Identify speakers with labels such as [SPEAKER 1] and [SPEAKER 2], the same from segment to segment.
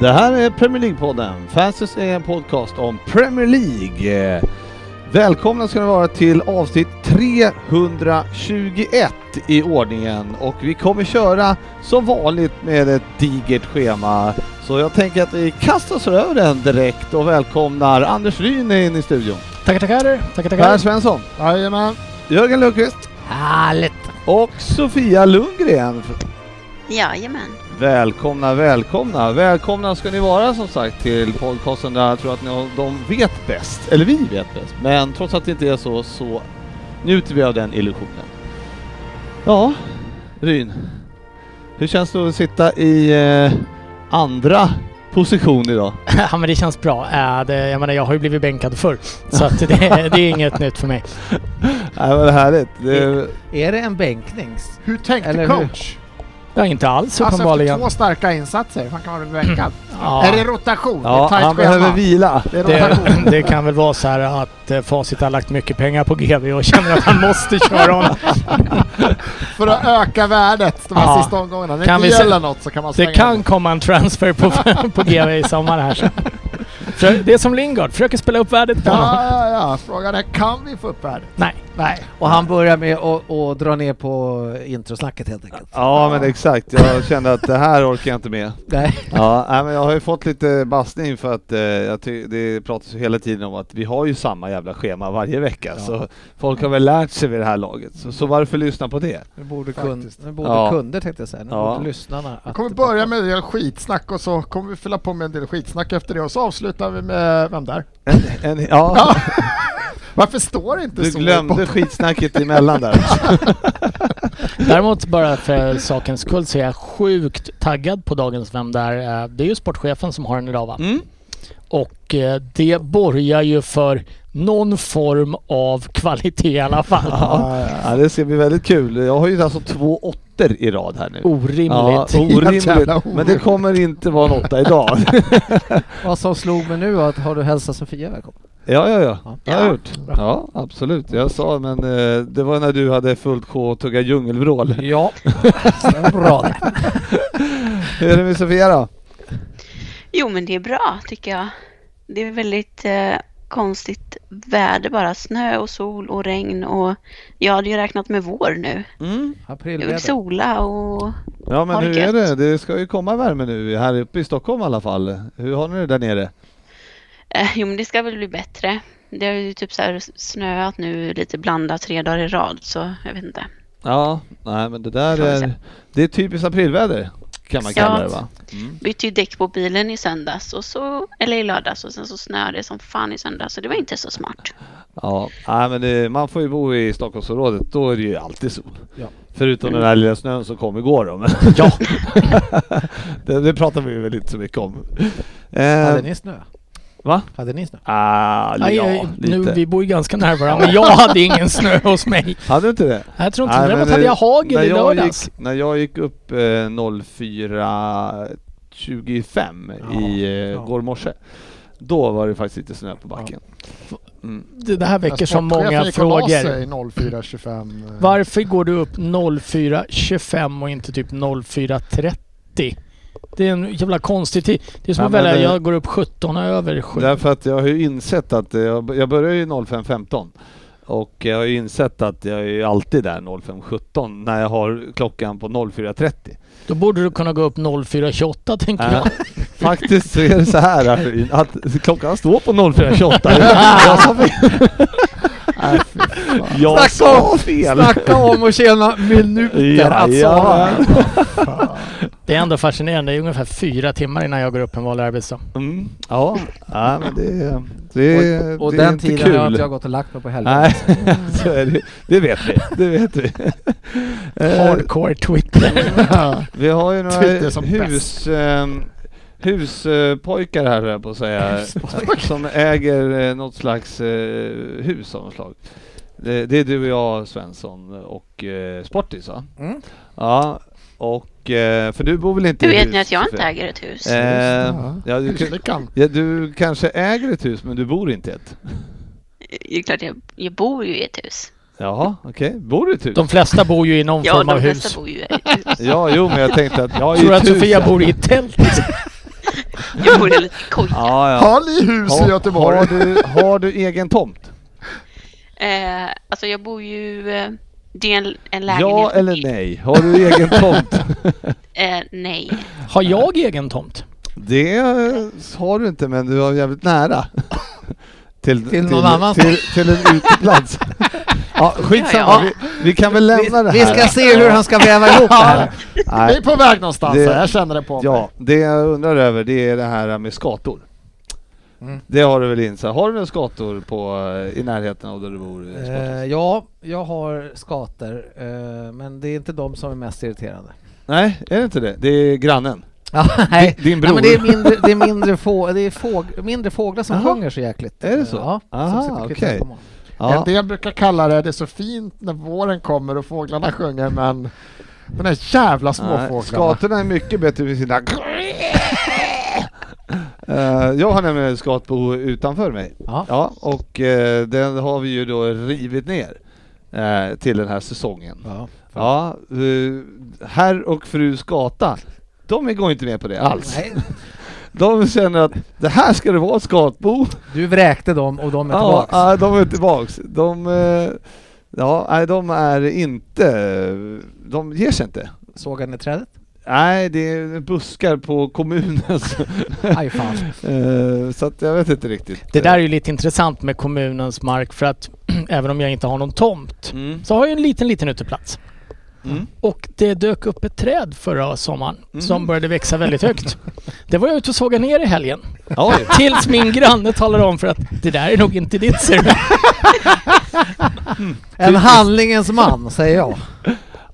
[SPEAKER 1] Det här är Premier League-podden. Fansys är en podcast om Premier League. Eh, Välkomna ska ni vara till avsnitt 321 i ordningen och vi kommer köra som vanligt med ett digert schema. Så jag tänker att vi kastar oss över den direkt och välkomnar Anders Ryn in i studion.
[SPEAKER 2] Tackar, tackar.
[SPEAKER 1] Per
[SPEAKER 2] Tackar, tackar.
[SPEAKER 1] Svensson. Jajamän. Jörgen Lundqvist.
[SPEAKER 2] Härligt.
[SPEAKER 1] Och Sofia Lundgren.
[SPEAKER 3] Jajamän.
[SPEAKER 1] Välkomna, välkomna! Välkomna ska ni vara som sagt till podcasten där jag tror att ni, de vet bäst, eller vi vet bäst. Men trots att det inte är så, så njuter vi av den illusionen. Ja, Ryn. Hur känns det att sitta i eh, andra position idag?
[SPEAKER 2] ja, men det känns bra. Äh, det, jag menar, jag har ju blivit bänkad förr. Så att det, det är inget nytt för mig.
[SPEAKER 1] Nej, vad härligt. Det,
[SPEAKER 4] Är det en bänkning?
[SPEAKER 5] Hur tänkte
[SPEAKER 4] Eller hur?
[SPEAKER 5] coach?
[SPEAKER 2] Ja, inte alls
[SPEAKER 5] Alltså efter
[SPEAKER 2] uppenbarligen.
[SPEAKER 5] två starka insatser, fan kan man bli bänkad?
[SPEAKER 2] Ja.
[SPEAKER 5] Är det rotation? Det är
[SPEAKER 1] ja,
[SPEAKER 5] tajt
[SPEAKER 1] han
[SPEAKER 5] schema.
[SPEAKER 1] behöver vila.
[SPEAKER 5] Det är rotation.
[SPEAKER 2] Det, det kan väl vara så här att eh, Facit har lagt mycket pengar på GV och känner att han måste köra honom.
[SPEAKER 5] För att öka värdet de här
[SPEAKER 2] Ja.
[SPEAKER 5] sista omgångarna. När det
[SPEAKER 2] Kan
[SPEAKER 5] inte
[SPEAKER 2] vi se-
[SPEAKER 5] gäller något så kan man
[SPEAKER 2] Det
[SPEAKER 5] slänga
[SPEAKER 2] kan
[SPEAKER 5] in.
[SPEAKER 2] komma en transfer på, på GV i sommar här. så. Frö- Det är som Lingard, försöker spela upp värdet på honom.
[SPEAKER 5] Ja, ja, ja. Frågan är, kan vi få upp värdet?
[SPEAKER 2] Nej.
[SPEAKER 5] Nej.
[SPEAKER 4] Och han börjar med att att dra ner på introsnacket helt enkelt.
[SPEAKER 1] Ja, men exakt. Jag kände att det här orkar jag inte med.
[SPEAKER 4] Nej.
[SPEAKER 1] Ja, nej, men jag har ju fått lite bastning för att eh, jag ty- det pratas ju hela tiden om att vi har ju samma jävla schema varje vecka så folk har väl lärt sig vid det här laget. Så, så varför lyssna på det?
[SPEAKER 4] Nu borde, kund,
[SPEAKER 5] Faktiskt.
[SPEAKER 4] nu borde
[SPEAKER 1] Ja.
[SPEAKER 4] kunder tänkte jag säga, nu
[SPEAKER 1] Ja.
[SPEAKER 4] borde lyssnarna...
[SPEAKER 5] Vi
[SPEAKER 4] att-
[SPEAKER 5] kommer börja med en del skitsnack och så kommer vi fylla på med en del skitsnack efter det och så avslutar vi med, vem där?
[SPEAKER 1] En, en, ja,
[SPEAKER 5] Ja. Varför står det inte
[SPEAKER 1] du
[SPEAKER 5] så?
[SPEAKER 1] glömde
[SPEAKER 5] på-
[SPEAKER 1] skitsnacket emellan där.
[SPEAKER 2] Däremot bara för sakens skull så är jag sjukt taggad på dagens Vem där? Eh, Det är ju sportchefen som har den idag va?
[SPEAKER 1] Mm.
[SPEAKER 2] Och eh, det borgar ju för någon form av kvalitet i alla fall.
[SPEAKER 1] Ja. ja, det ska bli väldigt kul. Jag har ju alltså två åttor i rad här nu. Ja,
[SPEAKER 2] Orimligt.
[SPEAKER 1] orimligt.
[SPEAKER 5] Jävla
[SPEAKER 1] Men det kommer inte vara en åtta idag.
[SPEAKER 4] Vad som slog mig nu var att har du hälsat Sofia välkommen?
[SPEAKER 1] Ja, ja, ja.
[SPEAKER 4] Ja.
[SPEAKER 1] Jag har gjort. Ja, absolut. Jag sa, men eh, det var när du hade fullt sjå att tugga djungelvrål.
[SPEAKER 4] Ja. Bra det.
[SPEAKER 1] Hur är det med Sofia då?
[SPEAKER 3] Jo, men det är bra tycker jag. Det är väldigt eh, konstigt väder bara. Snö och sol och regn och jag hade ju räknat med vår nu.
[SPEAKER 4] Aprilväder.
[SPEAKER 3] Sola och
[SPEAKER 1] Ja men
[SPEAKER 3] Har det
[SPEAKER 1] hur är
[SPEAKER 3] gött.
[SPEAKER 1] det? Det ska ju komma värme nu här uppe i Stockholm i alla fall. Hur har ni det där nere?
[SPEAKER 3] eh, jo, men det ska väl bli bättre. Det har ju typ så här snöat nu lite blandat tre dagar i rad så jag vet inte.
[SPEAKER 1] Ja, nej men det där
[SPEAKER 3] Får vi
[SPEAKER 1] är,
[SPEAKER 3] se.
[SPEAKER 1] det är typiskt aprilväder kan man
[SPEAKER 3] Ja.
[SPEAKER 1] kalla det va? Mm.
[SPEAKER 3] Bytte ju däck på bilen i söndags och så, eller i lördags och sen så snöade det som fan i söndags så det var inte så smart.
[SPEAKER 1] Ja, nej men det, man får ju bo i Stockholmsområdet, då är det ju alltid sol.
[SPEAKER 4] Ja.
[SPEAKER 1] Förutom den där lilla snön som kom igår då. men-
[SPEAKER 2] Ja.
[SPEAKER 1] det, det pratar vi väl inte så mycket om.
[SPEAKER 4] Hade
[SPEAKER 1] Eh,
[SPEAKER 4] ni snö?
[SPEAKER 1] va?
[SPEAKER 4] Hade ni snö?
[SPEAKER 1] Ah,
[SPEAKER 2] Nej,
[SPEAKER 1] ja,
[SPEAKER 2] nu,
[SPEAKER 1] lite.
[SPEAKER 2] vi bor ju ganska nära varandra, men jag hade ingen snö hos mig.
[SPEAKER 1] Hade du inte det?
[SPEAKER 2] Jag tror
[SPEAKER 1] Nej,
[SPEAKER 2] inte det.
[SPEAKER 1] men
[SPEAKER 2] Däremot hade
[SPEAKER 1] det-
[SPEAKER 2] jag hagel
[SPEAKER 1] när
[SPEAKER 2] i
[SPEAKER 1] jag
[SPEAKER 2] lördags.
[SPEAKER 1] Gick, när jag gick upp eh, 04 25 i eh,
[SPEAKER 4] Ja.
[SPEAKER 1] går morse, då var det faktiskt lite snö på backen. Mm.
[SPEAKER 2] Det, det här väcker så
[SPEAKER 5] Sportchefen
[SPEAKER 2] många
[SPEAKER 5] gick och la
[SPEAKER 2] frågor.
[SPEAKER 5] sig 04.25.
[SPEAKER 2] Varför går du upp 04.25 och inte typ 04.30? Det är en jävla konstig tid. Det är som
[SPEAKER 1] Ja,
[SPEAKER 2] att
[SPEAKER 1] men
[SPEAKER 2] välja,
[SPEAKER 1] det-
[SPEAKER 2] jag går upp 17 över 7.
[SPEAKER 1] Därför att jag har ju insett att eh, jag, jag började ju 05.15 och jag har ju insett att jag är ju alltid där 05.17 när jag har klockan på 04.30.
[SPEAKER 2] Då borde du kunna gå upp 04.28 tänker
[SPEAKER 1] Äh,
[SPEAKER 2] jag.
[SPEAKER 1] faktiskt så är det så här Arvin, att klockan står på 04.28. jag sa fel.
[SPEAKER 5] Nej, fy fan.
[SPEAKER 1] Jag
[SPEAKER 4] Snacka
[SPEAKER 1] sa fel!
[SPEAKER 4] Snacka om att tjäna minuter att
[SPEAKER 1] Ja,
[SPEAKER 4] sova.
[SPEAKER 1] ja.
[SPEAKER 2] Det är ändå fascinerande. Det är ungefär fyra timmar innan jag går upp en vanlig arbetsdag.
[SPEAKER 1] Mm, ja, ja, men det, är- det, är-
[SPEAKER 4] och och
[SPEAKER 1] det är
[SPEAKER 4] den
[SPEAKER 1] inte
[SPEAKER 4] tiden
[SPEAKER 1] kul.
[SPEAKER 4] har inte jag gått och lagt mig på helgen.
[SPEAKER 1] Nej, så är det, det vet vi. Det vet vi. Eh,
[SPEAKER 2] Hardcore Twitter.
[SPEAKER 1] vi har ju några
[SPEAKER 5] Twitter Typ som
[SPEAKER 1] hus, ehm, huspojkar här, höll jag på att säga. Som äger eh, något slags eh, hus av något slag. Det, det är du och jag, Svensson och eh, Sportis va?
[SPEAKER 4] Mm.
[SPEAKER 1] Ja, och eh, för du bor väl inte
[SPEAKER 3] Du
[SPEAKER 1] i
[SPEAKER 3] vet
[SPEAKER 1] hus,
[SPEAKER 3] ju att jag inte
[SPEAKER 1] Sofia?
[SPEAKER 3] äger ett hus.
[SPEAKER 1] Eh, ja, du, kan-
[SPEAKER 5] Huslyckan.
[SPEAKER 1] ja, du kanske äger ett hus men du bor inte i ett?
[SPEAKER 3] Det är klart, jag, jag bor ju i ett hus.
[SPEAKER 1] Jaha, okej. Bor du i ett hus?
[SPEAKER 2] De flesta bor ju i någon
[SPEAKER 3] Ja,
[SPEAKER 2] form av
[SPEAKER 3] de
[SPEAKER 2] hus.
[SPEAKER 3] flesta bor ju i ett hus.
[SPEAKER 1] Ja, jo, men jag tänkte att... Jag är
[SPEAKER 2] Tror
[SPEAKER 1] ju
[SPEAKER 2] du att Sofia
[SPEAKER 1] tusen.
[SPEAKER 2] bor i ett tält?
[SPEAKER 3] Jag bor i en liten koja.
[SPEAKER 1] Ja, ja.
[SPEAKER 5] Har ni hus i Göteborg?
[SPEAKER 1] Har du, har du egen tomt?
[SPEAKER 3] Eh, alltså jag bor ju... Eh, det är en, en lägenhet.
[SPEAKER 1] Ja eller nej? Har du egen tomt?
[SPEAKER 3] Eh, nej.
[SPEAKER 2] Har jag egen tomt?
[SPEAKER 1] Det eh, har du inte, men du har jävligt nära. Till,
[SPEAKER 4] någon annan.
[SPEAKER 1] Till, till en uteplats. ja, skitsamma.
[SPEAKER 3] Ja, ja.
[SPEAKER 1] Vi, vi kan väl lämna det här.
[SPEAKER 4] Vi ska se hur han ska väva ihop det här.
[SPEAKER 5] Vi
[SPEAKER 1] Nej.
[SPEAKER 5] är på väg någonstans,
[SPEAKER 1] Det-
[SPEAKER 5] här, jag känner det på mig.
[SPEAKER 1] Ja, det jag undrar över det är det här med skator.
[SPEAKER 4] Mm.
[SPEAKER 1] Det har du väl insett? Har du en skator på, eh, i närheten av där du bor? eh, Sportis?
[SPEAKER 4] Eh, ja, jag har skator, eh, men det är inte de som är mest irriterande.
[SPEAKER 1] Nej, är det inte det? Det är grannen.
[SPEAKER 4] Ja, nej.
[SPEAKER 1] Din- din bror.
[SPEAKER 4] Nej, men det är mindre, det är mindre, få, det är fåg, mindre fåglar som
[SPEAKER 1] Jaha.
[SPEAKER 4] sjunger så jäkligt.
[SPEAKER 1] Är det så?
[SPEAKER 4] Ja, som
[SPEAKER 1] Aha,
[SPEAKER 4] sitter och kvittrar
[SPEAKER 1] okej.
[SPEAKER 4] på morgonen.
[SPEAKER 1] Ja.
[SPEAKER 5] En del brukar kalla det, det är så fint när våren kommer och fåglarna sjunger men de där jävla
[SPEAKER 1] Nej,
[SPEAKER 5] småfåglarna.
[SPEAKER 1] Skatorna är mycket bättre med sina... Eh, jag har nämligen ett skatbo utanför mig.
[SPEAKER 4] Ja.
[SPEAKER 1] Ja, och eh, den har vi ju då rivit ner eh, till den här säsongen.
[SPEAKER 4] Ja.
[SPEAKER 1] Ja, eh, herr och fru skata, de går inte med på det alls.
[SPEAKER 4] Nej,
[SPEAKER 1] De känner att det här ska det vara ett skatbo.
[SPEAKER 4] du vräkte dem och de är
[SPEAKER 1] Ja,
[SPEAKER 4] tillbaks.
[SPEAKER 1] ja, de är tillbaks. De, eh, ja, nej, de är inte... De ger sig inte.
[SPEAKER 4] Sågade ni trädet?
[SPEAKER 1] Nej, det är buskar på kommunens...
[SPEAKER 4] Aj fan.
[SPEAKER 1] Eh, så att jag vet inte riktigt.
[SPEAKER 2] Det där är ju lite intressant med kommunens mark för att även om jag inte har någon tomt
[SPEAKER 1] Mm.
[SPEAKER 2] så har jag en liten, liten uteplats.
[SPEAKER 1] Mm.
[SPEAKER 2] Och det dök upp ett träd förra sommaren
[SPEAKER 1] Mm.
[SPEAKER 2] som började växa väldigt högt. Det var jag ute och sågade ner i helgen.
[SPEAKER 1] Oj.
[SPEAKER 2] Tills min granne talade om för att det där är nog inte ditt ser du.
[SPEAKER 4] En handlingens man, säger jag.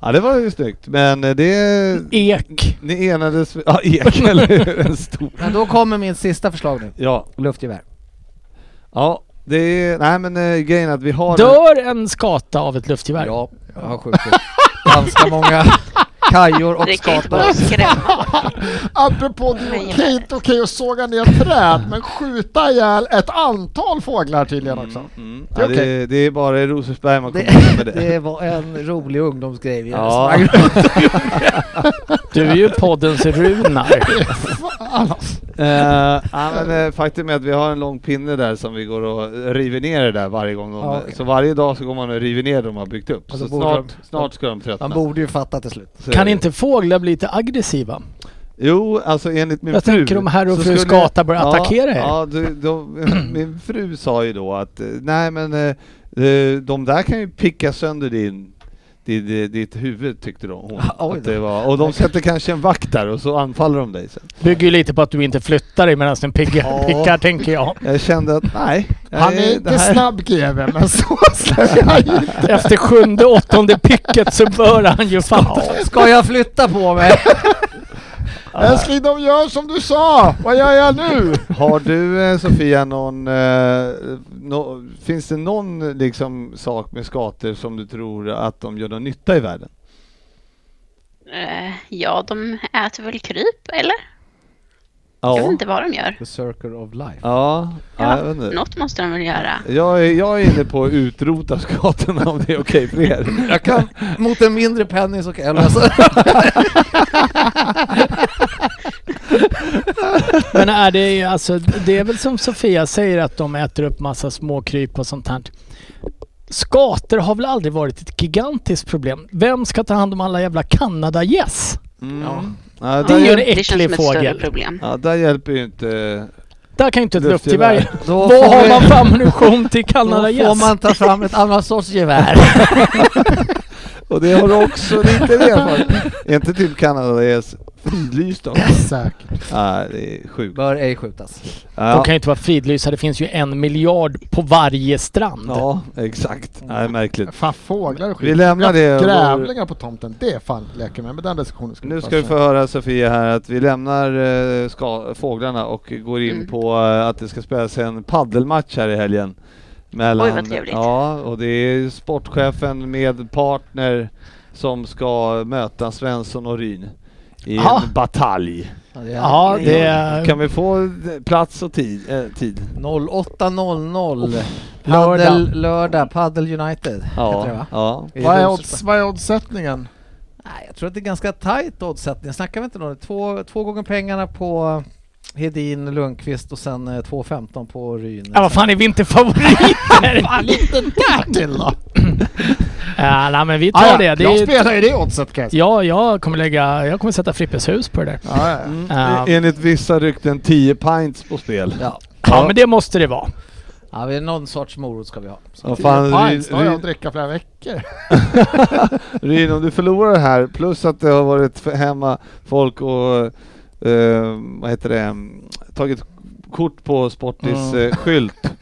[SPEAKER 1] Ja, det var ju snyggt. Men eh, det...
[SPEAKER 2] Ek.
[SPEAKER 1] Ni enades... Ja, ek, eller hur? En stor...
[SPEAKER 4] Men då kommer min sista förslag nu.
[SPEAKER 1] Ja.
[SPEAKER 4] Luftgevär.
[SPEAKER 1] Ja, det är... Nej, men eh, grejen är att vi har...
[SPEAKER 2] Dör en skata av ett luftgevär?
[SPEAKER 4] Ja, jag har skjutit ganska många kajor och
[SPEAKER 3] det kan ju inte
[SPEAKER 4] skator.
[SPEAKER 3] bara skrämma.
[SPEAKER 5] Apropå det är okej, inte okej att såga ner träd men skjuta ihjäl ett antal fåglar tydligen också.
[SPEAKER 1] Mm, mm.
[SPEAKER 5] Det
[SPEAKER 1] Ja,
[SPEAKER 5] är
[SPEAKER 1] det, är, det är bara i Rosersberg man kommer in
[SPEAKER 4] Det,
[SPEAKER 1] med det.
[SPEAKER 4] det var en rolig ungdomsgrej vi
[SPEAKER 1] Ja.
[SPEAKER 4] sprang runt.
[SPEAKER 2] Du är ju poddens Runar.
[SPEAKER 5] alltså.
[SPEAKER 1] Eh, ja, men, eh, faktum är att vi har en lång pinne där som vi går och river ner det där varje gång. De,
[SPEAKER 4] Ja, okej.
[SPEAKER 1] Så varje dag så går man och river ner de har byggt upp.
[SPEAKER 4] Och
[SPEAKER 1] Så
[SPEAKER 4] då borde
[SPEAKER 1] snart,
[SPEAKER 4] de-
[SPEAKER 1] snart ska de tröttna.
[SPEAKER 4] Man borde ju fatta till slut.
[SPEAKER 1] Så är
[SPEAKER 2] Kan
[SPEAKER 1] det.
[SPEAKER 2] inte fåglar bli lite aggressiva?
[SPEAKER 1] Jo, alltså enligt min
[SPEAKER 2] Jag
[SPEAKER 1] fru...
[SPEAKER 2] tänker om herr och
[SPEAKER 1] så
[SPEAKER 2] fru
[SPEAKER 1] skulle-
[SPEAKER 2] Skata börjar
[SPEAKER 1] ja,
[SPEAKER 2] attackera er.
[SPEAKER 1] Ja, du, de, min fru sa ju då att eh, nej men eh, eh, de där kan ju picka sönder din, ditt, ditt huvud tyckte de. Hon,
[SPEAKER 4] Oj
[SPEAKER 1] att
[SPEAKER 4] då.
[SPEAKER 1] det var, och de sätter kanske en vakt där och så anfaller de dig sen.
[SPEAKER 2] Bygger ju lite på att du inte flyttar dig medan den piggar,
[SPEAKER 1] Ja.
[SPEAKER 2] pickar tänker jag.
[SPEAKER 1] Jag kände att nej.
[SPEAKER 5] Han
[SPEAKER 1] nej,
[SPEAKER 5] är
[SPEAKER 1] det
[SPEAKER 5] inte
[SPEAKER 1] här-
[SPEAKER 5] snabb GW men så släpper jag inte.
[SPEAKER 2] Efter sjunde, åttonde picket så bör han ju fatta.
[SPEAKER 4] Ska jag flytta på mig?
[SPEAKER 5] Älskling de gör som du sa, vad gör jag nu?
[SPEAKER 1] Har du eh, Sofia någon, eh, nå- finns det någon liksom sak med skator som du tror att de gör någon nytta i världen?
[SPEAKER 3] Eh, ja, de äter väl kryp, eller? Jag vet
[SPEAKER 1] Ja.
[SPEAKER 3] inte vad de gör.
[SPEAKER 4] The circle of life.
[SPEAKER 1] Ja, ja,
[SPEAKER 3] Ja,
[SPEAKER 1] jag vet inte.
[SPEAKER 3] Något måste de väl göra.
[SPEAKER 1] Jag är, jag är inne på att utrota skatorna om det är okej för er.
[SPEAKER 4] Jag kan, mot en mindre penny så kan jag lösa det.
[SPEAKER 2] Men är det, ju- alltså, det är väl som Sofia säger att de äter upp massa småkryp och sånt här. Skator har väl aldrig varit ett gigantiskt problem. Vem ska ta hand om alla jävla kanadagäss?
[SPEAKER 1] Mm.
[SPEAKER 4] Ja.
[SPEAKER 1] Ja,
[SPEAKER 2] Det
[SPEAKER 1] där,
[SPEAKER 2] är ju
[SPEAKER 1] hjälp,
[SPEAKER 2] en
[SPEAKER 3] Det känns som
[SPEAKER 2] äcklig
[SPEAKER 3] ett större
[SPEAKER 2] fågel.
[SPEAKER 3] problem.
[SPEAKER 1] ja, där hjälper ju inte...
[SPEAKER 2] Där kan ju inte ett
[SPEAKER 1] Luftgevär.
[SPEAKER 2] luftgevär...
[SPEAKER 4] Då
[SPEAKER 2] Vad har man
[SPEAKER 4] man,
[SPEAKER 2] för ammunition till
[SPEAKER 4] då får
[SPEAKER 2] kanadagäss?
[SPEAKER 4] man ta fram ett annat sorts gevär.
[SPEAKER 1] Och det har också lite erfarenhet. Är inte typ Kanada är s- fridlysta.
[SPEAKER 5] Säkert.
[SPEAKER 1] Nej, det är sjukt.
[SPEAKER 4] Bör ej skjutas.
[SPEAKER 1] Ja.
[SPEAKER 2] De kan ju inte vara fridlysta, det finns ju en miljard på varje strand.
[SPEAKER 1] Ja, exakt.
[SPEAKER 3] Mm.
[SPEAKER 1] Nej, märkligt.
[SPEAKER 5] Fan fåglar och skit.
[SPEAKER 1] Vi lämnar det.
[SPEAKER 5] Grävlingar på tomten, det är fan leker med. Men den diskussionen
[SPEAKER 1] Nu
[SPEAKER 5] vi
[SPEAKER 1] ska
[SPEAKER 5] passa.
[SPEAKER 1] du få höra Sofia här att vi lämnar eh, ska, fåglarna och går in
[SPEAKER 3] Mm.
[SPEAKER 1] på eh, att det ska spelas en paddelmatch här i helgen. Mellan,
[SPEAKER 3] Oj, vad trevligt.
[SPEAKER 1] Ja, och det är sportchefen med partner som ska möta Svensson och Ryn i
[SPEAKER 2] Ja.
[SPEAKER 1] en batalj.
[SPEAKER 4] Ja, det är-
[SPEAKER 2] Ja, det är
[SPEAKER 1] Kan vi få eh, plats och tid? Eh, tid?
[SPEAKER 4] 08.00
[SPEAKER 2] Lördag.
[SPEAKER 4] Paddel, lördag, Paddel United heter det
[SPEAKER 1] Ja,
[SPEAKER 4] va?
[SPEAKER 1] ja.
[SPEAKER 5] Vad är, odds, vad är oddsättningen?
[SPEAKER 4] Nej, jag tror att det är ganska tajt oddsättning. Snackar vi inte någon? Två, två gånger pengarna på Hedin, Lundqvist och sen eh, 2.15 på Ryn.
[SPEAKER 2] Ja, vad fan är vi inte favoriter?
[SPEAKER 5] Fan, lite därtill då!
[SPEAKER 2] ja, nej, men vi
[SPEAKER 5] Ah,
[SPEAKER 2] tar
[SPEAKER 5] ja,
[SPEAKER 2] det. det
[SPEAKER 5] jag
[SPEAKER 2] är,
[SPEAKER 5] spelar ju det oddset kan jag säga.
[SPEAKER 2] ja, jag kommer lägga... Jag kommer sätta Frippes hus på det där.
[SPEAKER 5] Ja, ja.
[SPEAKER 1] Mm.
[SPEAKER 2] Ja.
[SPEAKER 1] Enligt vissa rykten 10 pints på spel.
[SPEAKER 4] Ja.
[SPEAKER 2] Ja, men det måste det vara.
[SPEAKER 4] ja, vi- någon sorts morot ska vi ha. Så.
[SPEAKER 1] Vad
[SPEAKER 5] Fan,
[SPEAKER 1] fan, Ryn,
[SPEAKER 5] pints, då har jag
[SPEAKER 1] Ryn,
[SPEAKER 5] att dricka flera veckor.
[SPEAKER 1] Ryn, om du förlorar det här, plus att det har varit för hemma folk och eh, vad heter det, mm, tagit kort på Sportis
[SPEAKER 2] Mm.
[SPEAKER 1] eh, skylt.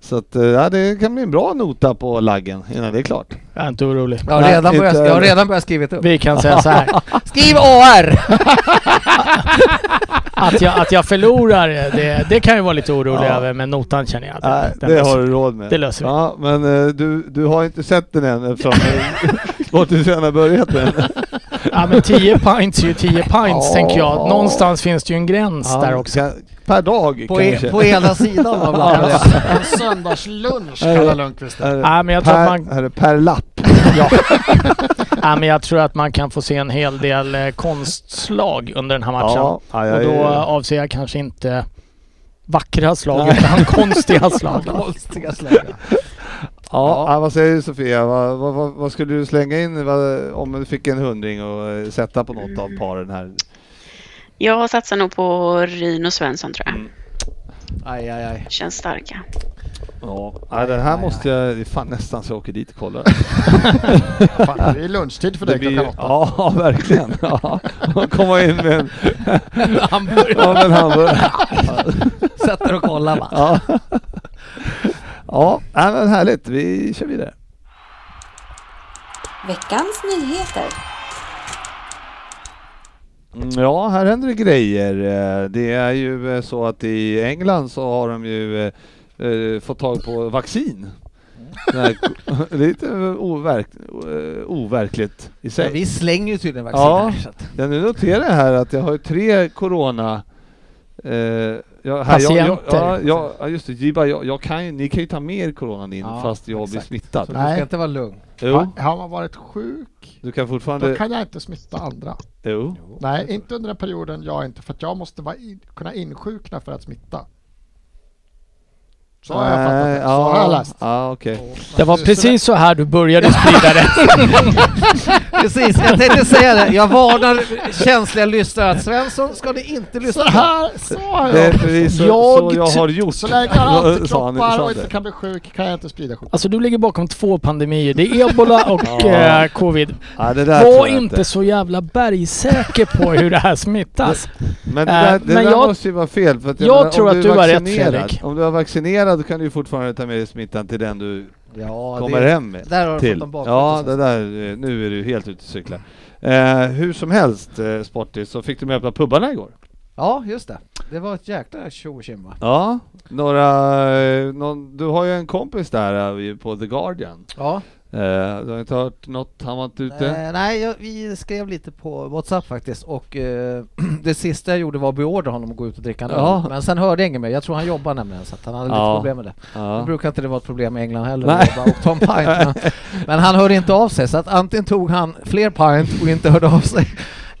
[SPEAKER 1] Så att, eh, ja, det kan bli en bra nota på laggen innan det är klart.
[SPEAKER 2] Jag är inte orolig.
[SPEAKER 4] Jag har
[SPEAKER 1] Nej,
[SPEAKER 4] redan börjat,
[SPEAKER 1] inte
[SPEAKER 4] jag har
[SPEAKER 1] heller.
[SPEAKER 4] redan börjat skriva upp.
[SPEAKER 2] Vi kan säga så här.
[SPEAKER 4] Skriv AR!
[SPEAKER 2] Att jag, att jag förlorar, det, det kan jag vara lite orolig
[SPEAKER 1] Ja.
[SPEAKER 2] över, men notan känner jag. Den,
[SPEAKER 1] Nej,
[SPEAKER 2] den
[SPEAKER 1] det
[SPEAKER 2] löser
[SPEAKER 1] har du råd med.
[SPEAKER 2] Det löser vi.
[SPEAKER 1] Ja, men eh, du, du har inte sett den än eftersom Sportis redan har börjat med den.
[SPEAKER 2] Ja men 10 pints är ju 10 pints
[SPEAKER 1] Ja.
[SPEAKER 2] tänker jag. Någonstans finns det ju en gräns där också.
[SPEAKER 1] Kan- Per dag
[SPEAKER 4] På,
[SPEAKER 1] kanske.
[SPEAKER 4] e, på ena sidan av landet.
[SPEAKER 5] En söndagslunch kallar Lundqvist det.
[SPEAKER 1] Här är-
[SPEAKER 2] Ja, men jag tror
[SPEAKER 1] per,
[SPEAKER 2] att man,
[SPEAKER 1] här är per lapp.
[SPEAKER 2] ja. ja, men jag tror att man kan få se en hel del eh, konstslag under den här matchen.
[SPEAKER 1] ja,
[SPEAKER 2] Och
[SPEAKER 1] jag
[SPEAKER 2] då
[SPEAKER 1] är-
[SPEAKER 2] avser jag kanske inte vackra slag
[SPEAKER 1] Nej.
[SPEAKER 2] utan konstiga slag.
[SPEAKER 4] Konstiga slängar.
[SPEAKER 1] Ja, ja. vad säger du Sofia? Vad, vad, vad, vad skulle du slänga in vad, om du fick en hundring och eh, sätta på något av paren här?
[SPEAKER 3] Jag satsar nog på Ryn och Svensson tror jag.
[SPEAKER 4] Aj, aj, aj.
[SPEAKER 3] Känns starka.
[SPEAKER 1] Ja, ja den här måste jag... Det är fan nästan så jag åker dit och kollar.
[SPEAKER 5] Fan, det är lunchtid för dig klockan åtta.
[SPEAKER 1] ja, verkligen. Ja. Och Komma in med en,
[SPEAKER 4] Hamburgare.
[SPEAKER 1] ja, med en hamburgare.
[SPEAKER 4] Sätter och kollar va.
[SPEAKER 1] Ja, ja nej, men härligt. Vi kör vidare.
[SPEAKER 6] Veckans nyheter.
[SPEAKER 1] Mm, Ja, här händer det grejer. Eh, Det är ju eh, så att i England så har de ju eh, eh, fått tag på vaccin.
[SPEAKER 5] Mm.
[SPEAKER 1] Det här ko- Lite overk, eh, overkligt i
[SPEAKER 4] Ja,
[SPEAKER 1] sig.
[SPEAKER 4] vi slänger ju tydligen
[SPEAKER 1] Ja.
[SPEAKER 4] vacciner. så att-
[SPEAKER 1] Jag nu noterar jag här att jag har ju tre corona... Eh, jag, här, jag, jag,
[SPEAKER 2] Patienter.
[SPEAKER 1] ja, jag, ja, just det, Jibba, jag, jag kan, ju- ni kan ju ta med er coronan in
[SPEAKER 4] Ja,
[SPEAKER 1] fast jag blir
[SPEAKER 4] exakt. Så
[SPEAKER 1] smittad.
[SPEAKER 4] du
[SPEAKER 5] Nej.
[SPEAKER 4] ska inte vara lugn.
[SPEAKER 1] Jo,
[SPEAKER 5] Har man varit sjuk,
[SPEAKER 1] du kan
[SPEAKER 5] då
[SPEAKER 1] fortfarande...
[SPEAKER 5] kan jag inte smitta andra.
[SPEAKER 1] Jo.
[SPEAKER 5] Nej, inte under den perioden jag inte, för att jag måste vara in, kunna insjukna för att smitta. Så har jag fattat det.
[SPEAKER 1] Nej,
[SPEAKER 5] Så har jag läst.
[SPEAKER 1] Eh, Ja, okej.
[SPEAKER 2] Det var precis så här du började sprida det.
[SPEAKER 4] Precis, jag tänkte säga det. Jag varnar känsliga lyssnare att Svensson ska ni inte lyssna
[SPEAKER 5] Så
[SPEAKER 4] på.
[SPEAKER 5] här sa
[SPEAKER 1] Det är
[SPEAKER 5] jag!
[SPEAKER 1] precis så
[SPEAKER 2] Jag
[SPEAKER 1] så jag
[SPEAKER 2] ty-
[SPEAKER 1] har gjort.
[SPEAKER 5] Så länge jag har
[SPEAKER 1] Sa han- sa
[SPEAKER 5] antikroppar
[SPEAKER 1] han
[SPEAKER 5] och
[SPEAKER 1] det.
[SPEAKER 5] inte kan bli sjuk kan jag inte sprida sjukdom.
[SPEAKER 2] Alltså du ligger bakom två pandemier. Det är ebola och eh, covid.
[SPEAKER 1] Ja, det där
[SPEAKER 2] Var
[SPEAKER 1] tror jag
[SPEAKER 2] inte så jävla bergsäker på hur det här smittas.
[SPEAKER 1] Men det
[SPEAKER 2] Äh,
[SPEAKER 1] där, det
[SPEAKER 2] men
[SPEAKER 1] där
[SPEAKER 2] jag-
[SPEAKER 1] måste ju vara fel. För att
[SPEAKER 2] jag
[SPEAKER 1] menar,
[SPEAKER 2] tror
[SPEAKER 1] om
[SPEAKER 2] att du
[SPEAKER 1] är
[SPEAKER 2] har rätt,
[SPEAKER 1] vaccinerad-
[SPEAKER 2] Fredrik.
[SPEAKER 1] Om du är vaccinerad då kan du ju fortfarande ta med dig smittan till den du
[SPEAKER 4] Ja,
[SPEAKER 1] kommer
[SPEAKER 4] det,
[SPEAKER 1] hem med.
[SPEAKER 4] där har du fått
[SPEAKER 1] Till.
[SPEAKER 4] dem bakåt.
[SPEAKER 1] Ja, det där, eh, nu är du helt ute och cyklar. Eh, hur som helst eh, Sportis, så fick de öppna pubbarna igår.
[SPEAKER 4] ja, just det. Det var ett jäkla tjo och tjim, va?
[SPEAKER 1] Ja, några, eh, någon, du har ju en kompis där eh, på The Guardian.
[SPEAKER 4] Ja.
[SPEAKER 1] Eh, du har inte hört något? Han var inte ute?
[SPEAKER 4] Eh, nej, jag, vi skrev lite på Whatsapp faktiskt och eh, det sista jag gjorde var att beordra honom att gå ut och dricka en
[SPEAKER 1] Ja.
[SPEAKER 4] öl. Men sen hörde jag inget mer. Jag tror han jobbar nämligen så att han hade lite
[SPEAKER 1] Ja.
[SPEAKER 4] problem med det. Nu
[SPEAKER 1] Ja.
[SPEAKER 4] brukar inte det vara ett problem i England heller,
[SPEAKER 1] Nej.
[SPEAKER 4] att jobba och ta en pint. Men, men han hörde inte av sig så att antingen tog han fler pint och inte hörde av sig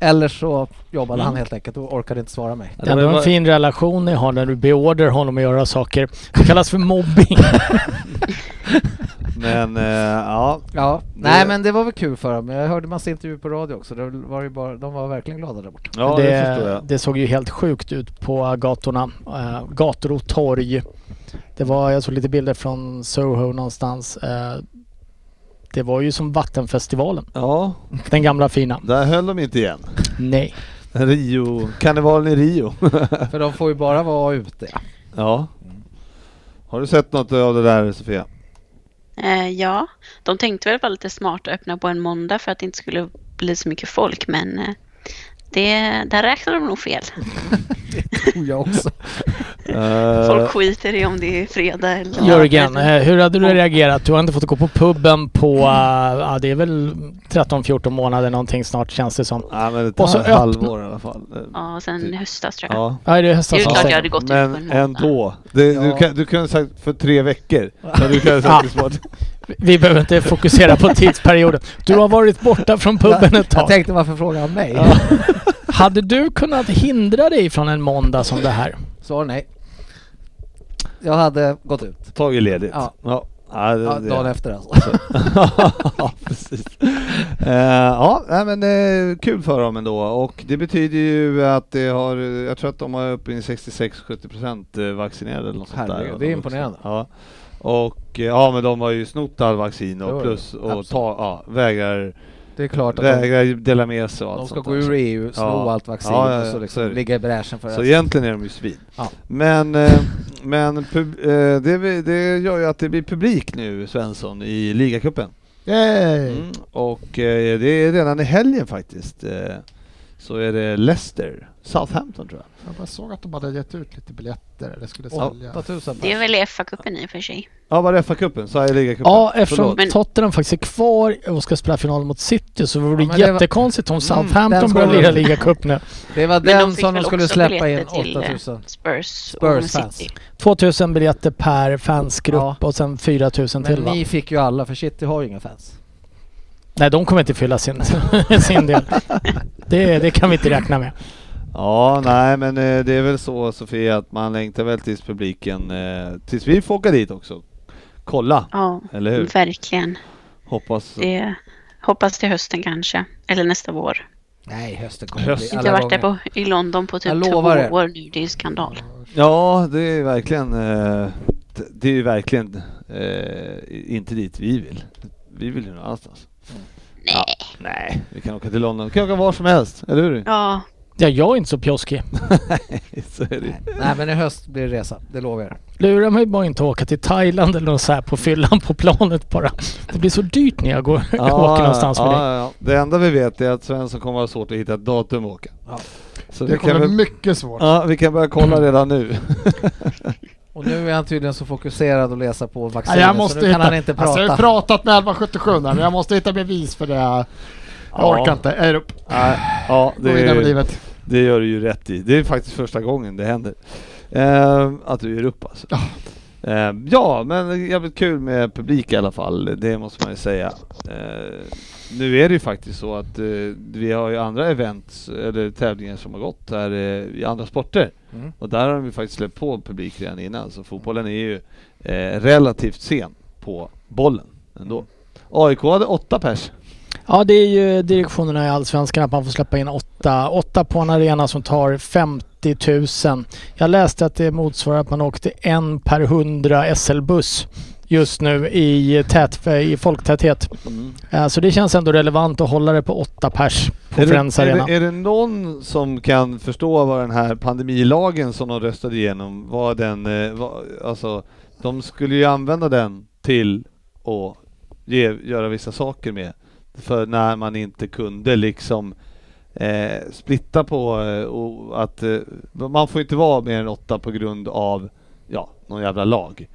[SPEAKER 4] eller så jobbade
[SPEAKER 1] Mm.
[SPEAKER 4] han helt enkelt och orkade inte svara mig.
[SPEAKER 1] Ja,
[SPEAKER 2] Det är ändå
[SPEAKER 1] var-
[SPEAKER 2] en fin relation ni har när du beordrar honom att göra saker. Det kallas för mobbing.
[SPEAKER 1] Men eh, ja,
[SPEAKER 4] Ja,
[SPEAKER 1] Det-
[SPEAKER 4] nej men det var väl kul för honom. Jag hörde massa intervjuer på radio också. Det var ju bara, de var verkligen glada där borta.
[SPEAKER 1] ja det, förstår jag.
[SPEAKER 2] det såg ju helt sjukt ut på gatorna. Eh, gator och torg. Det var, jag såg lite bilder från Soho någonstans. Eh, det var ju som Vattenfestivalen.
[SPEAKER 1] Ja,
[SPEAKER 2] Den gamla fina.
[SPEAKER 1] där höll de inte igen.
[SPEAKER 2] Nej.
[SPEAKER 1] Rio. Karnevalen i Rio.
[SPEAKER 4] För de får ju bara vara ute.
[SPEAKER 1] ja. Har du sett något av det där Sofia?
[SPEAKER 3] Eh, ja, de tänkte väl vara lite smarta och öppna på en måndag för att det inte skulle bli så mycket folk, men eh, det, där räknade de nog fel.
[SPEAKER 4] Tror jag också.
[SPEAKER 1] Eh,
[SPEAKER 3] Folk skiter i om det är fredag eller
[SPEAKER 2] Jörgen, eh, hur hade du reagerat? Du har inte fått gå på puben på, eh, ja det är väl 13-14 månader någonting snart känns det som.
[SPEAKER 1] Nej men
[SPEAKER 2] Och så
[SPEAKER 1] ett
[SPEAKER 2] öppna-
[SPEAKER 1] halvår i alla fall. Eh,
[SPEAKER 3] Ja,
[SPEAKER 4] typ.
[SPEAKER 3] sen i höstas tror jag.
[SPEAKER 1] Ja.
[SPEAKER 2] Ja, det är höstas alltså.
[SPEAKER 3] Det är
[SPEAKER 2] som
[SPEAKER 3] klart jag
[SPEAKER 2] säger.
[SPEAKER 3] hade gått ut på en
[SPEAKER 1] Men
[SPEAKER 3] måndag.
[SPEAKER 1] ändå. Det, du,
[SPEAKER 4] Ja.
[SPEAKER 1] kan, du kunde ha sagt för tre veckor. Men du kunde ha sagt det smart.
[SPEAKER 2] Vi behöver inte fokusera på tidsperioden. Du har varit borta från puben ett
[SPEAKER 4] Jag
[SPEAKER 2] tag.
[SPEAKER 4] tänkte varför frågar han mig?
[SPEAKER 2] Hade du kunnat hindra dig från en måndag som det här?
[SPEAKER 4] Svar nej. Jag hade gått ut.
[SPEAKER 1] Tagit ledigt.
[SPEAKER 4] Ja.
[SPEAKER 1] Ja. Ja, det,
[SPEAKER 4] Ja,
[SPEAKER 1] det-
[SPEAKER 4] dagen efter alltså.
[SPEAKER 1] ja, precis. Eh, ja, nej, men eh, kul för dem ändå och det betyder ju att det har, eh, jag tror att de har uppe i 66-70% eh, vaccinerade eller något sånt där.
[SPEAKER 4] Herregud, det är imponerande.
[SPEAKER 1] Ja. Och eh, ja, men de har ju snott all vaccin
[SPEAKER 4] Jo,
[SPEAKER 1] och
[SPEAKER 4] jo,
[SPEAKER 1] plus och
[SPEAKER 4] absolut.
[SPEAKER 1] ta, ja, vägrar,
[SPEAKER 4] Det är klart att de,
[SPEAKER 1] vägrar dela med sig och allt
[SPEAKER 4] de ska
[SPEAKER 1] sånt
[SPEAKER 4] gå
[SPEAKER 1] där.
[SPEAKER 4] ur EU, sno
[SPEAKER 1] Ja.
[SPEAKER 4] allt vaccin
[SPEAKER 1] Ja, ja, ja,
[SPEAKER 4] och så
[SPEAKER 1] så är
[SPEAKER 4] liksom
[SPEAKER 1] det.
[SPEAKER 4] ligga i bräschen för
[SPEAKER 1] Så
[SPEAKER 4] det.
[SPEAKER 1] egentligen är de ju svin.
[SPEAKER 4] Ja.
[SPEAKER 1] Men, eh, men pub, eh, det, vi- det gör ju att det blir publik nu, Svensson, i ligacupen.
[SPEAKER 5] Yay!
[SPEAKER 1] Mm. Och eh, det är redan i helgen faktiskt. Eh, så är det Leicester, Southampton tror jag.
[SPEAKER 5] Jag bara såg att de hade gett ut lite biljetter eller skulle sälja.
[SPEAKER 4] 8000
[SPEAKER 3] Det är väl FA-cupen i och för sig.
[SPEAKER 1] Ja, var det FA-cupen? Sa jag ligacupen?
[SPEAKER 2] Ja, eftersom
[SPEAKER 1] Förlåt.
[SPEAKER 3] Men-
[SPEAKER 2] Tottenham faktiskt är kvar och ska spela final mot City så vore det
[SPEAKER 4] Ja, men det var- Mm,
[SPEAKER 2] jättekonstigt om
[SPEAKER 4] den
[SPEAKER 2] Southampton
[SPEAKER 4] ska
[SPEAKER 2] börjar
[SPEAKER 4] vi-
[SPEAKER 2] lira ligacup nu.
[SPEAKER 4] Det var
[SPEAKER 3] Men de
[SPEAKER 4] den
[SPEAKER 3] fick
[SPEAKER 4] som de
[SPEAKER 3] väl
[SPEAKER 4] skulle
[SPEAKER 3] också
[SPEAKER 4] släppa in
[SPEAKER 3] biljetter till, eh,
[SPEAKER 4] 8000.
[SPEAKER 3] Spurs, och
[SPEAKER 4] Spurs fans.
[SPEAKER 3] City.
[SPEAKER 2] 2000 biljetter per fansgrupp
[SPEAKER 4] Ja.
[SPEAKER 2] och sen 4000
[SPEAKER 4] Men
[SPEAKER 2] till va?
[SPEAKER 4] ni fick ju alla för City har ju inga fans.
[SPEAKER 2] Nej, de kommer inte fylla sin, sin del. Det, det kan vi inte räkna med.
[SPEAKER 1] Ja, nej men eh, det är väl så Sofia att man längtar väl tills publiken, eh, tills vi får åka dit också. Kolla,
[SPEAKER 3] Ja,
[SPEAKER 1] eller hur?
[SPEAKER 3] verkligen.
[SPEAKER 1] Hoppas.
[SPEAKER 3] Det, hoppas till hösten kanske, eller nästa vår.
[SPEAKER 4] Nej, hösten kommer
[SPEAKER 1] Hösten.
[SPEAKER 4] bli
[SPEAKER 3] Inte
[SPEAKER 4] alla
[SPEAKER 3] varit där
[SPEAKER 4] gånger.
[SPEAKER 3] på, i London på typ
[SPEAKER 4] Jag
[SPEAKER 3] två
[SPEAKER 4] lovar er.
[SPEAKER 3] år nu, det är ju skandal.
[SPEAKER 1] Ja, det är verkligen, eh, det- det är ju verkligen eh, inte dit vi vill. Vi vill ju någon annanstans.
[SPEAKER 3] Nej.
[SPEAKER 1] Nej, vi kan åka till London, vi kan åka var som helst, eller hur?
[SPEAKER 3] Ja,
[SPEAKER 2] Ja, jag är inte så pjoskig.
[SPEAKER 1] så är det.
[SPEAKER 4] Nej men i höst blir det resa, det lovar jag er.
[SPEAKER 2] Lura mig bara inte att åka till Thailand eller något så här på fyllan på planet bara. Det blir så dyrt när jag går,
[SPEAKER 4] Ah,
[SPEAKER 2] åker någonstans med dig.
[SPEAKER 1] ja, ja. Det enda vi vet är att Svensson kommer ha svårt att hitta ett datum att åka.
[SPEAKER 4] Ja.
[SPEAKER 1] Så
[SPEAKER 5] Det
[SPEAKER 1] vi kan,
[SPEAKER 5] kommer
[SPEAKER 1] väl,
[SPEAKER 5] mycket svårt.
[SPEAKER 1] ja, vi kan börja kolla redan nu.
[SPEAKER 4] Och nu är han tydligen så fokuserad att läsa på
[SPEAKER 5] Ja,
[SPEAKER 4] vaccinet
[SPEAKER 5] jag måste
[SPEAKER 4] så nu
[SPEAKER 5] hitta,
[SPEAKER 4] kan han inte prata.
[SPEAKER 5] Alltså, jag har ju pratat med 1177 men jag måste hitta bevis för det. Jag orkar inte. Jag ger upp.
[SPEAKER 1] Nej, ja,
[SPEAKER 5] Gå vidare med
[SPEAKER 1] det,
[SPEAKER 5] livet.
[SPEAKER 1] det gör du ju rätt i. Det är faktiskt första gången det händer. Eh, att du ger upp alltså. Eh, ja, men jävligt kul med publik i alla fall. Det måste man ju säga. Eh, nu är det ju faktiskt så att eh, vi har ju andra events eller tävlingar som har gått här eh, i andra sporter.
[SPEAKER 4] Mm.
[SPEAKER 1] Och där har de ju faktiskt släppt på publik redan innan, så fotbollen är ju eh, relativt sen på bollen ändå. AIK hade åtta pers.
[SPEAKER 2] Ja, det är ju direktionerna i Allsvenskan att man får släppa in åtta, åtta på en arena som tar 50 000. Jag läste att det motsvarar att man åkte en per hundra SL-buss just nu i, tät, i folktäthet. Eh, Så det känns ändå relevant att hålla det på åtta pers på
[SPEAKER 1] Är,
[SPEAKER 2] Friends
[SPEAKER 1] det, är,
[SPEAKER 2] Arena.
[SPEAKER 1] det, är det någon som kan förstå vad den här pandemilagen som de röstade igenom, vad den, eh, vad, alltså de skulle ju använda den till att ge, göra vissa saker med. För när man inte kunde liksom eh, splitta på eh, och att eh, man får inte vara mer än åtta på grund av ja, någon jävla lag.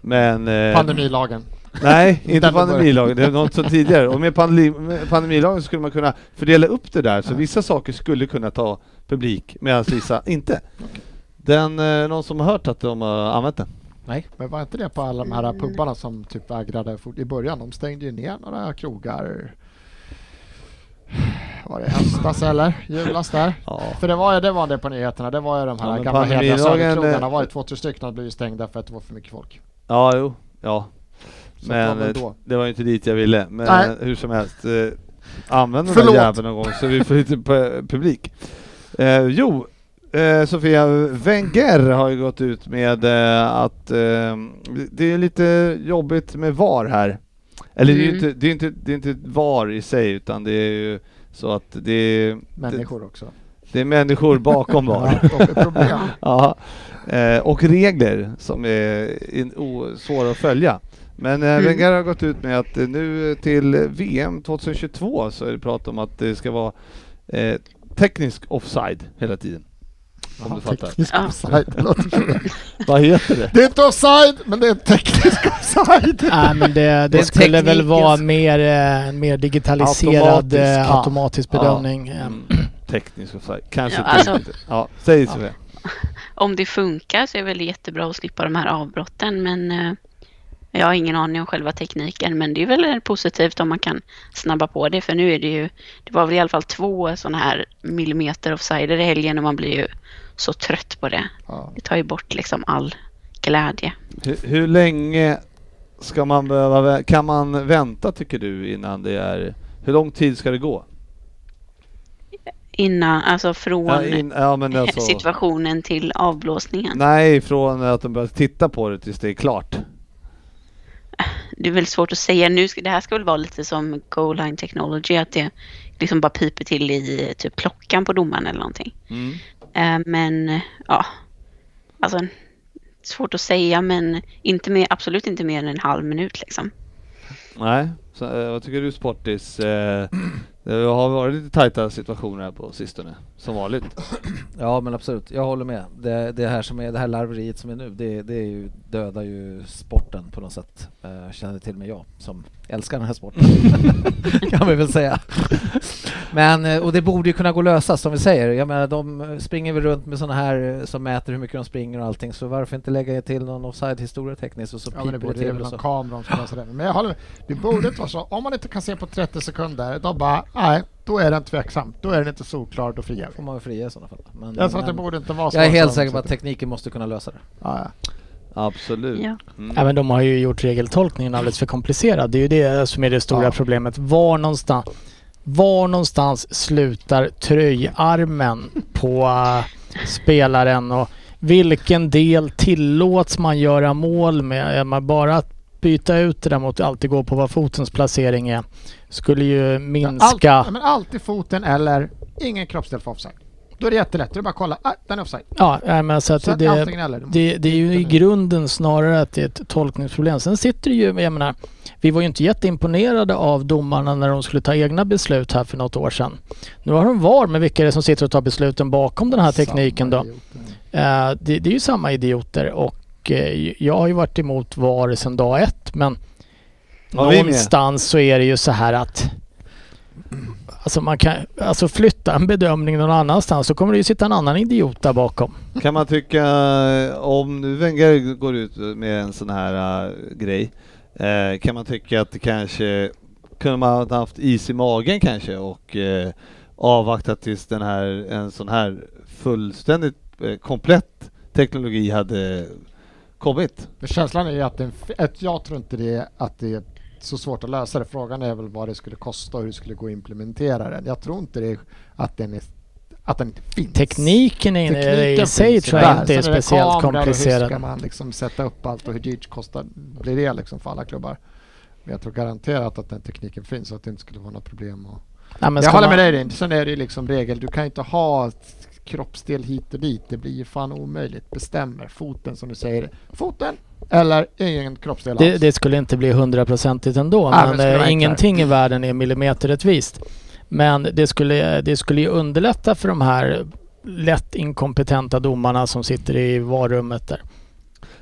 [SPEAKER 1] Men... eh,
[SPEAKER 5] Pandemilagen.
[SPEAKER 1] Nej, inte
[SPEAKER 5] Den var-
[SPEAKER 1] pandemilagen. Det var något som tidigare. Och med, pandemi, med pandemilagen skulle man kunna fördela upp det där, så vissa saker skulle kunna ta publik medan vissa inte. Den, eh, någon som har hört att de har använt den?
[SPEAKER 5] Men var inte det på alla de här
[SPEAKER 1] Mm.
[SPEAKER 5] pubarna som typ vägrade fort i början? De stängde ju ner några krogar. Var det i höstas eller julas där?
[SPEAKER 1] Ja.
[SPEAKER 5] För det var ju det, var det på nyheterna. Det var ju de
[SPEAKER 1] Ja,
[SPEAKER 5] här
[SPEAKER 1] men
[SPEAKER 5] gamla hederliga
[SPEAKER 1] pandemilagen,
[SPEAKER 5] söderkrogarna.
[SPEAKER 1] eh,
[SPEAKER 5] var ju två, tre stycken som blev stängda för att det var för mycket folk.
[SPEAKER 1] Ja, jo. Ja.
[SPEAKER 5] Så
[SPEAKER 1] Men
[SPEAKER 5] det var väl
[SPEAKER 1] eh,
[SPEAKER 5] då.
[SPEAKER 1] det var ju inte dit jag ville. Men
[SPEAKER 5] Nej.
[SPEAKER 1] eh, hur som helst, eh, använd den där
[SPEAKER 5] Förlåt.
[SPEAKER 1] jäveln någon gång så vi får lite pu- publik. Eh, jo, eh, Sofia Wenger har ju gått ut med eh, att eh, det är lite jobbigt med VAR här. Eller det är ju
[SPEAKER 3] Mm.
[SPEAKER 1] inte, det är inte, det är inte VAR i sig utan det är ju så att det är
[SPEAKER 5] Människor också.
[SPEAKER 1] Det är människor bakom var.
[SPEAKER 5] Ja, de är problem.
[SPEAKER 1] Ja. Eh, och regler som är in, o, svåra att följa. Men eh, Wenger har gått ut med att eh, nu till VM 2022 så är det prat om att det ska vara eh, teknisk offside hela tiden. Om du fattar.
[SPEAKER 5] Teknisk
[SPEAKER 3] Ja.
[SPEAKER 5] offside, det låter-
[SPEAKER 1] Vad heter det?
[SPEAKER 5] Det är inte offside, men det är teknisk offside.
[SPEAKER 2] Nej, men det, det
[SPEAKER 4] är
[SPEAKER 2] skulle väl
[SPEAKER 4] teknikens-
[SPEAKER 2] vara mer, eh, en mer digitaliserad
[SPEAKER 1] Automatisk,
[SPEAKER 2] automatisk,
[SPEAKER 1] ja.
[SPEAKER 2] automatisk
[SPEAKER 1] Ja.
[SPEAKER 2] bedömning. eh.
[SPEAKER 1] Mm, teknisk offside. Kanske
[SPEAKER 3] Ja,
[SPEAKER 1] inte
[SPEAKER 3] alltså-
[SPEAKER 1] riktigt. Ja, säg Sofia.
[SPEAKER 3] Om det funkar så är det väl jättebra att slippa de här avbrotten men eh, jag har ingen aning om själva tekniken men det är väl positivt om man kan snabba på det för nu är det ju, det var väl i alla fall två sådana här millimeter offsider i helgen och man blir ju så trött på det.
[SPEAKER 5] Ja.
[SPEAKER 3] Det tar ju bort liksom all glädje.
[SPEAKER 1] Hur, hur länge ska man behöva, vä- kan man vänta tycker du innan det är, hur lång tid ska det gå?
[SPEAKER 3] Innan, alltså från
[SPEAKER 1] Ja, in, ja, men alltså,
[SPEAKER 3] situationen till avblåsningen.
[SPEAKER 1] nej, från att de börjar titta på det tills det är klart.
[SPEAKER 3] det är väl svårt att säga nu. ska- Det här ska väl vara lite som goal line technology, att det liksom bara piper till i typ klockan på domaren eller någonting. Eh, Men eh, ja, alltså svårt att säga, men inte mer, absolut inte mer än en halv minut liksom.
[SPEAKER 1] Nej, så, eh, vad tycker du Sportis? Eh, det har varit lite tajta situationer här på sistone, som vanligt.
[SPEAKER 4] Ja men absolut, jag håller med. Det, det här som är det här larveriet som är nu, det, det är ju, dödar ju sporten på något sätt. Eh, känner till och med jag som älskar den här sporten. kan vi väl säga. men, eh, och det borde ju kunna gå att lösa som vi säger. Jag menar de springer väl runt med sådana här eh, som mäter hur mycket de springer och allting så varför inte lägga till någon offside-historia tekniskt och så
[SPEAKER 5] Ja, men det
[SPEAKER 4] piper det
[SPEAKER 5] borde det är
[SPEAKER 4] till
[SPEAKER 5] väl
[SPEAKER 4] och
[SPEAKER 5] någon
[SPEAKER 4] så.
[SPEAKER 5] kamera som löser det. Men jag håller med. Det borde inte vara så. Om man inte kan se på 30 sekunder, då bara, nej, då är den tveksam. Då är den inte solklar, då friar
[SPEAKER 4] Får
[SPEAKER 5] vi.
[SPEAKER 4] man väl fria i sådana fall. Men,
[SPEAKER 5] Jag tror att det
[SPEAKER 4] men,
[SPEAKER 5] borde inte vara så.
[SPEAKER 4] Mm. jag är helt
[SPEAKER 5] Så-
[SPEAKER 4] säker på att tekniken måste kunna lösa det.
[SPEAKER 5] Ja, ja.
[SPEAKER 1] Absolut.
[SPEAKER 3] Ja.
[SPEAKER 1] Mm.
[SPEAKER 2] Ja, men de har ju gjort regeltolkningen alldeles för komplicerad. Det är ju det som är det stora
[SPEAKER 5] Ja.
[SPEAKER 2] problemet. Var någonstans, var någonstans slutar tröjarmen på eh, spelaren och vilken del tillåts man göra mål med? Är man bara att byta ut det där mot att alltid gå på vad fotens placering är skulle ju
[SPEAKER 5] Allt,
[SPEAKER 2] minska...
[SPEAKER 5] ja, men alltid foten eller ingen kroppsdel för offside. Då är det jättelätt. Du bara att kolla, ah, den är offside.
[SPEAKER 2] Ja, nej, men så att
[SPEAKER 5] Så att det,
[SPEAKER 2] det,
[SPEAKER 5] antingen eller. Du måste-
[SPEAKER 2] det, det är ju i grunden snarare att det är ett tolkningsproblem. Sen sitter det ju, jag menar, vi var ju inte jätteimponerade av domarna när de skulle ta egna beslut här för något år sedan. Nu har de VAR med vilka det är som sitter och tar besluten bakom den här tekniken då.
[SPEAKER 5] Samma idiot.
[SPEAKER 2] Eh, det, det är ju samma idioter och eh, jag har ju varit emot VAR sedan dag ett men
[SPEAKER 1] Var vi med?
[SPEAKER 2] någonstans så är det ju så här att Alltså man kan, alltså flytta en bedömning någon annanstans så kommer det ju sitta en annan idiot där bakom.
[SPEAKER 1] Kan man tycka, eh, om nu Wenger går ut med en sån här eh, grej, eh, kan man tycka att det kanske, kunde man ha haft is i magen kanske och eh, avvaktat tills den här, en sån här fullständigt eh, komplett teknologi hade kommit?
[SPEAKER 5] Men känslan är ju att, det är en f- att jag tror inte det är, att det är så svårt att lösa det. Frågan är väl vad det skulle kosta och hur det skulle gå att implementera den. Jag tror inte det är att den, är, att den inte finns.
[SPEAKER 2] Tekniken, i- i
[SPEAKER 5] Tekniken
[SPEAKER 2] sig
[SPEAKER 5] finns
[SPEAKER 2] tror
[SPEAKER 5] ju
[SPEAKER 2] jag
[SPEAKER 5] där.
[SPEAKER 2] inte är
[SPEAKER 5] Sen det
[SPEAKER 2] speciellt
[SPEAKER 5] kameror och Hur ska
[SPEAKER 2] komplicerad.
[SPEAKER 5] man liksom sätta upp allt och hur dyrt kostar, blir det liksom för alla klubbar? Men jag tror garanterat att den tekniken finns och att det inte skulle vara något problem. Och...
[SPEAKER 2] Nej, men
[SPEAKER 5] jag
[SPEAKER 2] ska
[SPEAKER 5] håller
[SPEAKER 2] man-
[SPEAKER 5] med dig Rin. Sen är det ju liksom regel. Du kan inte ha ett kroppsdel hit och dit. Det blir ju fan omöjligt. Bestämmer foten som du säger. Foten eller ingen kroppsdel
[SPEAKER 2] Det,
[SPEAKER 5] alls.
[SPEAKER 2] det skulle inte bli hundraprocentigt ändå,
[SPEAKER 5] Nej, men
[SPEAKER 2] men,
[SPEAKER 5] det skulle
[SPEAKER 2] eh,
[SPEAKER 5] vara enklare.
[SPEAKER 2] ingenting i världen är millimeterrättvist. Men det skulle, eh, det skulle ju underlätta för de här lätt inkompetenta domarna som sitter i varummet där.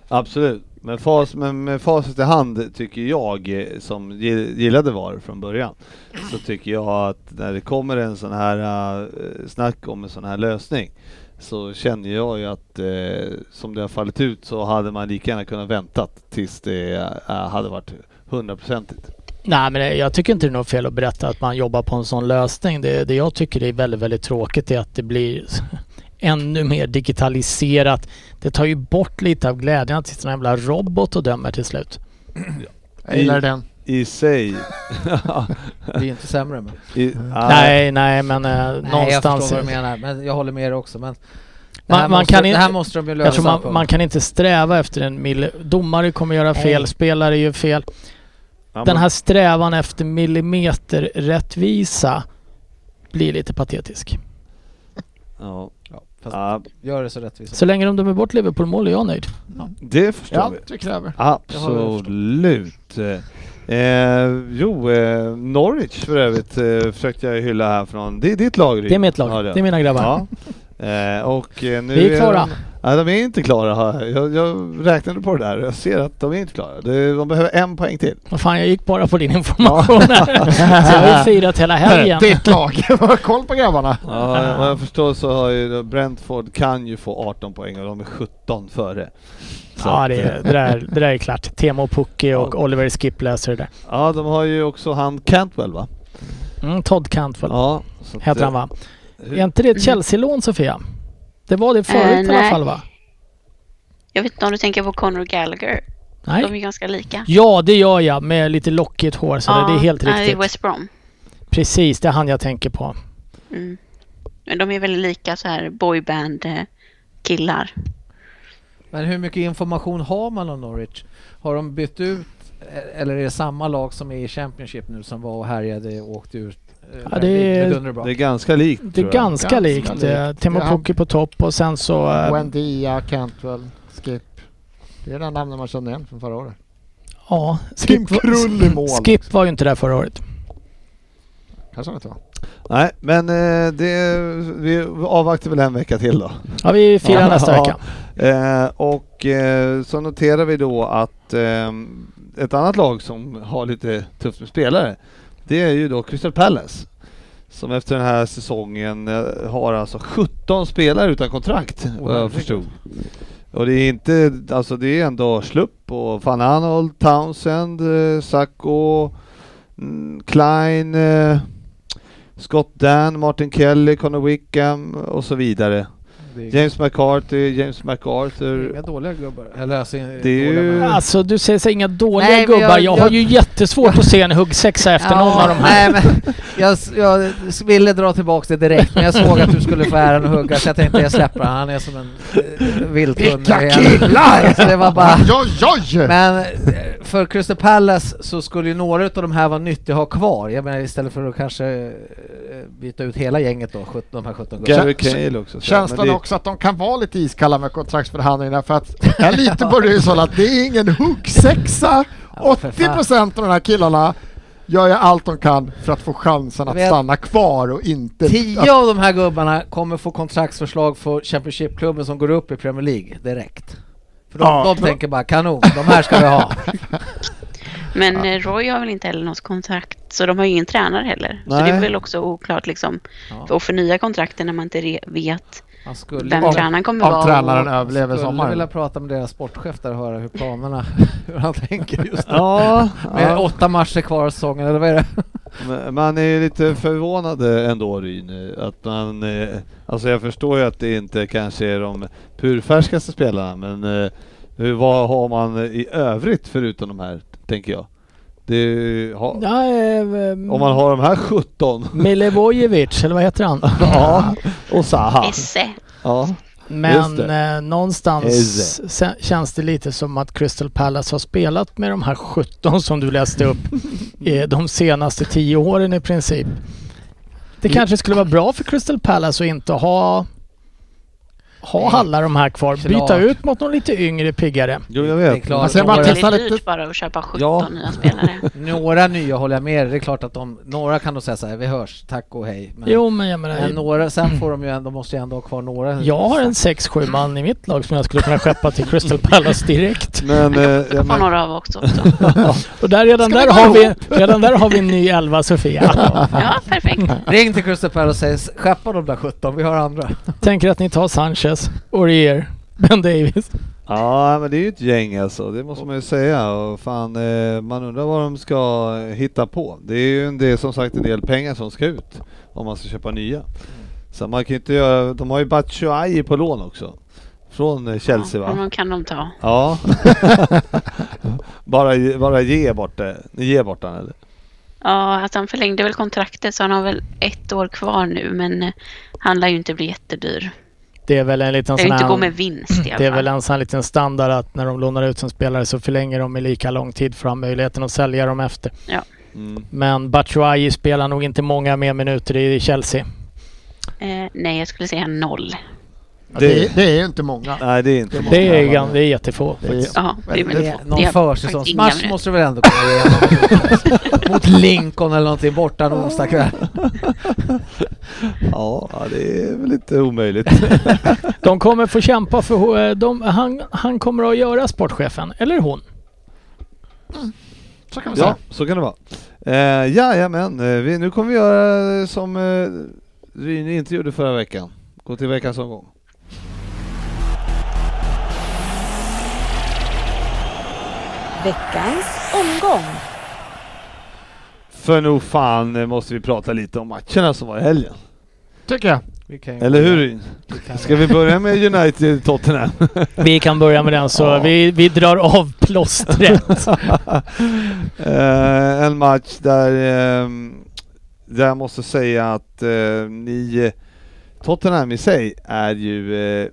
[SPEAKER 1] Absolut, men, fas, men med facit i hand tycker jag eh, som gi- gillade VAR från början så tycker jag att när det kommer en sån här eh, snack om en sån här lösning så känner jag ju att eh, som det har fallit ut så hade man lika gärna kunnat väntat tills det eh, hade varit hundraprocentigt.
[SPEAKER 2] Nej, men det- jag tycker inte det är något fel att berätta att man jobbar på en sån lösning. Det, det jag tycker är väldigt, väldigt tråkigt är att det blir ännu mer digitaliserat. Det tar ju bort lite av glädjen att sitta en jävla robot och dömer till slut.
[SPEAKER 5] Jag gillar den.
[SPEAKER 1] I sig...
[SPEAKER 4] Det är ju inte sämre men.
[SPEAKER 1] I,
[SPEAKER 2] Nej, nej, men eh,
[SPEAKER 4] Nej, jag
[SPEAKER 2] någonstans...
[SPEAKER 4] förstår vad du menar, men jag håller med dig också. Men det,
[SPEAKER 2] Man-
[SPEAKER 4] här
[SPEAKER 2] man
[SPEAKER 4] måste,
[SPEAKER 2] kan
[SPEAKER 4] det
[SPEAKER 2] inte-
[SPEAKER 4] här måste de ju lösa.
[SPEAKER 2] Jag tror man,
[SPEAKER 4] på.
[SPEAKER 2] man kan inte sträva efter en mill... Domare kommer göra fel,
[SPEAKER 4] Nej.
[SPEAKER 2] spelare gör fel.
[SPEAKER 1] Ja,
[SPEAKER 2] Den
[SPEAKER 1] men-
[SPEAKER 2] här strävan efter millimeterrättvisa blir lite patetisk.
[SPEAKER 1] Ja.
[SPEAKER 4] Ja, fast
[SPEAKER 1] Ja,
[SPEAKER 4] gör det så rättvist.
[SPEAKER 2] Så länge de dömer bort Liverpool-mål är jag nöjd.
[SPEAKER 1] det förstår
[SPEAKER 5] Ja,
[SPEAKER 1] vi.
[SPEAKER 5] det kräver.
[SPEAKER 1] Absolut. Eh, jo, eh, Norwich för övrigt eh, försökte jag hylla här från. Det är ditt lag Ryd.
[SPEAKER 2] Det är mitt lag. Det är mina grabbar.
[SPEAKER 1] Ja. Eh, och eh, nu
[SPEAKER 2] Vi är klara.
[SPEAKER 1] De, nej, de är inte klara. har jag- Jag, jag räknade på det där och jag ser att de är inte klara. De, de behöver en poäng till.
[SPEAKER 2] Vad fan, jag gick bara på din information här. Så jag har ju firat hela helgen.
[SPEAKER 5] Ditt lag. Koll på grabbarna.
[SPEAKER 1] Ja, vad jag förstår så har ju Brentford kan ju få 18 poäng och de är 17 före. Så
[SPEAKER 2] Ja,
[SPEAKER 1] att,
[SPEAKER 2] det,
[SPEAKER 1] eh,
[SPEAKER 2] är- det, där, det där är klart. Temo Pukki och Oliver Skipp läser det där.
[SPEAKER 1] ja, de har ju också han Cantwell va?
[SPEAKER 2] Mm, Todd Cantwell
[SPEAKER 1] Ja, så att,
[SPEAKER 2] heter han
[SPEAKER 1] eh,
[SPEAKER 2] va? Är inte det ett Chelsea-lån Sofia? Det var det
[SPEAKER 3] Eh,
[SPEAKER 2] förut i alla
[SPEAKER 3] nej.
[SPEAKER 2] fall va?
[SPEAKER 3] Jag vet inte om du tänker på Conor Gallagher.
[SPEAKER 2] Nej.
[SPEAKER 3] De är ganska lika.
[SPEAKER 2] Ja, det gör jag med lite lockigt hår så det är helt
[SPEAKER 3] nej, Det är
[SPEAKER 2] riktigt.
[SPEAKER 3] West Brom.
[SPEAKER 2] Precis, det är han jag tänker på.
[SPEAKER 3] Mm. Men de är väldigt lika så här eh, boyband-killar.
[SPEAKER 4] Men hur mycket information har man om Norwich? Har de bytt ut e- eller är det samma lag som är i Championship nu som var och härjade och åkte ut? eh,
[SPEAKER 2] Ja, det är-
[SPEAKER 1] Det är ganska likt
[SPEAKER 2] Det är
[SPEAKER 1] tror jag.
[SPEAKER 2] ganska,
[SPEAKER 5] Ganska
[SPEAKER 2] likt. eh,
[SPEAKER 5] likt.
[SPEAKER 2] Timo
[SPEAKER 5] Det är han-
[SPEAKER 2] Pukki på topp och sen så... eh,
[SPEAKER 5] Wendia, Cantwell, Skip. Det är den namnen man känner igen från förra året.
[SPEAKER 2] Ja,
[SPEAKER 5] Kim
[SPEAKER 2] Skip,
[SPEAKER 5] Krull i mål.
[SPEAKER 2] Skip var ju inte där förra året.
[SPEAKER 5] Kanske han inte var.
[SPEAKER 1] Nej, men eh, det, vi avvaktar väl en vecka till då.
[SPEAKER 2] Ja, vi firar
[SPEAKER 1] Ja.
[SPEAKER 2] nästa vecka.
[SPEAKER 1] Eh, och eh, så noterar vi då att eh, ett annat lag som har lite tufft med spelare, det är ju då Crystal Palace. Som efter den här säsongen eh, har alltså 17 spelare utan kontrakt, vad jag
[SPEAKER 4] herregud.
[SPEAKER 1] förstod. Och det är inte, alltså det är ändå Schlupp och Van Aanholt, Townsend, eh, Sacco, mm, Klein, eh, Scott Dan, Martin Kelly, Connor Wickham och så vidare.
[SPEAKER 4] Det är
[SPEAKER 1] James McCarthy, James MacArthur.
[SPEAKER 4] inga dåliga gubbar. Eller alltså, det
[SPEAKER 1] ju-
[SPEAKER 2] Alltså du säger så inga dåliga
[SPEAKER 4] Nej, men
[SPEAKER 2] gubbar. Jag,
[SPEAKER 4] jag-
[SPEAKER 2] har
[SPEAKER 4] jag-
[SPEAKER 2] ju jättesvårt att se en huggsexa efter någon av de här.
[SPEAKER 4] Nej, men jag, s- jag ville dra tillbaka det direkt men jag såg att du skulle få äran att hugga så jag tänkte jag släpper han. Han är som en eh, vilthund.
[SPEAKER 5] Vilka
[SPEAKER 4] killar! Så det var bara...
[SPEAKER 5] Oj, oj!
[SPEAKER 4] Men eh, för Crystal Palace så skulle ju några utav de här vara nyttiga att ha kvar. Jag menar istället för att kanske eh, byta ut hela gänget då, 17, de här 17 gubbarna.
[SPEAKER 1] Gary
[SPEAKER 5] Kän-
[SPEAKER 1] Cahill också. så.
[SPEAKER 5] Känslan
[SPEAKER 1] Men det-
[SPEAKER 5] också att de kan vara lite iskalla med kontraktsförhandlingarna för att jag är lite på det så att det är ingen huggsexa.
[SPEAKER 4] Ja, för
[SPEAKER 5] 80 procent av de här killarna gör ju allt de kan för att få chansen att
[SPEAKER 4] Vet-
[SPEAKER 5] stanna kvar och inte...
[SPEAKER 4] Tio av de här gubbarna kommer få kontraktsförslag för Championship-klubben som går upp i Premier League direkt. För de,
[SPEAKER 5] Ja.
[SPEAKER 4] de tänker bara kanon, de här ska vi ha.
[SPEAKER 3] Men eh, Roy har väl inte heller något kontrakt, så de har ju ingen tränare heller. Så det
[SPEAKER 1] Nej.
[SPEAKER 3] är väl också oklart liksom.
[SPEAKER 4] Ja.
[SPEAKER 3] För att förnya kontrakten när man inte re- vet
[SPEAKER 4] Man skulle,
[SPEAKER 3] vem
[SPEAKER 5] Om-
[SPEAKER 3] tränaren kommer
[SPEAKER 5] Om
[SPEAKER 3] vara.
[SPEAKER 5] tränaren överlever
[SPEAKER 4] skulle vilja
[SPEAKER 5] sommaren.
[SPEAKER 4] prata med deras sportchef där och höra hur planerna, hur han tänker just nu.
[SPEAKER 1] Ja,
[SPEAKER 4] Med
[SPEAKER 1] ja.
[SPEAKER 4] åtta matcher kvar av säsongen, eller vad är det?
[SPEAKER 1] Men man är ju lite förvånad ändå Ryn, att man... eh, Alltså jag förstår ju att det inte kanske är de purfärskaste spelarna, men eh, hur, vad har man i övrigt förutom de här, tänker jag? Det är, ju- ha,
[SPEAKER 2] Ja, eh,
[SPEAKER 1] Om man har de här 17
[SPEAKER 2] Milivojevic, eller vad heter han?
[SPEAKER 1] ja, och Zaha.
[SPEAKER 3] Esse.
[SPEAKER 1] Ja. Just
[SPEAKER 2] Men
[SPEAKER 1] det.
[SPEAKER 2] eh, någonstans
[SPEAKER 1] Eze.
[SPEAKER 2] sen, känns det lite som att Crystal Palace har spelat med de här 17 som du läste upp eh, de senaste 10 åren i princip. Det kanske skulle vara bra för Crystal Palace att inte ha, ha alla de här kvar. Byta
[SPEAKER 4] Klart.
[SPEAKER 2] ut mot någon lite yngre, piggare.
[SPEAKER 1] Jo, jag
[SPEAKER 4] Det är
[SPEAKER 1] vet.
[SPEAKER 4] klart.
[SPEAKER 5] Alltså, jag
[SPEAKER 3] Det
[SPEAKER 5] bara
[SPEAKER 3] är
[SPEAKER 4] Några-
[SPEAKER 5] testar
[SPEAKER 3] väldigt
[SPEAKER 5] lite.
[SPEAKER 3] dyrt bara att köpa 17
[SPEAKER 1] Ja.
[SPEAKER 3] nya spelare.
[SPEAKER 4] Några nya håller jag med dig. Det är klart att de, några kan nog säga så här, vi hörs, tack och hej. Men,
[SPEAKER 2] Jo, men jag
[SPEAKER 4] men
[SPEAKER 2] menar...
[SPEAKER 4] några, sen får de ju ändå, måste ju ändå ha kvar några.
[SPEAKER 2] Jag har en 6-7 man i mitt lag som jag skulle kunna skeppa till Crystal Palace direkt.
[SPEAKER 1] Men... eh, jag
[SPEAKER 3] Får
[SPEAKER 1] märker-
[SPEAKER 3] några av också. också.
[SPEAKER 2] Och där, redan,
[SPEAKER 5] Ska vi
[SPEAKER 2] där
[SPEAKER 5] gå
[SPEAKER 2] har vi, redan där har vi en ny elva, Sofia.
[SPEAKER 3] Ja, perfekt.
[SPEAKER 4] Ring till Crystal Palace och säg, skeppa de där 17, vi har andra.
[SPEAKER 2] Tänker att ni tar Sanchez, Orier, Ben Davis.
[SPEAKER 1] Ja, men det är ju ett gäng alltså, det måste man ju säga. Och fan, eh, man undrar vad de ska hitta på. Det är ju en del, som sagt en del pengar som ska ut om man ska köpa nya. Så man kan ju inte göra, de har ju Batshuayi på lån också. Från eh, Chelsea
[SPEAKER 3] Ja,
[SPEAKER 1] va?
[SPEAKER 3] de kan de ta.
[SPEAKER 1] Ja. bara, ge- bara ge bort det. Ni ger bort den eller?
[SPEAKER 3] Ja, att han förlängde väl kontraktet så han har väl ett år kvar nu men eh, han lär ju inte bli jättedyr.
[SPEAKER 2] Det är väl en liten
[SPEAKER 3] Han lär
[SPEAKER 2] sån
[SPEAKER 3] ju inte gå
[SPEAKER 2] här...
[SPEAKER 3] med vinst i alla
[SPEAKER 2] Det är väl
[SPEAKER 3] fall.
[SPEAKER 2] en sån här liten standard att när de lånar ut en spelare så förlänger de i lika lång tid för att ha möjligheten att sälja dem efter.
[SPEAKER 1] Mm.
[SPEAKER 2] Men Batshuayi spelar nog inte många mer minuter i Chelsea.
[SPEAKER 3] Eh, nej, jag skulle säga noll.
[SPEAKER 5] Ja, Det, det är ju inte många.
[SPEAKER 1] Nej, det är inte...
[SPEAKER 5] Det är många.
[SPEAKER 2] Det är, gan- det är jättefå.
[SPEAKER 5] Det är-
[SPEAKER 3] Ja, det är väl
[SPEAKER 5] Det-
[SPEAKER 3] det.
[SPEAKER 4] Någon
[SPEAKER 3] Jag- inga
[SPEAKER 4] försäsongsmatch
[SPEAKER 3] minuter.
[SPEAKER 4] måste du väl ändå kunna igenom? Mot Lincoln eller någonting borta en onsdag kväll.
[SPEAKER 1] Ja, ja, det är väl inte omöjligt.
[SPEAKER 2] De kommer få kämpa för eh, de, han, han kommer att göra sportchefen, eller hon.
[SPEAKER 5] Så kan man
[SPEAKER 1] ja,
[SPEAKER 5] säga.
[SPEAKER 1] så kan det vara. Eh, jajamän, eh, vi, nu kommer vi göra som eh, Rune inte gjorde förra veckan. Gå till veckans omgång.
[SPEAKER 7] Veckans omgång.
[SPEAKER 1] För nog fan eh, måste vi prata lite om matcherna som var i helgen.
[SPEAKER 5] Tycker jag.
[SPEAKER 4] Vi kan ju-
[SPEAKER 1] Eller hur Ryn? Ska vi börja med United-Tottenham?
[SPEAKER 2] Vi kan börja med den så
[SPEAKER 1] Ja.
[SPEAKER 2] vi, vi drar av plåstret.
[SPEAKER 1] Eh, en match där, ehm, där jag måste säga att eh, ni, Tottenham i sig är ju eh,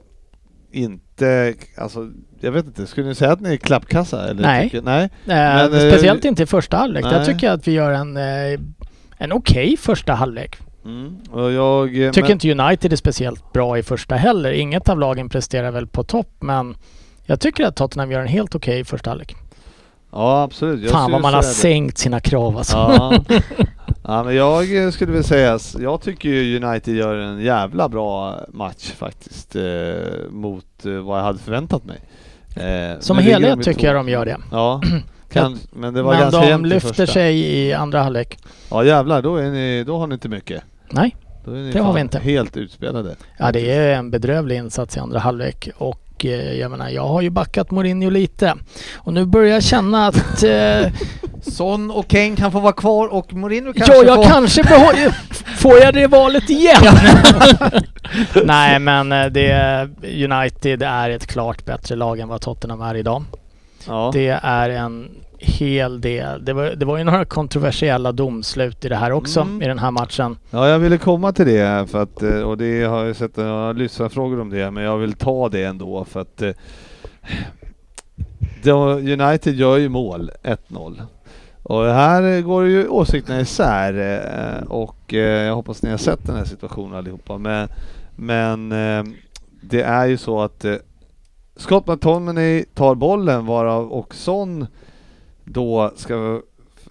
[SPEAKER 1] inte, alltså jag vet inte, skulle ni säga att ni är klappkassa? Eller
[SPEAKER 2] Nej.
[SPEAKER 1] Tycker, nej.
[SPEAKER 2] Eh,
[SPEAKER 1] Men, eh,
[SPEAKER 2] speciellt inte i första halvlek. Där
[SPEAKER 1] nej.
[SPEAKER 2] tycker jag att vi gör en, eh, en okej första halvlek.
[SPEAKER 1] Mm. Och jag, eh,
[SPEAKER 2] Tycker
[SPEAKER 1] men,
[SPEAKER 2] inte United är speciellt bra i första heller. Inget av lagen presterar väl på topp men jag tycker att Tottenham gör en helt okej första halvlek.
[SPEAKER 1] Ja absolut. Jag
[SPEAKER 2] Fan
[SPEAKER 1] skulle
[SPEAKER 2] vad man har
[SPEAKER 1] säga det.
[SPEAKER 2] sänkt sina krav alltså.
[SPEAKER 1] Ja. ja men jag eh, skulle väl säga, s- jag tycker ju United gör en jävla bra match faktiskt eh, mot eh, vad jag hade förväntat mig. Eh,
[SPEAKER 2] Som
[SPEAKER 1] nu ligger
[SPEAKER 2] helhet
[SPEAKER 1] i
[SPEAKER 2] tycker
[SPEAKER 1] topp.
[SPEAKER 2] jag de gör det.
[SPEAKER 1] Ja, kan, men det var
[SPEAKER 2] men
[SPEAKER 1] ganska
[SPEAKER 2] de
[SPEAKER 1] jämnt i
[SPEAKER 2] lyfter
[SPEAKER 1] första.
[SPEAKER 2] sig i andra halvlek.
[SPEAKER 1] Ja jävlar, då, är ni, då har ni inte mycket.
[SPEAKER 2] Nej,
[SPEAKER 1] Då är ni
[SPEAKER 2] Det har
[SPEAKER 1] fan
[SPEAKER 2] vi inte.
[SPEAKER 1] helt utspelade.
[SPEAKER 2] ja, det är en bedrövlig insats i andra halvlek och eh, jag menar jag har ju backat Mourinho lite och nu börjar jag känna att eh,
[SPEAKER 4] Son och Kane kan få vara kvar och Mourinho kanske
[SPEAKER 2] Ja, jag
[SPEAKER 4] får...
[SPEAKER 2] kanske behåller... Får jag det valet igen? Nej, men eh, det, United är ett klart bättre lag än vad Tottenham är idag.
[SPEAKER 1] Ja.
[SPEAKER 2] Det är en hel del. Det var, det var ju några kontroversiella domslut i det här också,
[SPEAKER 1] Mm.
[SPEAKER 2] i den här matchen.
[SPEAKER 1] ja, jag ville komma till det här för att, eh, och det har jag sett några lyssnarfrågor om det, men jag vill ta det ändå för att eh, då United gör ju mål, 1-0. Och här eh, går ju åsikterna isär eh, och eh, jag hoppas ni har sett den här situationen allihopa. Men, men eh, det är ju så att eh, Scott McTominay tar bollen varav och Son då ska...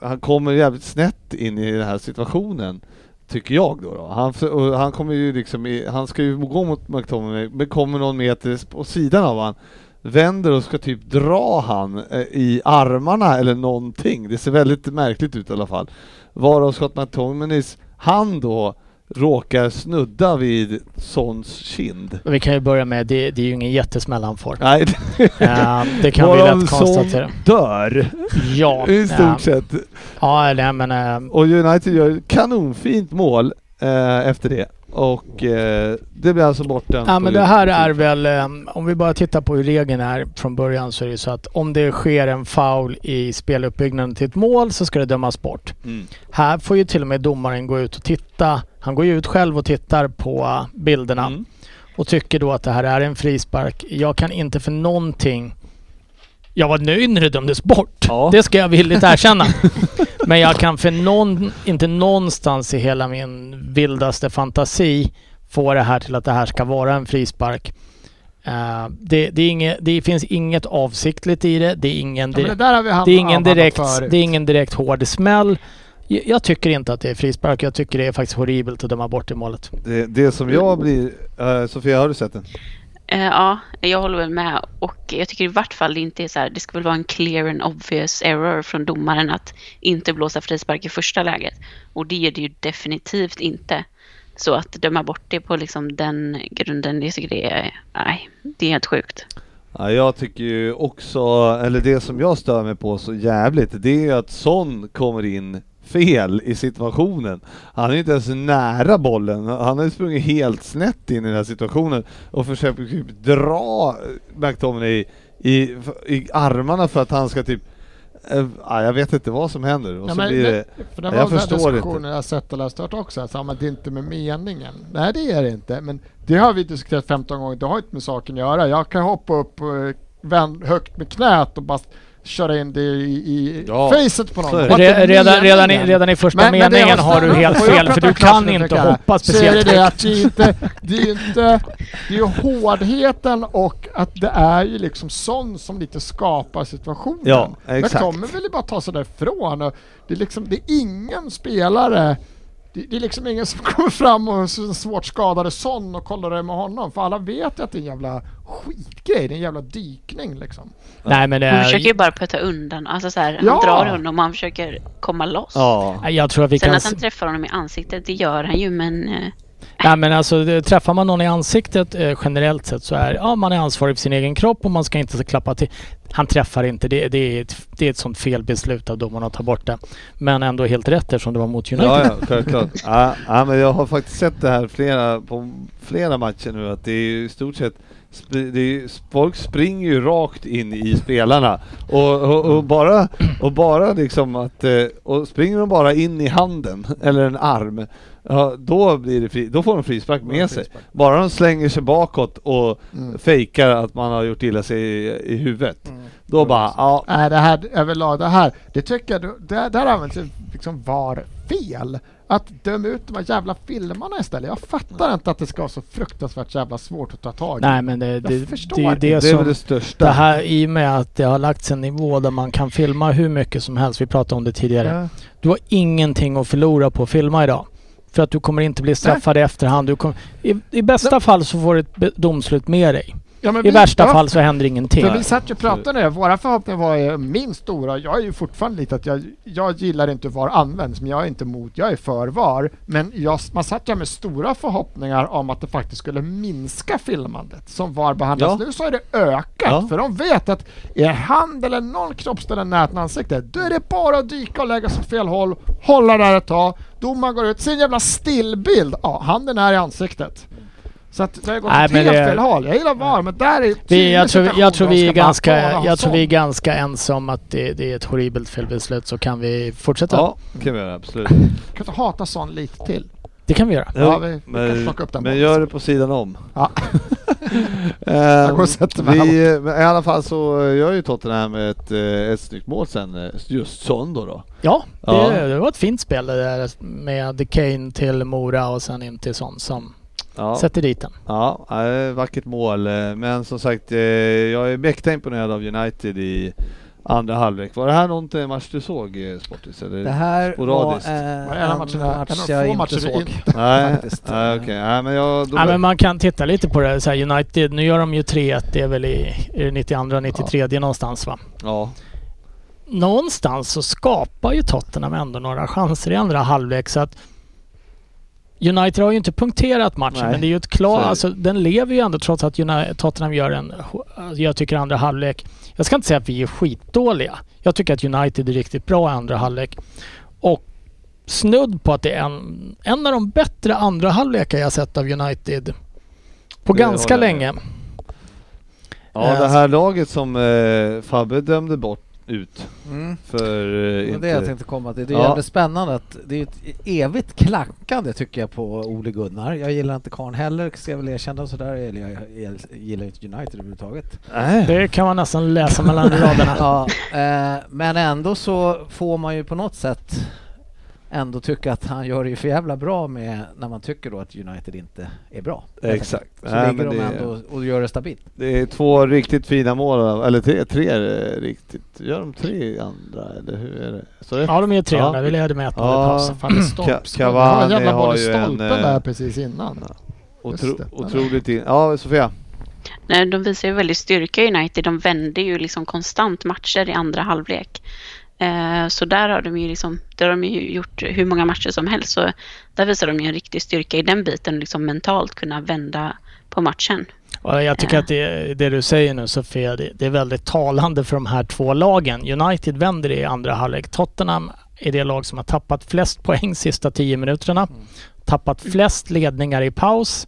[SPEAKER 1] Han kommer jävligt snett in i den här situationen, tycker jag då. då. Han, f- och han kommer ju liksom... I, han ska ju gå mot McTominay, men kommer någon meter på sidan av han vänder och ska typ dra han eh, i armarna eller någonting. Det ser väldigt märkligt ut i alla fall. Varav Scott McTominays hand då råkar snudda vid Sons kind.
[SPEAKER 2] Och Vi kan ju börja med, det, det är ju ingen jättesmäll han får.
[SPEAKER 1] Nej,
[SPEAKER 2] Eh, det kan vi
[SPEAKER 1] varav
[SPEAKER 2] lätt
[SPEAKER 1] Son
[SPEAKER 2] konstatera.
[SPEAKER 1] dör
[SPEAKER 2] Ja,
[SPEAKER 1] i stort
[SPEAKER 2] eh,
[SPEAKER 1] sett.
[SPEAKER 2] ja nej, men eh,
[SPEAKER 1] Och United gör ett kanonfint mål eh, efter det. Och eh, det blir alltså bortdömt.
[SPEAKER 2] Ja
[SPEAKER 1] på
[SPEAKER 2] men det här är väl, eh, om vi bara tittar på hur regeln är från början så är det ju så att om det sker en foul i speluppbyggnaden till ett mål så ska det dömas bort.
[SPEAKER 1] Mm.
[SPEAKER 2] Här får ju till och med domaren gå ut och titta. Han går ju ut själv och tittar på eh, bilderna
[SPEAKER 1] Mm.
[SPEAKER 2] och tycker då att det här är en frispark. Jag kan inte för någonting... Jag var nöjd när det dömdes bort.
[SPEAKER 1] Ja.
[SPEAKER 2] Det ska jag villigt erkänna. Men jag kan för någon, inte någonstans i hela min vildaste fantasi få det här till att det här ska vara en frispark. Eh, det, det, är inget, det finns inget avsiktligt i det. Det är ingen,
[SPEAKER 5] Ja, men det
[SPEAKER 2] direk,
[SPEAKER 5] där har vi hand-
[SPEAKER 2] det är ingen,
[SPEAKER 5] avhandlat
[SPEAKER 2] direkt,
[SPEAKER 5] förut.
[SPEAKER 2] det är ingen direkt hård smäll. Jag, jag tycker inte att det är frispark. Jag tycker det är faktiskt horribelt att döma bort det målet.
[SPEAKER 1] Det, det som jag blir... Eh, Sofia, har du sett den?
[SPEAKER 3] Eh, ja, jag håller väl med. Och jag tycker i vart fall det inte är så här, det ska väl vara en clear and obvious error från domaren att inte blåsa frispark i första läget. Och det är det ju definitivt inte. Så att döma bort det på liksom den grunden, det tycker jag är, nej, det är helt sjukt.
[SPEAKER 1] Ja, jag tycker ju också, eller det som jag stör mig på så jävligt, det är ju att Son kommer in fel i situationen. Han är inte ens nära bollen, han har ju sprungit helt snett in i den här situationen och försöker typ dra McTominay i, i, i armarna för att han ska typ eh, ja, jag vet inte vad som händer och
[SPEAKER 5] Ja,
[SPEAKER 1] så
[SPEAKER 5] men
[SPEAKER 1] blir
[SPEAKER 5] det-
[SPEAKER 1] det...
[SPEAKER 5] För det var
[SPEAKER 1] Jag
[SPEAKER 5] väl den
[SPEAKER 1] förstår inte.
[SPEAKER 5] diskussionen jag har sett och läst och hört också. Att, så här, men det är inte med meningen. Nej det är det inte. Men det har vi diskuterat 15 gånger. Det har inte med saken att göra. Jag kan hoppa upp eh, vänd, högt med knät och bara köra in det i, i
[SPEAKER 1] Ja.
[SPEAKER 5] facet på någon.
[SPEAKER 1] Så är det.
[SPEAKER 5] Vad
[SPEAKER 2] Re,
[SPEAKER 5] är
[SPEAKER 2] redan, redan, i,
[SPEAKER 5] meningen?
[SPEAKER 2] redan i första
[SPEAKER 5] Men- men det
[SPEAKER 2] meningen
[SPEAKER 5] jag
[SPEAKER 2] har du
[SPEAKER 5] stannar-
[SPEAKER 2] helt
[SPEAKER 5] får jag
[SPEAKER 2] fel, för
[SPEAKER 5] prata
[SPEAKER 2] du
[SPEAKER 5] klart
[SPEAKER 2] kan
[SPEAKER 5] nu,
[SPEAKER 2] inte
[SPEAKER 5] Pekka?
[SPEAKER 2] hoppa
[SPEAKER 5] Så är det
[SPEAKER 2] speciellt
[SPEAKER 5] det
[SPEAKER 2] högt.
[SPEAKER 5] att det är inte, det är inte, det är ju hårdheten och att det är ju liksom sånt som lite skapar situationen.
[SPEAKER 1] Ja,
[SPEAKER 5] Men
[SPEAKER 1] exakt.
[SPEAKER 5] kommer väl bara ta sig därifrån och det är liksom, det är ingen spelare det, det är liksom ingen som kommer fram och s- svårt skadade Son och kollar det med honom för alla vet ju att det är en jävla skitgrej, det är en jävla dykning liksom.
[SPEAKER 2] Nej men det
[SPEAKER 3] Han försöker ju
[SPEAKER 2] är,
[SPEAKER 3] bara putta undan. Alltså så här,
[SPEAKER 5] Ja!
[SPEAKER 3] Han drar honom och han försöker komma loss.
[SPEAKER 1] Ja.
[SPEAKER 2] jag tror att vi
[SPEAKER 3] Sen
[SPEAKER 2] kan...
[SPEAKER 3] att han träffar honom i ansiktet, det gör han ju men... eh,
[SPEAKER 2] Nej men alltså det- träffar man någon i ansiktet eh, generellt sett så är ja, man är ansvarig för sin egen kropp och man ska inte klappa till. Han träffar inte, det, det, är, ett, det är ett sånt felbeslut av domarna att ta bort det. Men ändå helt rätt eftersom det var mot United.
[SPEAKER 1] Ja, ja, självklart. ja, ja, men jag har faktiskt sett det här flera, på flera matcher nu att det är ju i stort sett sp- det är, ju- folk springer ju rakt in i spelarna och, och, och bara, och bara liksom att, eh, och springer de bara in i handen eller en arm, ja, då blir det fri, då får de frispark med sig. Bara de slänger sig bakåt och fejkar att man har gjort illa sig i, i huvudet.
[SPEAKER 5] Mm.
[SPEAKER 1] Då bara, ja,
[SPEAKER 5] Nej, det här överlag, det här, det tycker jag, du- där, där används ju liksom VAR fel. Att döma ut de här jävla filmarna istället. Jag fattar inte att det ska vara så fruktansvärt jävla svårt att ta tag i.
[SPEAKER 2] Nej men det, det, det,
[SPEAKER 5] förstår
[SPEAKER 2] det är ju
[SPEAKER 5] inte.
[SPEAKER 1] det
[SPEAKER 2] det
[SPEAKER 1] är väl
[SPEAKER 2] som...
[SPEAKER 1] det största.
[SPEAKER 2] Det här i och med att det har lagts en nivå där man kan filma hur mycket som helst. Vi pratade om det tidigare.
[SPEAKER 5] Ja.
[SPEAKER 2] Du har ingenting att förlora på att filma idag. För att du kommer inte bli straffad i efterhand. Du kommer, i, I bästa fall så får du ett be- domslut med dig.
[SPEAKER 5] Ja, men
[SPEAKER 2] I
[SPEAKER 5] vi-
[SPEAKER 2] värsta
[SPEAKER 5] ja,
[SPEAKER 2] fall så händer ingenting.
[SPEAKER 5] För vi satt ju och pratade nu, våra förhoppningar var ju min stora, jag är ju fortfarande lite att jag, jag gillar inte hur VAR används, men jag är inte emot, jag är för VAR. Men jag, man satt ju med stora förhoppningar om att det faktiskt skulle minska filmandet. Som VAR behandlas
[SPEAKER 1] Ja.
[SPEAKER 5] nu så är det ökat,
[SPEAKER 1] Ja.
[SPEAKER 5] för de vet att är hand eller någon kroppsdel nära ett ansikte, då är det bara att dyka och lägga sig åt fel håll, hålla där ett tag, domaren går ut, ser en jävla stillbild, ja handen är i ansiktet. Så att det har gått
[SPEAKER 2] Nej,
[SPEAKER 5] åt
[SPEAKER 2] men
[SPEAKER 5] helt
[SPEAKER 2] det-
[SPEAKER 5] fel håll. Jag gillar VAR, men där är
[SPEAKER 2] Vi, jag, tror, jag, tror vi är ganska, jag tror vi är
[SPEAKER 5] ganska...
[SPEAKER 2] ganska ensamma att det, det är ett horribelt felbeslut så kan vi fortsätta.
[SPEAKER 1] Ja, kan vi göra, absolut.
[SPEAKER 5] Kan inte hata sån lite till.
[SPEAKER 2] Det kan vi göra.
[SPEAKER 5] Ja, vi- vi kan plocka upp den
[SPEAKER 1] men
[SPEAKER 5] bollen
[SPEAKER 1] gör
[SPEAKER 5] sen.
[SPEAKER 1] det på sidan om.
[SPEAKER 5] Ja.
[SPEAKER 1] Ehm,
[SPEAKER 5] går och sätter mig
[SPEAKER 1] vi, eh, men I alla fall så eh, gör ju Tottenham ett, eh, ett snyggt mål sen, eh, just Son då. då.
[SPEAKER 2] Ja, det,
[SPEAKER 1] Ja.
[SPEAKER 2] det var ett fint spel det där med Kane till Mora och sen in till sån som
[SPEAKER 1] Ja,
[SPEAKER 2] sätter dit den.
[SPEAKER 1] ja eh, vackert mål. eh, Men som sagt, eh, jag är mäkta imponerad av United i andra halvlek. Var det här någon eh, match du såg eh, Sportis? Eller?
[SPEAKER 4] Det här
[SPEAKER 1] Sporadiskt.
[SPEAKER 4] var eh,
[SPEAKER 1] Äh,
[SPEAKER 5] Var det en av
[SPEAKER 4] en
[SPEAKER 5] matcherna- en av
[SPEAKER 4] match
[SPEAKER 5] få
[SPEAKER 4] jag
[SPEAKER 5] matcher
[SPEAKER 4] inte
[SPEAKER 5] du
[SPEAKER 4] såg.
[SPEAKER 1] Nej,
[SPEAKER 4] faktiskt.
[SPEAKER 1] nej okej. Nej, men jag... Då,
[SPEAKER 2] Ja, men man kan titta lite på det. Så här, United, nu gör de ju 3-1. Det är väl i, i det 92, 93 någonstans va?
[SPEAKER 1] ja.
[SPEAKER 2] Någonstans så skapar ju Tottenham ändå några chanser i andra halvlek. Så att United har ju inte punkterat matchen
[SPEAKER 1] Nej,
[SPEAKER 2] men det är ju ett
[SPEAKER 1] så är
[SPEAKER 2] klart...
[SPEAKER 1] det.
[SPEAKER 2] Alltså, den lever ju ändå trots att United, Tottenham gör en, jag tycker, andra halvlek. Jag ska inte säga att vi är skitdåliga. Jag tycker att United är riktigt bra i andra halvlek. Och snudd på att det är en, en av de bättre andra halvlekar jag sett av United på
[SPEAKER 1] Det
[SPEAKER 2] ganska
[SPEAKER 1] håller jag med
[SPEAKER 2] länge.
[SPEAKER 1] ja,
[SPEAKER 2] Eh,
[SPEAKER 1] det här laget som eh, Fabbe dömde bort ut
[SPEAKER 4] Mm.
[SPEAKER 1] för eh,
[SPEAKER 4] Det
[SPEAKER 1] inte...
[SPEAKER 4] var det jag tänkte komma till. Det är
[SPEAKER 1] Ja.
[SPEAKER 4] jävligt spännande att det är ett evigt klankande tycker jag på Ole Gunnar. Jag gillar inte karln heller, ska jag väl erkänna och sådär. Eller jag, jag, gillar inte United överhuvudtaget.
[SPEAKER 1] Nej.
[SPEAKER 2] Det kan man nästan läsa mellan raderna.
[SPEAKER 4] Ja, eh, men ändå så får man ju på något sätt ändå tycka att han gör det ju för jävla bra med när man tycker då att United inte är bra.
[SPEAKER 1] Exakt.
[SPEAKER 4] Så
[SPEAKER 1] Nej,
[SPEAKER 4] ligger
[SPEAKER 1] men
[SPEAKER 4] de
[SPEAKER 1] det-
[SPEAKER 4] ändå och gör det stabilt.
[SPEAKER 1] Det är två riktigt fina mål, eller tre, tre är det riktigt. Gör de tre andra, eller hur är det? Så det
[SPEAKER 2] Ja, de är ju 300.
[SPEAKER 1] Ja.
[SPEAKER 2] Vi leder med 1-0
[SPEAKER 1] Ja.
[SPEAKER 2] i pausen.
[SPEAKER 5] Fan, det är stolpskott.
[SPEAKER 1] Ka- Cavani
[SPEAKER 5] Det var jävla
[SPEAKER 1] har
[SPEAKER 5] boll i
[SPEAKER 1] ju en,
[SPEAKER 5] stolpen
[SPEAKER 1] eh,
[SPEAKER 5] där precis innan.
[SPEAKER 1] otro,
[SPEAKER 5] just det.
[SPEAKER 1] otroligt in. Ja, Sofia.
[SPEAKER 3] Nej, de visar ju väldigt styrka i United. De vänder ju liksom konstant matcher i andra halvlek. Eh, Så där har de ju liksom, där har de ju gjort hur många matcher som helst. Så där visar de ju en riktig styrka i den biten, liksom mentalt kunna vända på matchen.
[SPEAKER 2] Ja, jag tycker
[SPEAKER 3] Ja.
[SPEAKER 2] att det, det du säger nu Sofia, det, det är väldigt talande för de här två lagen. United vänder det i andra halvlek. Tottenham är det lag som har tappat flest poäng sista tio minuterna. Tappat flest ledningar i paus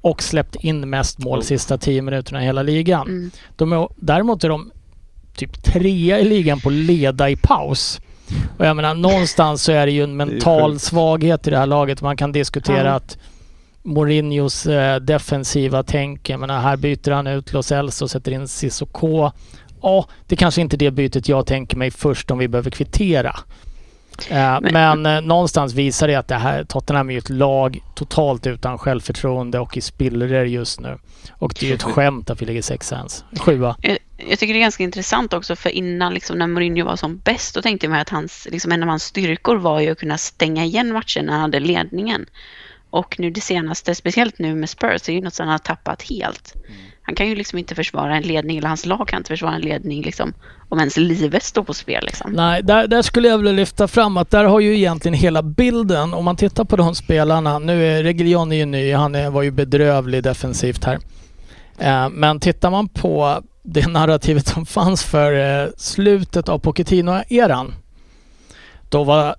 [SPEAKER 2] och släppt in mest mål sista tio minuterna i hela ligan.
[SPEAKER 3] Mm.
[SPEAKER 2] De är, däremot är de typ trea i ligan på leda i paus. Och jag menar någonstans så är det ju en
[SPEAKER 1] är ju
[SPEAKER 2] mental
[SPEAKER 1] sjukt.
[SPEAKER 2] svaghet i det här laget. Man kan diskutera
[SPEAKER 3] Ja.
[SPEAKER 2] att Mourinhos eh, defensiva tänk, jag menar här byter han ut Los Elso och sätter in Cissoko ja, det kanske inte är det bytet jag tänker mig först om vi behöver kvittera. Eh,
[SPEAKER 3] Men-
[SPEAKER 2] men eh, någonstans visar det att det här, Tottenham är ju ett lag totalt utan självförtroende och i spillror just nu. Och det är ju ett skämt att vi ligger sexa ens. Sjua.
[SPEAKER 3] Jag, jag tycker det är ganska intressant också för innan liksom, när Mourinho var som bäst då tänkte man att hans, liksom, en av hans styrkor var ju att kunna stänga igen matchen när han hade ledningen. Och nu det senaste, speciellt nu med Spurs, det är ju något som han har tappat helt. Han kan ju liksom inte försvara en ledning, eller hans lag kan inte försvara en ledning liksom, om ens livet står på spel. Liksom.
[SPEAKER 2] Nej, där, där skulle jag vilja lyfta fram att där har ju egentligen hela bilden, om man tittar på de spelarna, nu är Reguilón är ju ny, han är, var ju bedrövlig defensivt här. Eh, men tittar man på det narrativet som fanns för eh, slutet av Pochettino-eran, då var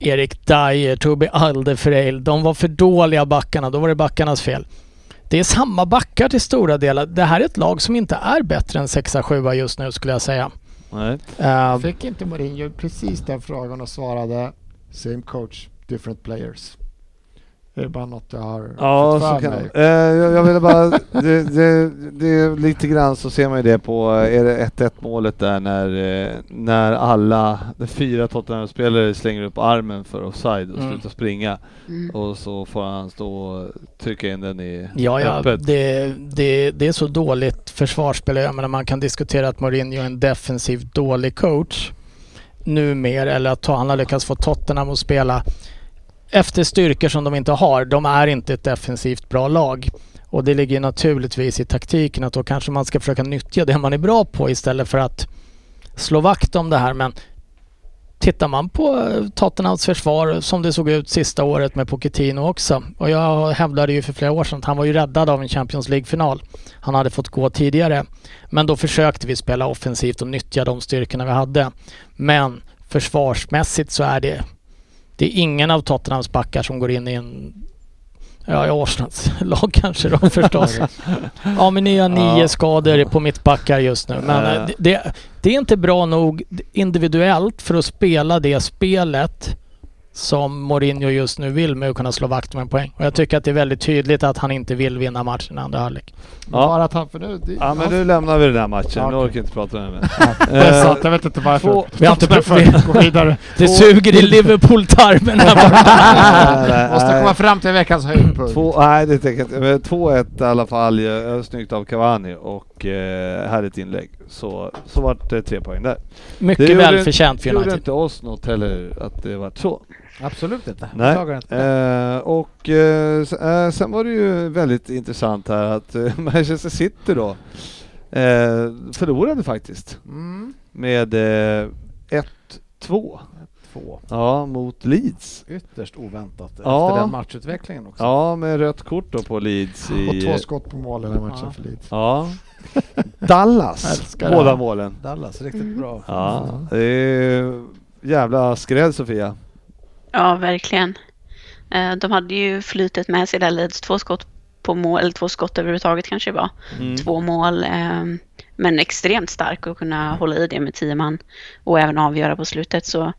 [SPEAKER 2] Erik Dyer, Toby Alderfereil, de var för dåliga backarna, då var det backarnas fel. Det är samma backar till stora delar. Det här är ett lag som inte är bättre än 6-7 just nu skulle jag säga.
[SPEAKER 1] Nej.
[SPEAKER 2] Eh,
[SPEAKER 5] Fick inte Mourinho precis den frågan och svarade same coach, different players? Det är bara något jag har
[SPEAKER 1] Ja,
[SPEAKER 5] fått
[SPEAKER 1] så
[SPEAKER 5] för
[SPEAKER 1] kan
[SPEAKER 5] mig.
[SPEAKER 1] det. Eh, jag, jag ville bara... Det, det, det, är lite grann så ser man ju det på... eh, Är det 1-1 målet där när, eh, när alla... De fyra Tottenham-spelare slänger upp armen för offside och
[SPEAKER 2] Mm.
[SPEAKER 1] slutar springa.
[SPEAKER 3] Mm.
[SPEAKER 1] Och så får han stå och trycka in den i
[SPEAKER 2] Ja, ja
[SPEAKER 1] öppet.
[SPEAKER 2] det, det, det är så dåligt försvarsspel. Jag menar, man kan diskutera att Mourinho är en defensivt dålig coach numera eller att han har lyckats få Tottenham att spela efter styrkor som de inte har. De är inte ett defensivt bra lag. Och det ligger ju naturligtvis i taktiken att då kanske man ska försöka nyttja det man är bra på istället för att slå vakt om det här. Men Tittar man på eh, Tottenhams försvar som det såg ut sista året med Pochettino också. Och jag hävdade ju för flera år sedan att han var ju räddad av en Champions League-final. Han hade fått gå tidigare. Men då försökte vi spela offensivt och nyttja de styrkorna vi hade. Men försvarsmässigt så är det... Det är ingen av Tottenhams backar som går in i en... Ja, i Arsenals lag kanske då förstås. ja, men ni har nio
[SPEAKER 1] Ja.
[SPEAKER 2] skador på mittbackar just nu. Men
[SPEAKER 1] Ja.
[SPEAKER 2] eh, det- det, det är inte bra nog individuellt för att spela det spelet som Mourinho just nu vill med att kunna slå vakt om en poäng. Och jag tycker att det är väldigt tydligt att han inte vill vinna matchen i andra halvlek.
[SPEAKER 5] Bara att han för nu... Det,
[SPEAKER 1] Ja, men nu lämnar vi den där matchen. Nu
[SPEAKER 5] Okej.
[SPEAKER 1] orkar jag inte prata med mig.
[SPEAKER 5] det är sant, jag vet inte varför.
[SPEAKER 1] Två-
[SPEAKER 2] Vi har inte
[SPEAKER 5] Därför, gå vidare.
[SPEAKER 2] Det suger i Liverpool-tarmen här borta.
[SPEAKER 1] Nej, nej,
[SPEAKER 5] Måste
[SPEAKER 1] nej.
[SPEAKER 5] komma fram till veckans höjdpunkt.
[SPEAKER 1] Två, nej, det tänker jag inte. Men 2-1 i alla fall. eh, Snyggt av Cavani och eh, härligt inlägg. Så, så vart det tre poäng där. Det
[SPEAKER 2] Mycket
[SPEAKER 1] gjorde-
[SPEAKER 2] välförtjänt
[SPEAKER 1] Det
[SPEAKER 2] för
[SPEAKER 1] gjorde
[SPEAKER 2] United.
[SPEAKER 1] inte oss något heller att det vart så.
[SPEAKER 4] Absolut inte.
[SPEAKER 1] Nej.
[SPEAKER 4] Beklagar inte.
[SPEAKER 1] Eh, och eh, s- eh, sen var det ju väldigt intressant här att eh, Manchester City då eh, förlorade faktiskt
[SPEAKER 4] Mm.
[SPEAKER 1] med eh, 1-2
[SPEAKER 4] Två.
[SPEAKER 1] ja, mot Leeds.
[SPEAKER 4] Ytterst oväntat
[SPEAKER 1] Ja.
[SPEAKER 4] efter den matchutvecklingen också.
[SPEAKER 1] Ja, med rött kort då på Leeds
[SPEAKER 5] Och två
[SPEAKER 1] i...
[SPEAKER 5] skott på mål i den här matchen
[SPEAKER 4] Ja.
[SPEAKER 5] för Leeds.
[SPEAKER 1] Ja. Dallas,
[SPEAKER 4] Älskar
[SPEAKER 1] båda
[SPEAKER 4] det.
[SPEAKER 1] målen.
[SPEAKER 4] Dallas, riktigt bra.
[SPEAKER 1] Ja, det är jävla skräll Sofia.
[SPEAKER 3] Ja, verkligen. Eh, De hade ju flytet med sig där Leeds. Två skott på mål, eller två skott överhuvudtaget kanske det var.
[SPEAKER 1] Mm.
[SPEAKER 3] två mål. ehm, Men extremt stark att kunna hålla i det med tio man och även avgöra på slutet. Så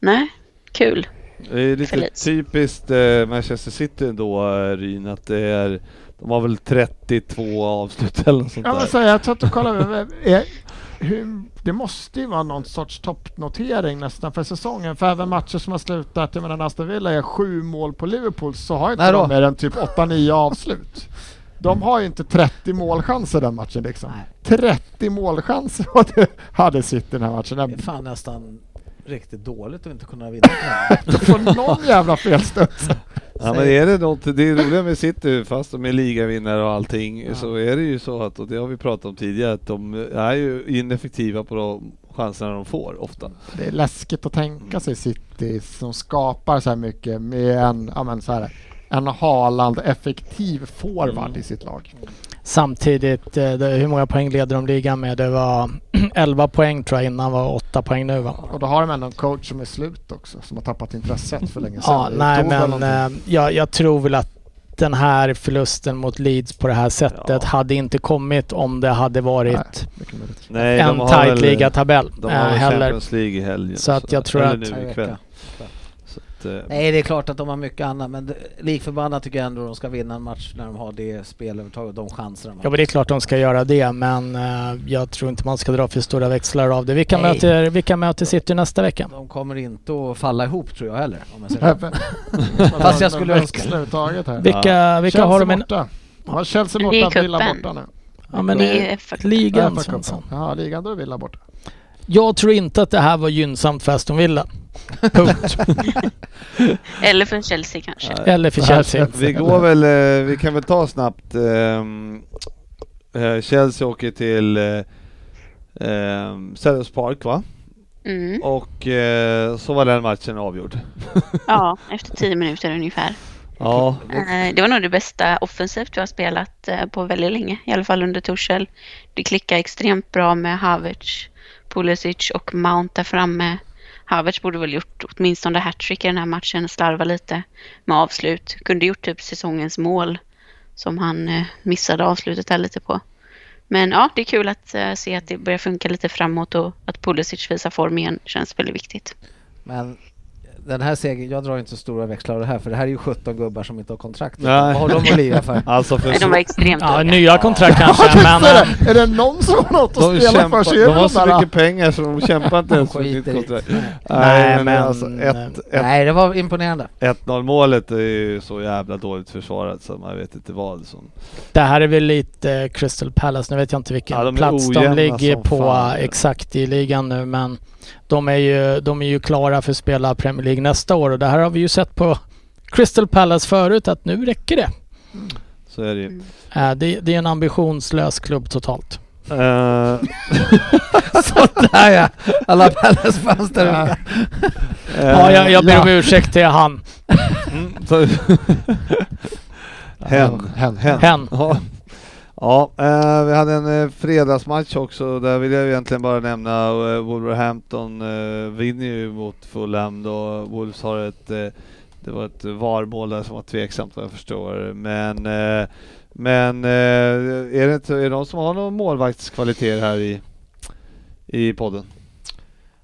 [SPEAKER 3] nej, kul.
[SPEAKER 1] Det är lite
[SPEAKER 3] För Leeds.
[SPEAKER 1] typiskt eh, Manchester City då, eh, Ryn, att det är... De har väl 32 avslut eller något sånt
[SPEAKER 5] Ja, men
[SPEAKER 1] där.
[SPEAKER 5] så jag satt och kollade. men, eh, hur, det måste ju vara någon sorts toppnotering nästan för säsongen. För även matcher som har slutat, jag menar när Aston Villa är sju mål på Liverpool så har inte
[SPEAKER 1] Nej
[SPEAKER 5] de
[SPEAKER 1] då.
[SPEAKER 5] mer än typ 8-9 avslut. De har ju inte 30 målchanser den matchen liksom. 30 målchanser och det hade City den här matchen.
[SPEAKER 4] Det är
[SPEAKER 5] Jag-
[SPEAKER 4] fan nästan riktigt dåligt att inte kunna vinna den här.
[SPEAKER 5] De får någon jävla felstuds.
[SPEAKER 1] Ja men är det något, det är roliga med City, fast de är ligavinnare och allting, så är det ju så att, och det har vi pratat om tidigare, att de är ju ineffektiva på de chanserna de får ofta.
[SPEAKER 5] Det är läskigt att tänka sig City som skapar så här mycket med en, ja men så här, en Haaland effektiv forward i sitt lag.
[SPEAKER 2] Mm. Samtidigt, eh, det, hur många poäng leder de ligan med? Det var 11 poäng tror jag innan, var 8 poäng nu va?
[SPEAKER 5] Och då har de ändå en coach som är slut också, som har tappat intresset för länge sedan.
[SPEAKER 2] Ja,
[SPEAKER 5] Det
[SPEAKER 2] nej
[SPEAKER 5] tog
[SPEAKER 2] men
[SPEAKER 5] väl någonting.
[SPEAKER 2] eh, jag, jag tror väl att den här förlusten mot Leeds på det här sättet
[SPEAKER 1] Ja.
[SPEAKER 2] hade inte kommit om det hade varit
[SPEAKER 5] Mycket möjligt.
[SPEAKER 1] Nej, de
[SPEAKER 2] en
[SPEAKER 1] har
[SPEAKER 2] tight
[SPEAKER 1] väl-
[SPEAKER 2] ligatabell
[SPEAKER 1] De
[SPEAKER 2] eh,
[SPEAKER 1] har väl
[SPEAKER 2] heller.
[SPEAKER 1] Champions League i helgen.
[SPEAKER 2] Så att jag tror
[SPEAKER 1] eller
[SPEAKER 2] att-
[SPEAKER 1] nu ikväll. Så att, eh,
[SPEAKER 4] Nej, det är klart att de har mycket annat, men det- likförbannat tycker jag ändå de ska vinna en match när de har det spelövertaget och de chanser de
[SPEAKER 2] Ja,
[SPEAKER 4] har.
[SPEAKER 2] men det är klart de ska göra det, men eh, jag tror inte man ska dra för stora växlar av det. Vilka
[SPEAKER 4] Nej.
[SPEAKER 2] möter, vilka möter City nästa vecka?
[SPEAKER 4] De kommer inte att falla ihop tror jag heller. Om jag säger så.
[SPEAKER 5] Fast jag skulle önska... Överhuvudtaget
[SPEAKER 1] Eh,
[SPEAKER 5] här.
[SPEAKER 2] Vilka, vilka
[SPEAKER 5] Chelsea
[SPEAKER 2] har de i...
[SPEAKER 5] borta. Ja, Chelsea
[SPEAKER 3] Men det är
[SPEAKER 5] borta, Villa
[SPEAKER 3] cupen.
[SPEAKER 5] borta nu.
[SPEAKER 2] Ja, men
[SPEAKER 3] Det
[SPEAKER 2] i
[SPEAKER 3] är faktiskt...
[SPEAKER 2] ligan
[SPEAKER 5] Ja, för
[SPEAKER 2] Svensson.
[SPEAKER 5] cupen. Ja, ligan då är Villa borta.
[SPEAKER 2] Jag tror inte att det här var gynnsamt för Aston Villa. Punkt.
[SPEAKER 3] Eller för Chelsea kanske.
[SPEAKER 1] ja,
[SPEAKER 2] Eller för Chelsea.
[SPEAKER 1] Vi går väl, eh, vi kan väl ta snabbt ehm, eh, Chelsea åker till eh, ehm, Sellers Park va?
[SPEAKER 3] Mm.
[SPEAKER 1] Och eh, så var den matchen avgjord.
[SPEAKER 3] Ja, efter tio minuter ungefär.
[SPEAKER 1] Ja,
[SPEAKER 3] Eh, Det var nog det bästa offensivt jag har spelat eh, på väldigt länge, i alla fall under Torshäll. Det klickar extremt bra med Havertz, Pulisic och Mount där framme. Havertz borde väl gjort åtminstone hattrick i den här matchen, slarva lite med avslut. Kunde gjort typ säsongens mål som han eh, missade avslutet där lite på. Men ja, det är kul att eh, se att det börjar funka lite framåt och att Pulisic visar form igen känns väldigt viktigt.
[SPEAKER 4] Men den här segern, jag drar inte så stora växlar av det här för det här är ju 17 gubbar som inte har kontrakt.
[SPEAKER 1] Nej.
[SPEAKER 4] Vad har de att lira för?
[SPEAKER 1] alltså för
[SPEAKER 3] Nej, De var extremt
[SPEAKER 2] Ja,
[SPEAKER 3] dåliga.
[SPEAKER 2] nya kontrakt
[SPEAKER 5] Ja,
[SPEAKER 2] kanske,
[SPEAKER 5] du
[SPEAKER 2] men...
[SPEAKER 5] ser
[SPEAKER 2] eh,
[SPEAKER 5] det. Är det någon som har något att
[SPEAKER 1] de,
[SPEAKER 5] spela
[SPEAKER 1] kämpar,
[SPEAKER 5] för sig? är
[SPEAKER 1] de
[SPEAKER 5] det
[SPEAKER 1] har så
[SPEAKER 5] de där-
[SPEAKER 1] mycket pengar så de kämpar inte ens för
[SPEAKER 4] Skiter
[SPEAKER 1] sitt
[SPEAKER 4] i.
[SPEAKER 1] kontrakt.
[SPEAKER 4] Nej.
[SPEAKER 1] Nej men,
[SPEAKER 2] men, eh,
[SPEAKER 1] alltså ett, ett,
[SPEAKER 4] Nej, det var imponerande.
[SPEAKER 1] 1-0 målet är ju så jävla dåligt försvarat så man vet inte vad som...
[SPEAKER 2] Det här är väl lite eh, Crystal Palace, nu vet jag inte vilken
[SPEAKER 1] Ja, de är
[SPEAKER 2] plats
[SPEAKER 1] ojämna
[SPEAKER 2] de ligger
[SPEAKER 1] som
[SPEAKER 2] på
[SPEAKER 1] fan.
[SPEAKER 2] eh, exakt i ligan nu men de är, ju, de är ju klara för att spela Premier League nästa år och det här har vi ju sett på Crystal Palace förut att nu räcker det.
[SPEAKER 1] Så är det ju.
[SPEAKER 3] Mm.
[SPEAKER 2] Eh, Det, det är en ambitionslös klubb totalt.
[SPEAKER 1] Eh,
[SPEAKER 4] Sådär ja! Alla Palace fans där ute.
[SPEAKER 1] eh,
[SPEAKER 2] Ja, jag, jag ber om
[SPEAKER 5] ja.
[SPEAKER 2] ursäkt till han.
[SPEAKER 1] mm, så- Hen.
[SPEAKER 5] Hen.
[SPEAKER 1] Hen.
[SPEAKER 2] Hen.
[SPEAKER 1] Ja, ja eh, vi hade en eh, fredagsmatch också. Där vill jag egentligen bara nämna eh, Wolverhampton eh, vinner ju mot Fulham då. Wolves har ett, eh, det var ett varmål där som var tveksamt vad jag förstår. Men, eh, men eh, är det inte, är det någon som har någon målvaktskvalitet här i, i podden?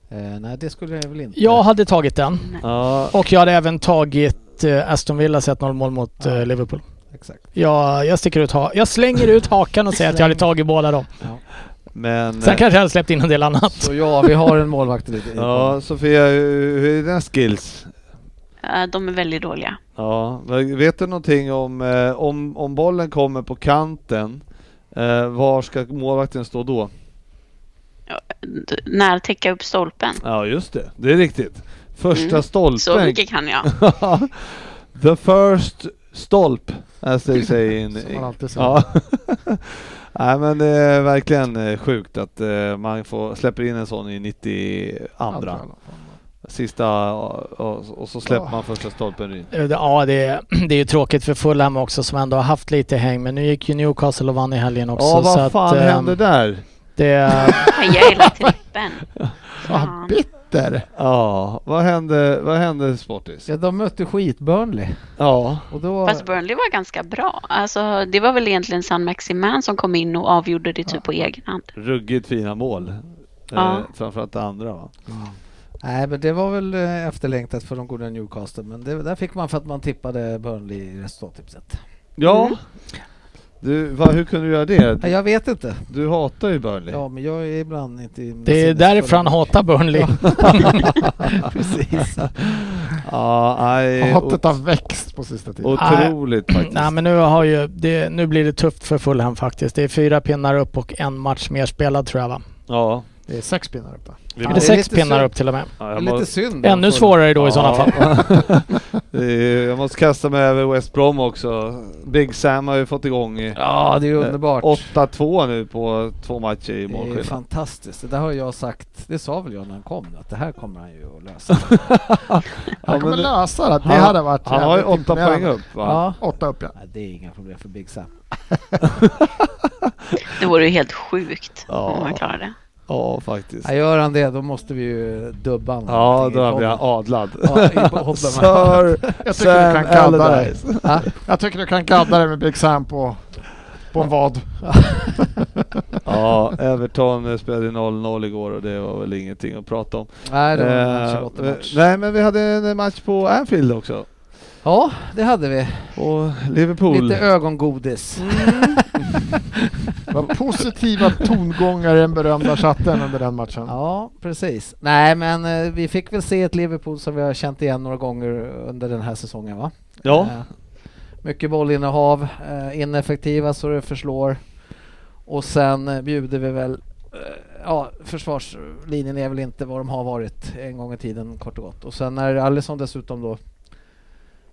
[SPEAKER 4] Eh, nej, det skulle jag väl inte.
[SPEAKER 2] Jag hade tagit den
[SPEAKER 1] Ja,
[SPEAKER 2] och jag hade även tagit eh, Aston Villas 1-0 mål mot eh, Liverpool.
[SPEAKER 4] Exakt.
[SPEAKER 2] Jag, jag, sticker ut ha- jag slänger ut hakan och säger att jag hade tagit båda dem.
[SPEAKER 1] men... eh,
[SPEAKER 2] Sen kanske jag hade släppt in en del annat.
[SPEAKER 4] Så ja, vi har en målvakt i i-
[SPEAKER 1] Ja, Sofia, hur hur är dina skills?
[SPEAKER 3] Eh, De är väldigt dåliga.
[SPEAKER 1] Ja, men vet du någonting om, eh, om, om bollen kommer på kanten, eh, var ska målvakten stå då?
[SPEAKER 3] D- När täcka upp stolpen.
[SPEAKER 1] Ja, just det. Det är riktigt. Första
[SPEAKER 3] Mm. Så
[SPEAKER 1] stolpen.
[SPEAKER 3] mycket kan jag.
[SPEAKER 1] The first stolp, as they say in...
[SPEAKER 5] Som man alltid säger.
[SPEAKER 1] ja. Nej men det är verkligen eh, sjukt att eh, man får, släpper in en sån i 92 andra. Sista och, och, och så släpper
[SPEAKER 5] Ja.
[SPEAKER 1] man första stolpen in.
[SPEAKER 2] Eh, det- Ja, det är, det är ju tråkigt för Fulham också som ändå har haft lite häng. Men nu gick ju Newcastle och vann i helgen också.
[SPEAKER 1] Ja, vad
[SPEAKER 2] att,
[SPEAKER 1] fan
[SPEAKER 2] ehm,
[SPEAKER 1] hände där?
[SPEAKER 2] Det,
[SPEAKER 3] Hajar hela trippen.
[SPEAKER 5] Ah, bitter!
[SPEAKER 1] Ja, vad hände, vad hände Sportis?
[SPEAKER 4] Ja, de mötte skit-Burnley.
[SPEAKER 1] Ja,
[SPEAKER 4] Och då...
[SPEAKER 3] Fast Burnley var ganska bra. Alltså, det var väl egentligen San Maximan som kom in och avgjorde det typ på egen hand.
[SPEAKER 1] ruggigt fina mål.
[SPEAKER 3] Ja.
[SPEAKER 1] Eh, framförallt det andra va?
[SPEAKER 4] Nej, men det var väl eh, efterlängtat för de goda Newcastle, men det, där fick man för att man tippade Burnley i resultattipset.
[SPEAKER 1] Ja. Du, va, hur kunde du göra det?
[SPEAKER 4] Nej, Mm. jag vet inte.
[SPEAKER 1] Du hatar ju Burnley.
[SPEAKER 4] Ja, men jag är ibland inte... i-
[SPEAKER 2] det är därifrån han hatar Burnley.
[SPEAKER 4] Precis.
[SPEAKER 1] Ja, nej,
[SPEAKER 5] Hatet
[SPEAKER 1] ot-
[SPEAKER 5] har växt på sista tiden.
[SPEAKER 1] otroligt faktiskt.
[SPEAKER 2] Nej men nu, har ju, det, nu blir det tufft för Fulham faktiskt. Det är fyra pinnar upp och en match mer spelad tror jag va?
[SPEAKER 1] Ja.
[SPEAKER 5] Det är sex pinnar uppe.
[SPEAKER 1] Vi
[SPEAKER 2] Eller
[SPEAKER 4] det är
[SPEAKER 2] sex
[SPEAKER 4] lite
[SPEAKER 2] pinnar
[SPEAKER 4] synd.
[SPEAKER 2] upp till och med.
[SPEAKER 1] ja,
[SPEAKER 4] Det
[SPEAKER 1] jag
[SPEAKER 4] är
[SPEAKER 1] må-
[SPEAKER 4] lite synd.
[SPEAKER 2] Ännu svårare då i sådana fall.
[SPEAKER 1] Det är- jag måste kasta mig över West Brom också. Big Sam har ju fått igång i-
[SPEAKER 4] Ja, det är underbart.
[SPEAKER 1] 8-2 nu på två matcher i
[SPEAKER 4] det är ju
[SPEAKER 1] målskillnad.
[SPEAKER 4] fantastiskt. Det där har jag sagt, det sa väl jag när han kom, att det här kommer han ju att lösa.
[SPEAKER 5] Han kommer
[SPEAKER 1] men-
[SPEAKER 5] lösa det. Det
[SPEAKER 1] han-
[SPEAKER 5] hade varit
[SPEAKER 1] Han har ju
[SPEAKER 5] jävligt
[SPEAKER 1] åtta
[SPEAKER 5] imponerande.
[SPEAKER 1] poäng upp va?
[SPEAKER 4] ja.
[SPEAKER 5] Åtta upp ja.
[SPEAKER 4] Nej, det är inga problem för Big Sam.
[SPEAKER 3] Det vore ju helt sjukt
[SPEAKER 1] Ja.
[SPEAKER 3] om man klarar det.
[SPEAKER 1] Ja, faktiskt.
[SPEAKER 4] Ja, gör han det, då måste vi ju dubba honom.
[SPEAKER 1] Ja,
[SPEAKER 4] Antingen
[SPEAKER 1] då blir jag
[SPEAKER 4] kommer-
[SPEAKER 1] adlad.
[SPEAKER 4] Ja, i- på- hoppar man.
[SPEAKER 1] Sir
[SPEAKER 5] Jag tycker
[SPEAKER 1] Sam
[SPEAKER 5] du kan gadda dig.
[SPEAKER 1] Allardyce.
[SPEAKER 5] Jag tycker du kan gadda dig med Big Sam på, på en vad.
[SPEAKER 1] Ja, Everton eh, spelade 0-0 igår och det var väl ingenting att prata om.
[SPEAKER 4] Nej, det var en
[SPEAKER 1] Eh,
[SPEAKER 4] 28 match.
[SPEAKER 1] nej, men vi hade en eh, match på Anfield också.
[SPEAKER 4] Ja, det hade vi.
[SPEAKER 1] Och Liverpool.
[SPEAKER 4] Lite ögongodis.
[SPEAKER 5] Det var Mm. positiva tongångar i den berömda chatten under den matchen.
[SPEAKER 4] Ja, precis. Nej, men eh, vi fick väl se ett Liverpool som vi har känt igen några gånger under den här säsongen, va?
[SPEAKER 1] ja,
[SPEAKER 4] Eh, Mycket bollinnehav, eh, ineffektiva så det förslår. Och sen eh, bjuder vi väl... eh, Ja, försvarslinjen är väl inte vad de har varit en gång i tiden kort och gott. Och sen när Alisson dessutom då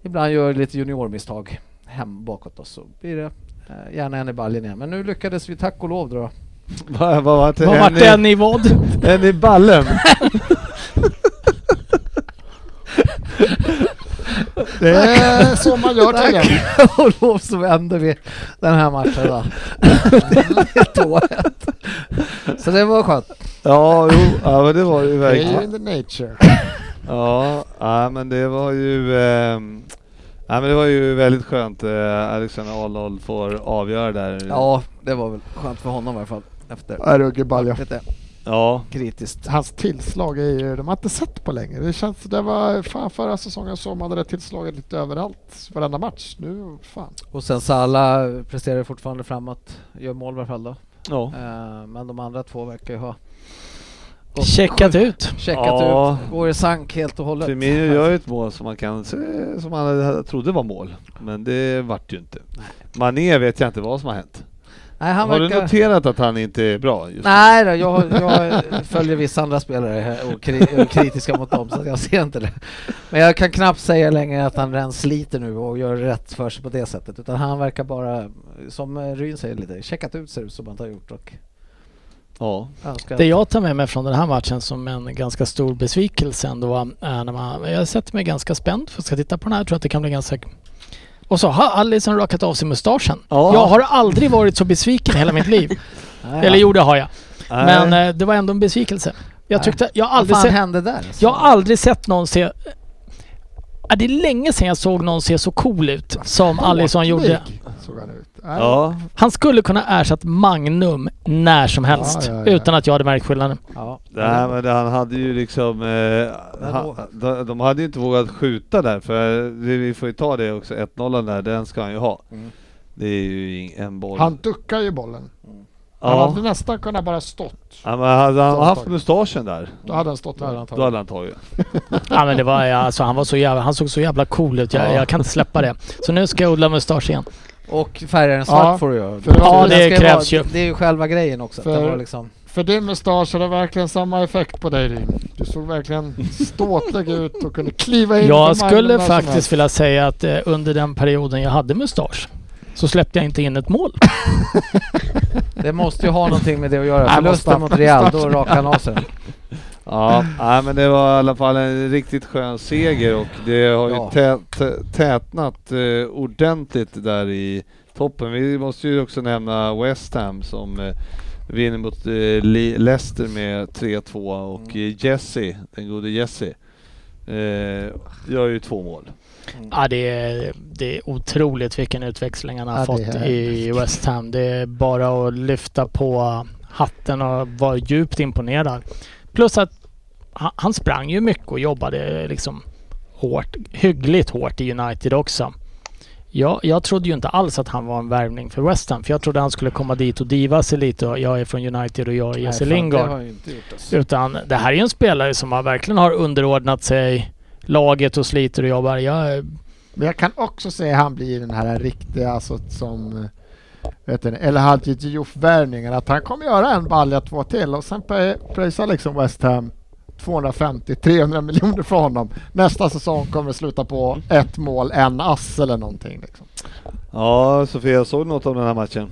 [SPEAKER 4] ibland gör lite juniormisstag hem bakåt oss så blir det eh, gärna en i baljen igen. Men nu lyckades vi tack och lov dra.
[SPEAKER 1] vad vad var det?
[SPEAKER 2] Vad vart
[SPEAKER 1] En
[SPEAKER 2] den i vad?
[SPEAKER 1] i- En i ballen.
[SPEAKER 5] Det är så man gör tydligen.
[SPEAKER 4] Tack och lov så vänder vi den här matchen då. det är dåligt. Så det var skönt.
[SPEAKER 1] Ja, jo, ja, men det var det ju
[SPEAKER 5] Det är ju
[SPEAKER 1] verkligen.
[SPEAKER 5] in the nature.
[SPEAKER 1] Ja, ja men det var ju... ehm, ja, men det var ju väldigt skönt. Eh, Alexander Arnold får avgöra där.
[SPEAKER 4] Ja, det var väl skönt för honom i alla fall. Efter
[SPEAKER 5] Ja, Ruggebalja.
[SPEAKER 4] lite
[SPEAKER 1] Ja,
[SPEAKER 4] kritiskt.
[SPEAKER 5] Hans tillslag är ju, de har inte sett på länge. Det känns, det var fan förra säsongen så man hade det tillslaget lite överallt, varenda match. Nu, fan.
[SPEAKER 4] Och sen Salla presterar fortfarande framåt. Gör mål i alla fall då.
[SPEAKER 1] ja.
[SPEAKER 4] Eh, Men de andra två verkar ju ha
[SPEAKER 2] Checkat ut.
[SPEAKER 4] checkat
[SPEAKER 1] Ja.
[SPEAKER 4] ut. Går i sank helt och hållet.
[SPEAKER 1] Firmino gör ju ett mål som man kan se, som man hade- trodde var mål. Men det vart ju inte. Mané vet jag inte vad som har hänt.
[SPEAKER 4] Nej, han
[SPEAKER 1] har du
[SPEAKER 4] verkar...
[SPEAKER 1] noterat att han inte är bra just nu?
[SPEAKER 4] Nej då, jag, jag följer vissa andra spelare här och kri- och är kritiska mot dem så att jag ser inte det. Men jag kan knappt säga längre att han rens sliter nu och gör rätt för sig på det sättet utan han verkar bara, som eh, Ryn säger lite, checkat ut ser det ut som att han har gjort och
[SPEAKER 1] Ja.
[SPEAKER 4] önskar...
[SPEAKER 2] Det jag tar med mig från den här matchen som en ganska stor besvikelse ändå är när man, jag sätter mig ganska spänd för att ska titta på den här, jag tror att det kan bli ganska och så har Allison rakat av sig mustaschen.
[SPEAKER 1] Ja.
[SPEAKER 2] Jag har aldrig varit så besviken i hela mitt liv.
[SPEAKER 4] Nej,
[SPEAKER 2] Eller jo, det har jag.
[SPEAKER 1] Nej.
[SPEAKER 2] Men eh, det var ändå en besvikelse. Jag
[SPEAKER 4] Nej.
[SPEAKER 2] tyckte, jag har
[SPEAKER 4] Vad
[SPEAKER 2] aldrig
[SPEAKER 4] fan
[SPEAKER 2] sett
[SPEAKER 4] hände där? alltså?
[SPEAKER 2] Jag har aldrig sett någon se... Ja, Det är länge sedan jag såg någon se så cool ut som Alisson gjorde.
[SPEAKER 5] Tårtlik Såg han ut. Nej,
[SPEAKER 1] Ja.
[SPEAKER 2] Han skulle kunna ersatt Magnum när som helst
[SPEAKER 5] Ja, ja, ja.
[SPEAKER 2] utan att jag hade märkt skillnaden.
[SPEAKER 4] Ja.
[SPEAKER 1] Nej men det, han hade ju liksom... Eh, ha, de, de hade ju inte vågat skjuta där för det, vi får ju ta det också. 1-0 där, den ska han ju ha.
[SPEAKER 4] Mm.
[SPEAKER 1] Det är ju ing- en boll.
[SPEAKER 5] Han duckar ju bollen. Han
[SPEAKER 1] ja.
[SPEAKER 5] hade nästan kunnat bara stått.
[SPEAKER 1] ja, men hade han haft mustaschen där,
[SPEAKER 5] Då hade han stått
[SPEAKER 4] Då hade han
[SPEAKER 5] där.
[SPEAKER 1] då
[SPEAKER 4] tagit.
[SPEAKER 1] hade han tagit.
[SPEAKER 2] Ja, men det var, ja, alltså, han, var så jävla, han såg så jävla cool ut. Jag,
[SPEAKER 1] Ja.
[SPEAKER 2] jag kan inte släppa det. Så nu ska jag odla mustasch igen.
[SPEAKER 4] Och färga den svart
[SPEAKER 5] Ja,
[SPEAKER 4] får du göra.
[SPEAKER 5] för- Ja,
[SPEAKER 4] Den
[SPEAKER 2] det
[SPEAKER 4] ska ju
[SPEAKER 2] krävs
[SPEAKER 4] vara,
[SPEAKER 2] ju.
[SPEAKER 4] Det är ju själva grejen också. Att
[SPEAKER 5] För-
[SPEAKER 4] det var liksom,
[SPEAKER 5] För din mustasch hade verkligen samma effekt på dig Rin. Du såg verkligen ståtlig ut och kunde kliva in.
[SPEAKER 2] Jag
[SPEAKER 5] för Malmö när
[SPEAKER 2] skulle
[SPEAKER 5] som
[SPEAKER 2] faktiskt
[SPEAKER 5] helst.
[SPEAKER 2] vilja säga att eh, under den perioden jag hade mustasch så släppte jag inte in ett mål.
[SPEAKER 4] det måste ju ha någonting med det att göra.
[SPEAKER 5] Nej,
[SPEAKER 4] Förlusten
[SPEAKER 5] måste-
[SPEAKER 4] mot Real, då rakade han av sig den.
[SPEAKER 1] Ja, nej, men det var i alla fall en riktigt skön seger och det har ju
[SPEAKER 4] Ja.
[SPEAKER 1] tät, tätnat eh, ordentligt där i toppen. Vi måste ju också nämna West Ham som eh, vinner mot eh, Le- Leicester med 3-2 och eh, Jesse, den gode Jesse, eh, gör ju två mål.
[SPEAKER 2] Ja, det, är, det är otroligt vilken utväxling han har
[SPEAKER 5] Ja, det
[SPEAKER 2] fått
[SPEAKER 5] är
[SPEAKER 2] i West Ham. Det är bara att lyfta på hatten och vara djupt imponerad. Plus att han, han sprang ju mycket och jobbade liksom hårt, hyggligt hårt i United också. Jag, jag trodde ju inte alls att han var en värvning för West Ham, för jag trodde han skulle komma dit och diva sig lite. Och jag är från United och jag är Jesse
[SPEAKER 4] Nej, fan, Det
[SPEAKER 2] Lingard.
[SPEAKER 4] har han ju inte gjort alltså.
[SPEAKER 2] Utan det här är ju en spelare som har verkligen har underordnat sig laget och sliter och jobbar. Jag,
[SPEAKER 5] Men jag kan också säga att han blir den här riktiga, alltså som eh, vet ni, eller Hadji Diouf-värvningen, att han kommer göra en balja två till och sen pö- pröjsar liksom West Ham 250-300 miljoner för honom. Nästa säsong kommer det sluta på ett mål, en ass eller någonting. Liksom.
[SPEAKER 1] Ja, Sofia, såg du något av den här matchen?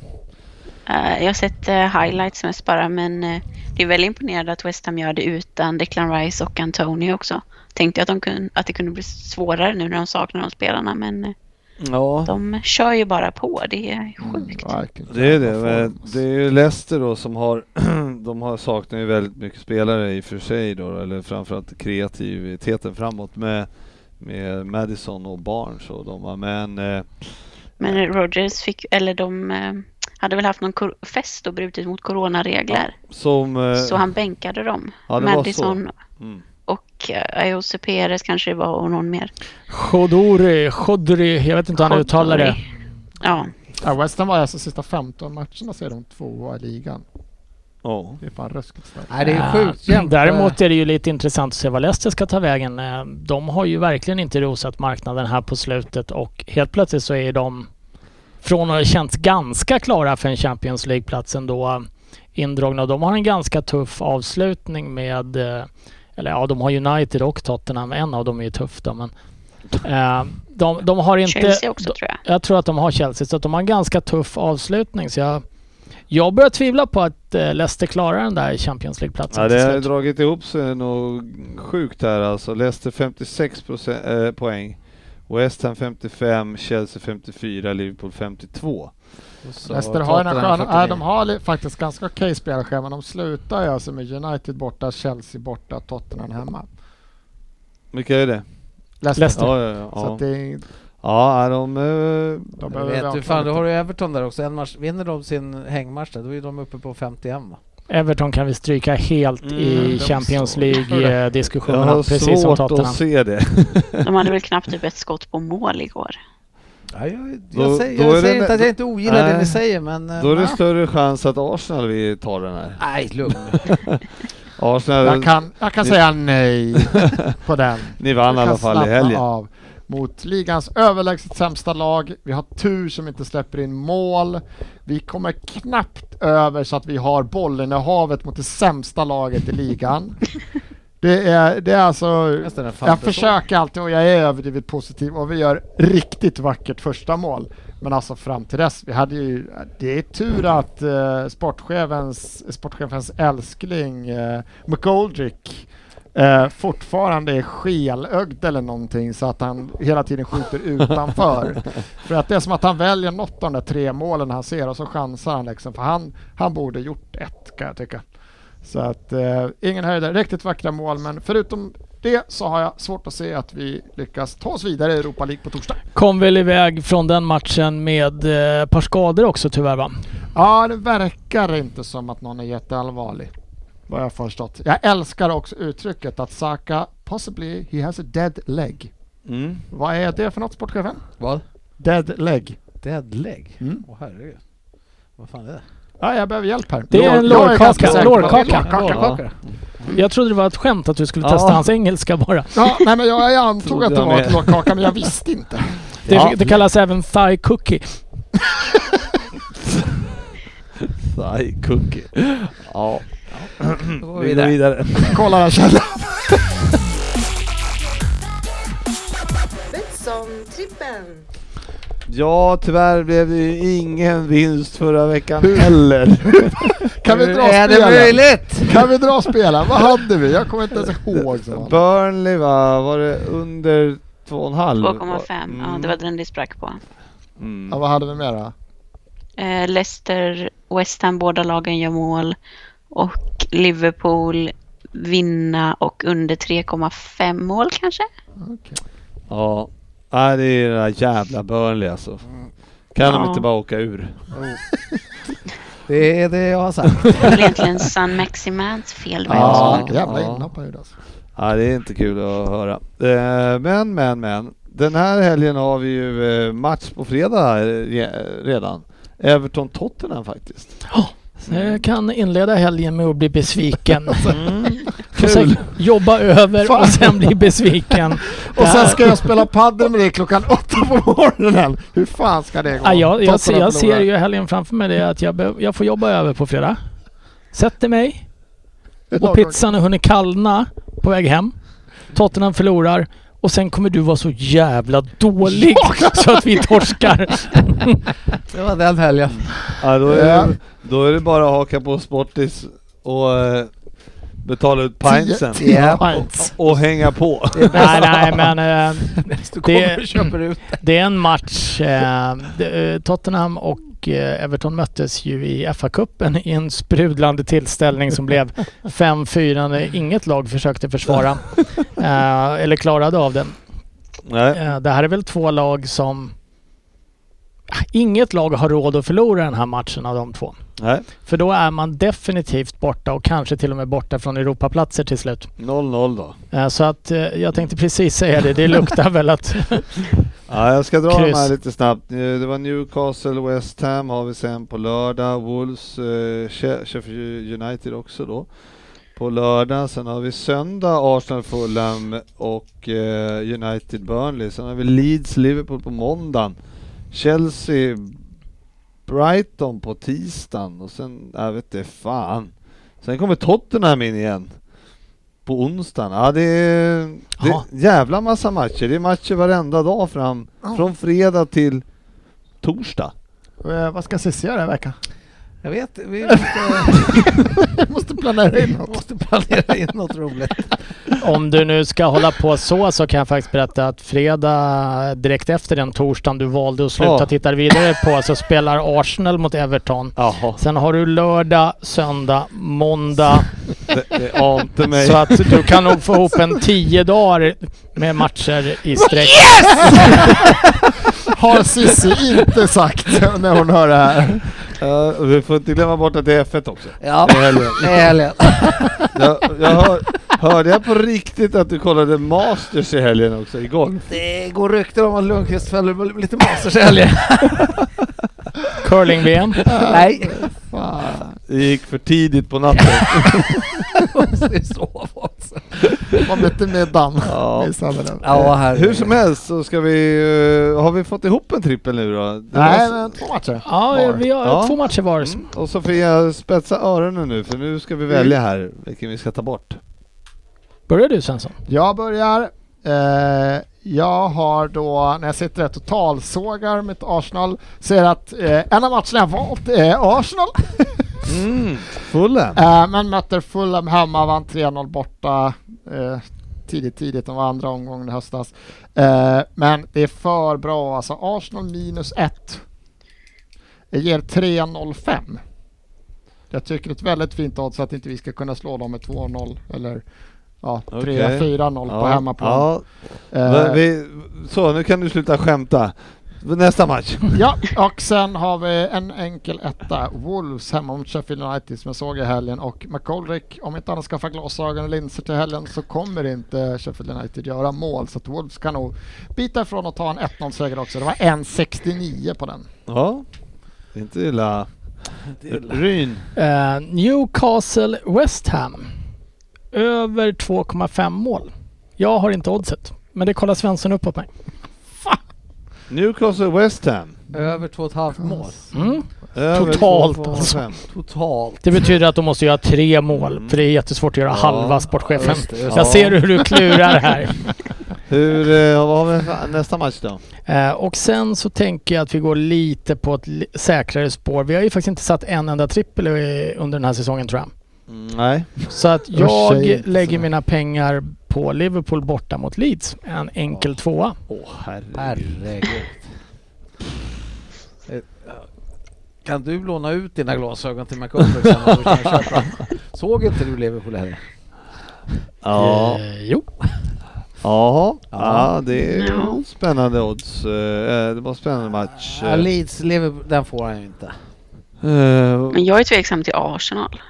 [SPEAKER 3] Eh, jag har sett eh, highlights mest bara, men eh, det är väldigt imponerande att West Ham gör det utan Declan Rice och Antonio också. Tänkte jag att, de kun, att det kunde bli svårare nu när de saknar de spelarna, men eh,
[SPEAKER 1] Ja,
[SPEAKER 3] de kör ju bara på. Det är sjukt.
[SPEAKER 5] Mm, Verkligen.
[SPEAKER 1] Det är det. Men
[SPEAKER 5] alltså.
[SPEAKER 1] det är ju Leicester då som har, de har saknar ju väldigt mycket spelare i och för sig då, eller framförallt kreativiteten framåt med, med Madison och Barnes och de har, men eh,
[SPEAKER 3] Men Rodgers fick, eller de, eh, hade väl haft någon kor- fest och brutit mot coronaregler.
[SPEAKER 1] Som... eh,
[SPEAKER 3] Så han bänkade dem.
[SPEAKER 1] Ja, det var så.
[SPEAKER 3] Madison
[SPEAKER 1] Mm.
[SPEAKER 3] och eh, Iose Perez kanske det var och någon mer.
[SPEAKER 2] Chodori, Chodori, jag vet inte hur han uttalar det.
[SPEAKER 3] Ja,
[SPEAKER 5] Ja, West Ham var alltså sista 15 matcherna så är de tvåa i ligan.
[SPEAKER 1] Ja.
[SPEAKER 5] Det är fan ruskigt starkt.
[SPEAKER 4] Nej, det är sjukt
[SPEAKER 2] Ja,
[SPEAKER 4] jämnt. eh.
[SPEAKER 2] Däremot är det ju lite intressant att se vad Leicester ska ta vägen. Eh, De har ju verkligen inte rosat marknaden här på slutet och helt plötsligt så är de från att ha känts ganska klara för en Champions League-plats ändå eh, indragna. De har en ganska tuff avslutning med, eh, eller ja de har United och Tottenham, en av dem är ju tuff då men eh, de, de har inte...
[SPEAKER 3] Chelsea också tror jag.
[SPEAKER 2] Jag tror att de har Chelsea, så att de har en ganska tuff avslutning. Så jag, jag börjar tvivla på att eh, Leicester klarar den där Champions League-platsen
[SPEAKER 1] Ja, det
[SPEAKER 2] till
[SPEAKER 1] har
[SPEAKER 2] slut.
[SPEAKER 1] dragit ihop sig nog sjukt här alltså. Leicester 56 procent, eh, poäng. West Ham 55, Chelsea 54, Liverpool 52.
[SPEAKER 5] Leicester har en skön, nej, de har li- faktiskt ganska okej spelarschema. De slutar ju alltså med United borta, Chelsea borta, Tottenham hemma.
[SPEAKER 1] Vilka är det?
[SPEAKER 5] Leicester.
[SPEAKER 2] Leicester.
[SPEAKER 1] Ja, ja,
[SPEAKER 5] Så
[SPEAKER 1] ja.
[SPEAKER 5] att det är,
[SPEAKER 1] Ja, de... eh,
[SPEAKER 5] de
[SPEAKER 4] Jag
[SPEAKER 5] behöver
[SPEAKER 4] vet, du,
[SPEAKER 5] vakna
[SPEAKER 4] fan, du
[SPEAKER 5] lite.
[SPEAKER 4] har ju Everton där också. En match, vinner de sin hängmatch där, då är de uppe på 51 va?
[SPEAKER 2] Everton kan vi stryka helt
[SPEAKER 1] Mm,
[SPEAKER 2] i
[SPEAKER 1] de
[SPEAKER 2] Champions
[SPEAKER 1] så- Jag
[SPEAKER 2] League-diskussionerna,
[SPEAKER 1] har
[SPEAKER 2] precis som
[SPEAKER 1] svårt att
[SPEAKER 2] Tottenham.
[SPEAKER 1] se det.
[SPEAKER 3] De hade väl knappt typ ett skott på mål igår.
[SPEAKER 4] Ja, jag jag,
[SPEAKER 1] Då-
[SPEAKER 4] säger,
[SPEAKER 1] då är
[SPEAKER 4] jag säger
[SPEAKER 1] det-
[SPEAKER 4] inte att jag inte ogillar det
[SPEAKER 1] Nej.
[SPEAKER 4] ni säger men... eh,
[SPEAKER 1] Då är det
[SPEAKER 4] nej.
[SPEAKER 1] större chans att Arsenal vill ta den här.
[SPEAKER 4] Nej, lugn.
[SPEAKER 1] Arsenal,
[SPEAKER 5] Jag kan, jag kan
[SPEAKER 1] Ni-
[SPEAKER 5] säga nej på den.
[SPEAKER 1] ni vann i
[SPEAKER 5] Jag
[SPEAKER 1] alla
[SPEAKER 5] kan
[SPEAKER 1] fall i
[SPEAKER 5] slappna
[SPEAKER 1] helgen.
[SPEAKER 5] Av mot ligans överlägset sämsta lag. Vi har tur som inte släpper in mål. Vi kommer knappt över så att vi har bollen i havet mot det sämsta laget i ligan. Det är, det är alltså...
[SPEAKER 4] Just det, den fan
[SPEAKER 5] Jag
[SPEAKER 4] förstår.
[SPEAKER 5] försöker alltid och jag är överdrivet positiv och vi gör riktigt vackert första mål. Men alltså fram till dess, vi hade ju... Det är tur att eh, sportchefens, sportchefens älskling eh, McGoldrick eh, fortfarande är skelögd eller någonting så att han hela tiden skjuter utanför. för att det är som att han väljer något av de där tre målen han ser och så chansar han liksom för han, han borde gjort ett kan jag tycka. Så att eh, ingen höjdare, riktigt vackra mål men förutom det så har jag svårt att se att vi lyckas ta oss vidare i Europa League på torsdag.
[SPEAKER 2] Kom väl iväg från den matchen med eh, ett par skador också tyvärr va?
[SPEAKER 5] Ja, det verkar inte som att någon är jätteallvarlig. Vad jag har förstått. Jag älskar också uttrycket att Saka possibly he has a dead leg.
[SPEAKER 1] Mm.
[SPEAKER 5] Vad är det för något sportchefen?
[SPEAKER 4] Vad?
[SPEAKER 5] Dead leg.
[SPEAKER 4] Deadleg? Åh
[SPEAKER 5] Mm.
[SPEAKER 4] herregud. Vad fan är det?
[SPEAKER 5] Ja, jag behöver hjälp här.
[SPEAKER 2] Det är en
[SPEAKER 5] Jag
[SPEAKER 2] lårkaka,
[SPEAKER 5] ganska säker på-
[SPEAKER 2] lårkaka.
[SPEAKER 5] Lårkaka.
[SPEAKER 2] Jag trodde det var ett skämt att du skulle
[SPEAKER 1] Ja.
[SPEAKER 2] testa hans engelska bara.
[SPEAKER 5] Ja, nej men jag, jag antog
[SPEAKER 1] Trodde
[SPEAKER 5] att det
[SPEAKER 1] jag
[SPEAKER 5] var
[SPEAKER 1] med.
[SPEAKER 5] ett lårkaka men jag visste inte.
[SPEAKER 2] Det,
[SPEAKER 1] Ja.
[SPEAKER 2] det kallas även thigh cookie.
[SPEAKER 1] Thai cookie. Ja,
[SPEAKER 4] Då går vi
[SPEAKER 1] vi går
[SPEAKER 4] vidare.
[SPEAKER 1] vidare.
[SPEAKER 5] Kolla den källan.
[SPEAKER 7] Betsson-trippen.
[SPEAKER 1] Ja, tyvärr blev det ju ingen vinst förra veckan heller.
[SPEAKER 5] Kan vi dra
[SPEAKER 4] är det
[SPEAKER 5] spelen?
[SPEAKER 4] möjligt?
[SPEAKER 5] Kan vi dra spelen? Vad hade vi? Jag kommer inte ens ihåg. som vanligt.
[SPEAKER 1] Burnley va, var det under 2,5?
[SPEAKER 3] 2,5. Ja, det var
[SPEAKER 1] Mm.
[SPEAKER 3] den det sprack på.
[SPEAKER 1] Mm.
[SPEAKER 5] Ja, vad hade vi mer då?
[SPEAKER 3] Eh, Leicester, West Ham, båda lagen gör mål. Och Liverpool vinna och under 3,5 mål kanske?
[SPEAKER 1] Ja, Nej, det är det där jävla Burnley alltså. Kan de
[SPEAKER 3] Ja.
[SPEAKER 1] inte bara åka ur?
[SPEAKER 4] Det är det jag har sagt.
[SPEAKER 3] Det är väl egentligen San Maximans fel vad jag
[SPEAKER 1] Ja.
[SPEAKER 3] såg.
[SPEAKER 5] Ja, jävla
[SPEAKER 1] Ja.
[SPEAKER 5] inhopp han gjorde alltså.
[SPEAKER 1] Ja, det är inte kul att höra. Eh, Men, men, men. Den här helgen har vi ju eh, match på fredag här, re- redan. Everton-Tottenham faktiskt.
[SPEAKER 2] Så jag Eh, kan inleda helgen med att bli besviken. Får
[SPEAKER 1] Kul!
[SPEAKER 2] säkert jobba över
[SPEAKER 5] Fan.
[SPEAKER 2] och sen bli besviken.
[SPEAKER 5] Och sen ska jag spela padel med dig klockan åtta på morgonen. Hur fan ska det gå?
[SPEAKER 2] Ja, jag, jag, ser- jag ser
[SPEAKER 5] förlorar.
[SPEAKER 2] ju helgen framför mig det är att jag, behöver- jag får jobba över på fredag. Sätter mig och pizzan har hunnit kallna på väg hem. Tottenham förlorar och sen kommer du vara så jävla dålig så att vi torskar.
[SPEAKER 4] Det var den helgen.
[SPEAKER 1] Ja, då, är
[SPEAKER 5] Ja.
[SPEAKER 1] det, då är det bara att haka på Sportis och eh, betala ut pintsen.
[SPEAKER 4] Ja.
[SPEAKER 2] Pints.
[SPEAKER 1] Och hänga på.
[SPEAKER 2] nej, nej, men eh,
[SPEAKER 4] Du
[SPEAKER 2] Det-
[SPEAKER 4] kommer och köper
[SPEAKER 5] Mm.
[SPEAKER 4] ut.
[SPEAKER 2] det är en match. Eh, det, eh, Tottenham och eh, Everton möttes ju i FA-cupen i en sprudlande tillställning som blev 5-4 när inget lag försökte försvara eh, eller klarade av den.
[SPEAKER 1] Nej.
[SPEAKER 2] Eh, Det här är väl två lag som Inget lag har råd att förlora den här matchen av de två.
[SPEAKER 1] Nej.
[SPEAKER 2] För då är man definitivt borta och kanske till och med borta från Europaplatser till slut.
[SPEAKER 1] 0-0 då.
[SPEAKER 2] Eh, Så att eh, jag tänkte precis säga det, det luktar väl att...
[SPEAKER 1] Ja, jag ska dra
[SPEAKER 2] Kryss.
[SPEAKER 1] de här lite snabbt. Eh, Det var Newcastle, West Ham har vi sen på lördag. Wolves, eh, She- Sheffield United också då. På lördag. Sen har vi söndag Arsenal, Fulham och eh, United, Burnley. Sen har vi Leeds, Liverpool på måndagen. Chelsea, Brighton på tisdagen. Och sen, jag vet inte fan. Sen kommer Tottenham in igen. På onsdagen. Ja, det är, det är
[SPEAKER 2] Ja.
[SPEAKER 1] jävla massa matcher. Det är matcher varenda dag fram.
[SPEAKER 5] Ja.
[SPEAKER 1] Från fredag till torsdag.
[SPEAKER 5] Eh, vad ska Cissi göra i veckan?
[SPEAKER 4] Jag vet, vi måste,
[SPEAKER 5] Jag måste planera in något.
[SPEAKER 4] måste planera in något roligt.
[SPEAKER 2] Om du nu ska hålla på så så kan jag faktiskt berätta att fredag direkt efter den torsdagen du valde att sluta
[SPEAKER 1] Ja.
[SPEAKER 2] titta vidare på så spelar Arsenal mot Everton.
[SPEAKER 1] Jaha.
[SPEAKER 2] Sen har du lördag, söndag, måndag.
[SPEAKER 1] Det, det ante mig.
[SPEAKER 2] Så att du kan nog få ihop en tio dagar med matcher i sträck.
[SPEAKER 5] Har Cissi inte sagt när hon hör det här.
[SPEAKER 1] Ja, vi får inte glömma bort att det är F1 också.
[SPEAKER 4] Ja,
[SPEAKER 1] Det är helgen.
[SPEAKER 4] det är helgen.
[SPEAKER 1] Jag, jag hör, hörde jag på riktigt att du kollade Masters i helgen också, i golf?
[SPEAKER 4] Det går rykten om att Lundqvist fäller lite masers i helgen.
[SPEAKER 2] Curling-VM.
[SPEAKER 4] Nej,
[SPEAKER 5] Fan.
[SPEAKER 1] Det gick för tidigt på natten.
[SPEAKER 4] måste ju sova också.
[SPEAKER 5] Man mötte med Dan.
[SPEAKER 1] Ja.
[SPEAKER 5] Missade den.
[SPEAKER 4] Ja, herregud.
[SPEAKER 1] Hur som helst så ska vi... eh, har vi fått ihop en trippel nu då? Det
[SPEAKER 5] Nej,
[SPEAKER 1] var-
[SPEAKER 5] men två matcher.
[SPEAKER 2] Ja, vi har
[SPEAKER 1] Ja.
[SPEAKER 2] två matcher var.
[SPEAKER 1] Mm. Och Sofia, spetsa öronen nu för nu ska vi
[SPEAKER 5] Mm.
[SPEAKER 1] välja här vilken vi ska ta bort.
[SPEAKER 2] Börjar du Svensson?
[SPEAKER 5] Jag börjar. Eh, jag har då, när jag sitter här totalsågar mitt Arsenal, säger att eh, en av matcherna jag valt är Arsenal.
[SPEAKER 1] Mm. Fulham.
[SPEAKER 5] Eh, men möter Fulham hemma, vann 3-0 borta eh, tidigt, tidigt. De var andra omgången i höstas. Eh, men det är för bra alltså. Arsenal minus 1. Det ger 3-0-5. Jag tycker det är ett väldigt fint odds att inte vi ska kunna slå dem med 2-0 eller ja,
[SPEAKER 1] Okej.
[SPEAKER 5] 3-4-0 på hemmaplan.
[SPEAKER 1] Ja.
[SPEAKER 5] Eh,
[SPEAKER 1] Vi, så, nu kan du sluta skämta. Nästa match.
[SPEAKER 5] Ja, och sen har vi en enkel etta. Wolves hemma mot Sheffield United som jag såg i helgen och McColrick, om inte han skaffar glasögon och linser till helgen så kommer inte Sheffield United göra mål så att Wolves kan nog bita ifrån och ta en 1-0-seger också. Det var 1.69 på den.
[SPEAKER 1] Ja. Det är Inte illa. Ryn.
[SPEAKER 2] Eh, Newcastle West Ham. Över 2,5 mål. Jag har inte oddset. Men det kollar Svensson upp åt mig.
[SPEAKER 1] Newcastle West Ham.
[SPEAKER 4] Över två och ett halvt mål.
[SPEAKER 2] Mm.
[SPEAKER 1] Över
[SPEAKER 2] Totalt
[SPEAKER 1] 2,5.
[SPEAKER 2] alltså.
[SPEAKER 4] Totalt.
[SPEAKER 2] Det betyder att de måste göra tre mål. För det är jättesvårt att göra
[SPEAKER 1] Ja,
[SPEAKER 2] halva sportchefen.
[SPEAKER 4] just det, just
[SPEAKER 2] Jag
[SPEAKER 4] det.
[SPEAKER 2] ser hur du klurar här.
[SPEAKER 1] Hur, eh, vad har vi för nästa match då?
[SPEAKER 2] Eh, och sen så tänker jag att vi går lite på ett li- säkrare spår. Vi har ju faktiskt inte satt en enda trippel i- under den här säsongen tror jag.
[SPEAKER 1] Mm, Nej.
[SPEAKER 2] Så att
[SPEAKER 5] Jag
[SPEAKER 2] jag
[SPEAKER 5] säger inte
[SPEAKER 2] lägger
[SPEAKER 5] så.
[SPEAKER 2] mina pengar på Liverpool borta mot Leeds. En enkel tvåa.
[SPEAKER 1] Åh oh, herregud.
[SPEAKER 4] Herregud. Eh, Kan du låna ut dina glasögon till McCulloch sen om du kan köpa? Såg inte du Liverpool heller?
[SPEAKER 1] Ja.
[SPEAKER 2] Eh, jo.
[SPEAKER 1] Jaha. Ja,
[SPEAKER 4] Ja.
[SPEAKER 1] det är
[SPEAKER 3] Ja.
[SPEAKER 1] spännande odds. Eh, Det var en spännande match.
[SPEAKER 4] Ja, Leeds, Liverpool, den får han ju inte.
[SPEAKER 1] Eh,
[SPEAKER 3] Men jag är tveksam till Arsenal.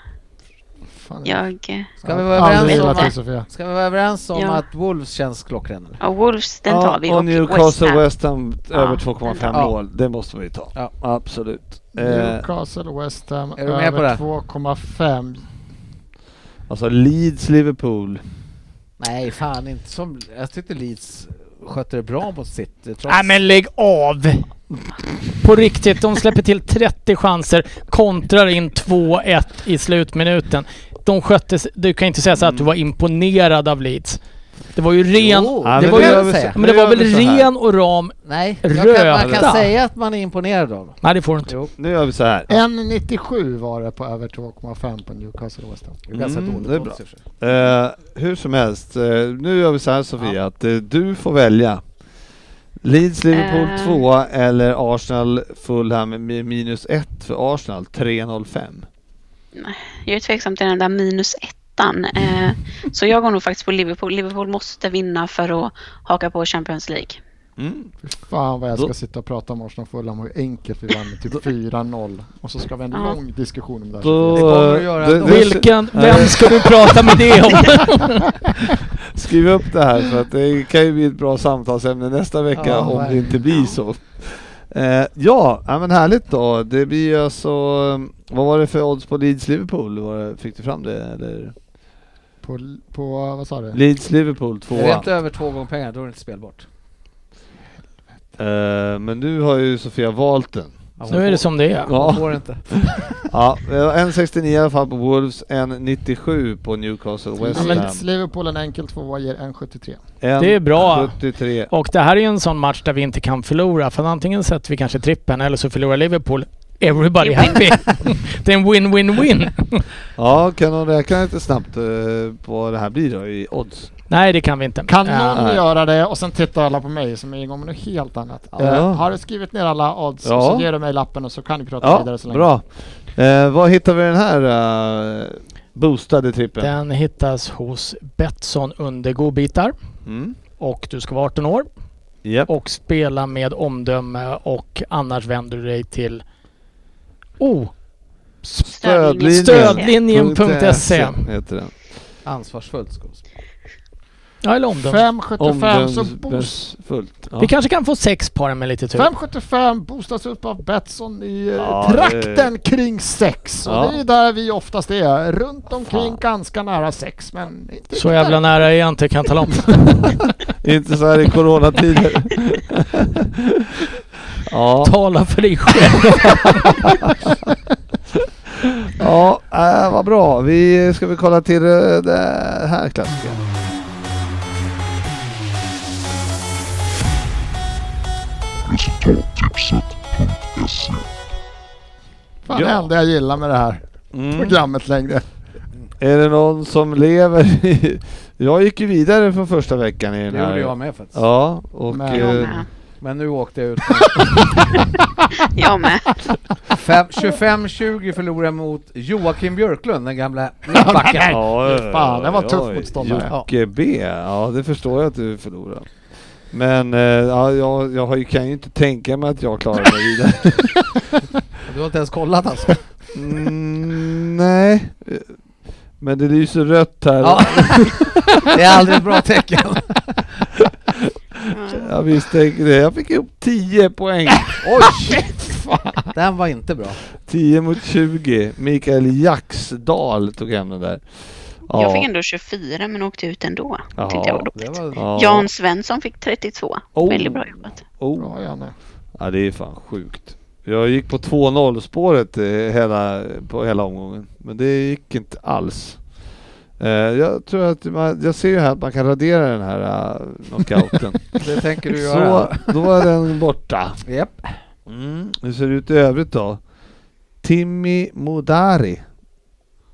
[SPEAKER 5] Fan,
[SPEAKER 3] Jag... eh,
[SPEAKER 4] Ska vi
[SPEAKER 5] Aldrig
[SPEAKER 4] vara överens om
[SPEAKER 5] gillat dig
[SPEAKER 4] att,
[SPEAKER 5] Sofia.
[SPEAKER 4] ska vi vara överens om
[SPEAKER 3] Ja.
[SPEAKER 4] att Wolves känns klockren? eller?
[SPEAKER 3] Ja, Wolves, den tar vi.
[SPEAKER 1] Och Newcastle West, Ham
[SPEAKER 3] Ja,
[SPEAKER 1] över
[SPEAKER 3] den
[SPEAKER 1] 2,5
[SPEAKER 4] tar vi.
[SPEAKER 1] mål. Det måste vi ta.
[SPEAKER 4] Ja.
[SPEAKER 1] Absolut. Eh,
[SPEAKER 5] Newcastle West Ham
[SPEAKER 4] Är du med på
[SPEAKER 5] över
[SPEAKER 4] det?
[SPEAKER 5] 2,5.
[SPEAKER 1] alltså Leeds, Liverpool.
[SPEAKER 4] Nej, fan inte som... Jag tyckte Leeds skötte det bra mot sitt. eh, Trots.
[SPEAKER 2] Nej men lägg av! På riktigt, de släpper till 30 chanser, kontrar in 2-1 i slutminuten. De skötte sig- Du kan inte säga så här att du
[SPEAKER 1] Mm.
[SPEAKER 2] var imponerad av Leeds. Det var ju ren...
[SPEAKER 4] Jo,
[SPEAKER 1] Ja,
[SPEAKER 2] det
[SPEAKER 4] det
[SPEAKER 2] var
[SPEAKER 4] var
[SPEAKER 2] ju-
[SPEAKER 4] jag
[SPEAKER 1] väl
[SPEAKER 4] väl säga.
[SPEAKER 1] så-
[SPEAKER 2] Men det
[SPEAKER 1] nu
[SPEAKER 2] var
[SPEAKER 1] gör
[SPEAKER 2] väl
[SPEAKER 1] vi så här.
[SPEAKER 2] ren och ram...
[SPEAKER 4] Nej, jag kan, man
[SPEAKER 1] Röta.
[SPEAKER 4] kan säga att man är imponerad av dem.
[SPEAKER 2] Nej det får du inte.
[SPEAKER 4] Jo,
[SPEAKER 1] Nu gör vi så här.
[SPEAKER 5] 1,97 var det på över 2,5 på Newcastle West Ham.
[SPEAKER 4] det är ganska
[SPEAKER 1] Mm,
[SPEAKER 4] dåligt.
[SPEAKER 1] det är bra. Eh, hur som helst, eh, nu gör vi så här Sofia, att eh, du får välja. Leeds, Liverpool
[SPEAKER 3] Eh.
[SPEAKER 1] 2 eller Arsenal, Fulham mi- minus 1 för Arsenal, 3.05.
[SPEAKER 3] Jag är tveksam till den där minus ettan.
[SPEAKER 1] Mm.
[SPEAKER 3] Eh, så jag går nog faktiskt på Liverpool. Liverpool måste vinna för att haka på Champions League.
[SPEAKER 1] Mm.
[SPEAKER 5] Fy fan vad jag
[SPEAKER 1] Då-
[SPEAKER 5] ska sitta och prata om Arsenal Fulham och hur enkelt vi vann med typ 4-0. Och så ska vi ha en
[SPEAKER 3] Ja.
[SPEAKER 5] lång diskussion om det
[SPEAKER 1] Då, eh,
[SPEAKER 5] här.
[SPEAKER 4] Det kommer att göra
[SPEAKER 1] det-
[SPEAKER 4] ändå.
[SPEAKER 1] det-
[SPEAKER 2] Vilken,
[SPEAKER 1] Ja.
[SPEAKER 2] vem ska du prata med det om?
[SPEAKER 1] Skriv upp det här för att det kan ju bli ett bra samtalsämne nästa vecka
[SPEAKER 4] Ja,
[SPEAKER 1] om det
[SPEAKER 4] verkligen.
[SPEAKER 1] inte blir så. Eh, ja, ja, men härligt då. Det blir ju alltså, eh, vad var det för odds på Leeds-Liverpool? Var det- Fick du fram det eller?
[SPEAKER 5] På, på, vad sa du?
[SPEAKER 1] Leeds-Liverpool
[SPEAKER 4] Är det
[SPEAKER 1] tvåa.
[SPEAKER 4] inte över två gånger pengar, då är det inte spelbart.
[SPEAKER 1] Eh, men nu har ju Sofia valt den.
[SPEAKER 4] Ja,
[SPEAKER 2] Nu är det som det är.
[SPEAKER 1] Ja.
[SPEAKER 4] Ja. Får inte.
[SPEAKER 1] Ja, det var 1,69 i alla fall på Wolves, 1,97 på Newcastle West Ham.
[SPEAKER 5] Leeds, Liverpool en enkel tvåa ger 1,73.
[SPEAKER 2] Det är bra.
[SPEAKER 1] 73.
[SPEAKER 2] Och det här är ju en sån match där vi inte kan förlora. För antingen sätter vi kanske trippen eller så förlorar Liverpool. Everybody happy! det är en win-win-win.
[SPEAKER 1] Ja, kan någon räkna lite snabbt eh, vad det här blir då i odds?
[SPEAKER 2] Nej, det kan vi inte. Eh.
[SPEAKER 5] Kan
[SPEAKER 2] Ja.
[SPEAKER 5] någon
[SPEAKER 1] Nej.
[SPEAKER 5] göra det och sen tittar alla på mig som är igång med något helt annat.
[SPEAKER 1] Ja.
[SPEAKER 5] Eh, har du skrivit ner alla odds och
[SPEAKER 1] Ja.
[SPEAKER 5] så ger du mig lappen och så kan du prata
[SPEAKER 1] Ja,
[SPEAKER 5] vidare så länge.
[SPEAKER 1] bra. Eh, var hittar vi den här eh, boostade trippen?
[SPEAKER 2] Den hittas hos Betsson under godbitar.
[SPEAKER 1] Mm.
[SPEAKER 2] Och du ska vara 18 år
[SPEAKER 1] Japp.
[SPEAKER 2] och spela med omdöme och annars vänder du dig till oh,
[SPEAKER 3] Stödlinjen.
[SPEAKER 2] Stödlinjen.se.
[SPEAKER 1] heter den.
[SPEAKER 4] Ansvarsfullt skådespel.
[SPEAKER 2] ja, eller omdöme.
[SPEAKER 5] 5,75 så boost.
[SPEAKER 1] Omdömesfullt.
[SPEAKER 2] Vi kanske kan få sex par med lite tur.
[SPEAKER 5] 5,75 boostas upp av Betsson i eh,
[SPEAKER 1] Typ. Ja,
[SPEAKER 5] trakten kring 6.
[SPEAKER 1] Ja.
[SPEAKER 5] Och det är där vi oftast är. Runt omkring
[SPEAKER 1] Fan.
[SPEAKER 5] ganska nära 6 men inte
[SPEAKER 2] Så
[SPEAKER 5] riktigt
[SPEAKER 2] jävla
[SPEAKER 5] där.
[SPEAKER 2] nära är jag inte kan jag tala om.
[SPEAKER 1] Inte så här i coronatider. ja,
[SPEAKER 2] Tala för dig själv.
[SPEAKER 1] ja äh, vad bra. Vi ska vi kolla till eh, det här klassikern.
[SPEAKER 5] Fan
[SPEAKER 1] Ja.
[SPEAKER 5] det enda jag gillar med det här
[SPEAKER 1] Mm.
[SPEAKER 5] programmet längre.
[SPEAKER 1] Är det någon som lever i... Jag gick ju vidare från första veckan i den
[SPEAKER 4] Det
[SPEAKER 1] här.
[SPEAKER 4] gjorde jag med faktiskt.
[SPEAKER 1] Ja, och...
[SPEAKER 5] Men-
[SPEAKER 3] Jag
[SPEAKER 1] eh,
[SPEAKER 3] med.
[SPEAKER 4] Men nu åkte jag ut.
[SPEAKER 3] Jag med.
[SPEAKER 4] Fem- 25-20 förlorade mot Joakim Björklund, den gamla mittbacken.
[SPEAKER 1] Ja,
[SPEAKER 5] Fan, det var
[SPEAKER 1] oj,
[SPEAKER 5] tuff
[SPEAKER 1] oj.
[SPEAKER 5] motståndare.
[SPEAKER 1] Jocke B, ja det förstår jag att du förlorar. Men eh, ja, jag, jag har ju- kan ju inte tänka mig att jag klarar mig vidare.
[SPEAKER 4] Du har inte ens kollat alltså?
[SPEAKER 1] Mm, nej. Men det lyser rött här.
[SPEAKER 4] Ja. Det är aldrig ett bra tecken.
[SPEAKER 3] Mm.
[SPEAKER 1] Jag misstänker det. Jag fick ihop 10 poäng.
[SPEAKER 4] Oj! Den var inte bra.
[SPEAKER 1] 10 mot 20. Mikael Jaxdal tog hem den där.
[SPEAKER 3] Jag fick ändå 24 men åkte ut ändå.
[SPEAKER 1] Ja,
[SPEAKER 3] Tyckte jag var
[SPEAKER 4] Det
[SPEAKER 3] dåligt.
[SPEAKER 4] var...
[SPEAKER 1] Ja.
[SPEAKER 3] Jan Svensson fick 32.
[SPEAKER 1] Oh.
[SPEAKER 3] Väldigt bra jobbat.
[SPEAKER 1] Oh.
[SPEAKER 5] Bra Janne.
[SPEAKER 1] Ja, det är fan sjukt. Jag gick på 2-0 spåret eh, hela, på hela omgången, men det gick inte alls. Eh, jag tror att man, jag ser ju här att man kan radera den här eh, knockouten.
[SPEAKER 4] Det tänker du
[SPEAKER 1] Så,
[SPEAKER 4] göra.
[SPEAKER 1] då var den borta.
[SPEAKER 4] Japp.
[SPEAKER 1] Mm. Hur ser det ut i övrigt då? Timmy Modari.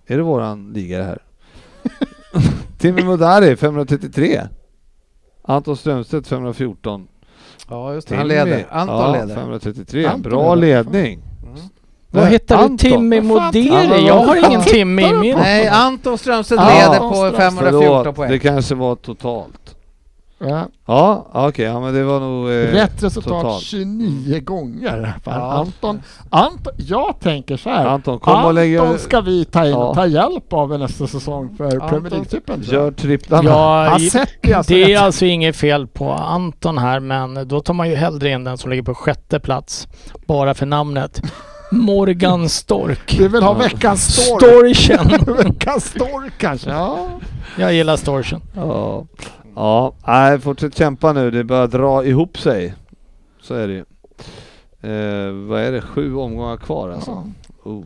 [SPEAKER 1] Är det våran liga det här? Timmy Modari 533. Anton Strömstedt 514.
[SPEAKER 4] Ja, just det. Han
[SPEAKER 1] Timmy.
[SPEAKER 4] leder. Anton
[SPEAKER 1] ja,
[SPEAKER 4] leder.
[SPEAKER 1] 533.
[SPEAKER 5] Anton
[SPEAKER 1] Bra
[SPEAKER 5] leder.
[SPEAKER 1] ledning.
[SPEAKER 4] Mm.
[SPEAKER 2] Vad
[SPEAKER 1] Nej,
[SPEAKER 2] hittar du
[SPEAKER 1] Anton.
[SPEAKER 2] Timmy
[SPEAKER 5] Vad fan tittar
[SPEAKER 1] du
[SPEAKER 2] Modiri?
[SPEAKER 1] på?
[SPEAKER 2] Jag har ingen
[SPEAKER 5] Vad
[SPEAKER 2] Timmy i
[SPEAKER 5] tittar du
[SPEAKER 2] min.
[SPEAKER 5] på?
[SPEAKER 4] Nej, Anton Strömstedt
[SPEAKER 1] Ja.
[SPEAKER 4] leder
[SPEAKER 5] Anton
[SPEAKER 4] på
[SPEAKER 1] Förlåt,
[SPEAKER 4] 514
[SPEAKER 1] Det
[SPEAKER 4] poäng.
[SPEAKER 1] kanske var totalt.
[SPEAKER 5] Ja.
[SPEAKER 1] Ja, okej, ja, men det var nog... Eh,
[SPEAKER 5] Rätt resultat
[SPEAKER 1] totalt. Mm.
[SPEAKER 5] 29 gånger. Fan,
[SPEAKER 4] Ja.
[SPEAKER 5] Anton, Anton, jag tänker så här.
[SPEAKER 1] Anton, kom och lägg...
[SPEAKER 5] Anton ska vi ta, in,
[SPEAKER 1] Ja.
[SPEAKER 5] ta hjälp av i nästa säsong för
[SPEAKER 4] Anton-
[SPEAKER 5] Premier League-trippen. tror jag.
[SPEAKER 1] Gör tripplarna.
[SPEAKER 2] Ja,
[SPEAKER 5] Han
[SPEAKER 2] i-
[SPEAKER 5] sätter ju alltså
[SPEAKER 2] det är
[SPEAKER 5] rätt.
[SPEAKER 2] alltså inget fel på Anton här men då tar man ju hellre in den som ligger på sjätte plats. Bara för namnet. Morgan Stork.
[SPEAKER 5] Vi vill ha veckans stork.
[SPEAKER 2] Storchen.
[SPEAKER 5] veckans stork kanske. Ja.
[SPEAKER 2] Jag gillar Storchen.
[SPEAKER 1] Ja, ja. Nej, fortsätt kämpa nu. Det börjar dra ihop sig. Så är det ju. Eh, vad är det? Sju omgångar kvar alltså? Oh.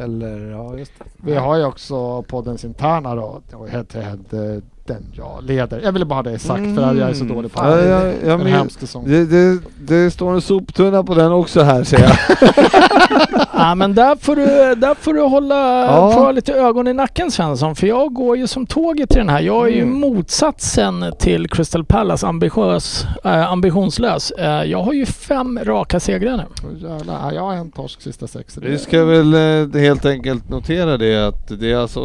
[SPEAKER 4] Eller, ja just det.
[SPEAKER 5] Vi har ju också poddens interna då, och head to head, eh, den jag leder. Jag ville bara ha det sagt för att jag är så
[SPEAKER 1] Mm.
[SPEAKER 5] dålig på
[SPEAKER 1] Ja,
[SPEAKER 5] det.
[SPEAKER 1] jag- jag
[SPEAKER 5] en
[SPEAKER 1] men-
[SPEAKER 5] hemsk säsong.
[SPEAKER 1] Det, det, det står en soptunna på den också här ser jag.
[SPEAKER 2] Ja, men där får du, där får du hålla
[SPEAKER 1] Ja.
[SPEAKER 2] får ha lite ögon i nacken Svensson, för jag går ju som tåget till den här. Jag är ju
[SPEAKER 1] Mm.
[SPEAKER 2] motsatsen till Crystal Palace, ambitiös, eh, ambitionslös. Eh, jag har ju fem raka segrar nu.
[SPEAKER 5] Åh, jävlar. Ja, jag har en torsk sista sex.
[SPEAKER 1] Vi ska väl eh, helt enkelt notera det att det är alltså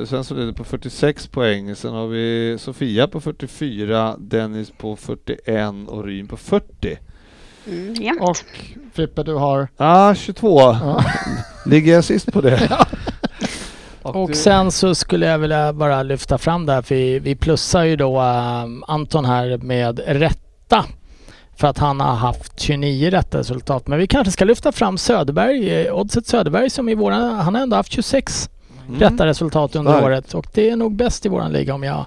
[SPEAKER 1] eh, Svensson leder på 46 poäng. Sen har vi Sofia på 44, Dennis på 41 och Ryn på 40.
[SPEAKER 3] Mm, jämnt.
[SPEAKER 5] Och Frippe, du har...
[SPEAKER 1] Ah, 22.
[SPEAKER 5] Ja.
[SPEAKER 1] Ligger jag sist på det?
[SPEAKER 2] Och sen så skulle jag vilja bara lyfta fram det här, för vi, vi plussar ju då ehm, Anton här med rätta. För att han har haft 29 rätta resultat. Men vi kanske ska lyfta fram Söderberg, eh, Oddset Söderberg som i våran, han har ändå haft 26
[SPEAKER 1] Mm.
[SPEAKER 2] rätta resultat under
[SPEAKER 1] Starkt.
[SPEAKER 2] året. Och det är nog bäst i våran liga om jag har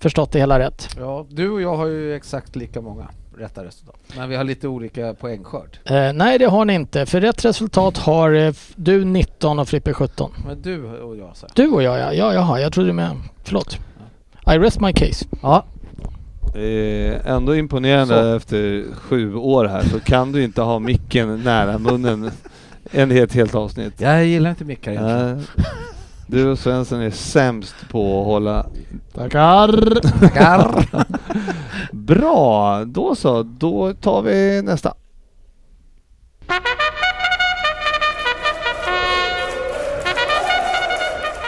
[SPEAKER 2] förstått det hela rätt.
[SPEAKER 4] Ja, du och jag har ju exakt lika många rätta resultat. Men vi har lite olika poängskörd.
[SPEAKER 2] Eh, nej det har ni inte, för rätt resultat har eh, f- du 19 och Frippe 17.
[SPEAKER 4] Men du och jag så.
[SPEAKER 2] Du och jag ja, ja jaha, jag trodde du med. Förlåt. I rest my case.
[SPEAKER 4] Ja.
[SPEAKER 1] Det är Eh, ändå imponerande
[SPEAKER 4] Så.
[SPEAKER 1] efter sju år här så kan du inte ha micken nära munnen en helt, helt avsnitt.
[SPEAKER 4] Jag gillar inte mickar egentligen.
[SPEAKER 1] Nej. Du och Svensson är sämst på att hålla
[SPEAKER 5] Tackar!
[SPEAKER 4] Tackar.
[SPEAKER 1] Bra, då så. Då tar vi nästa.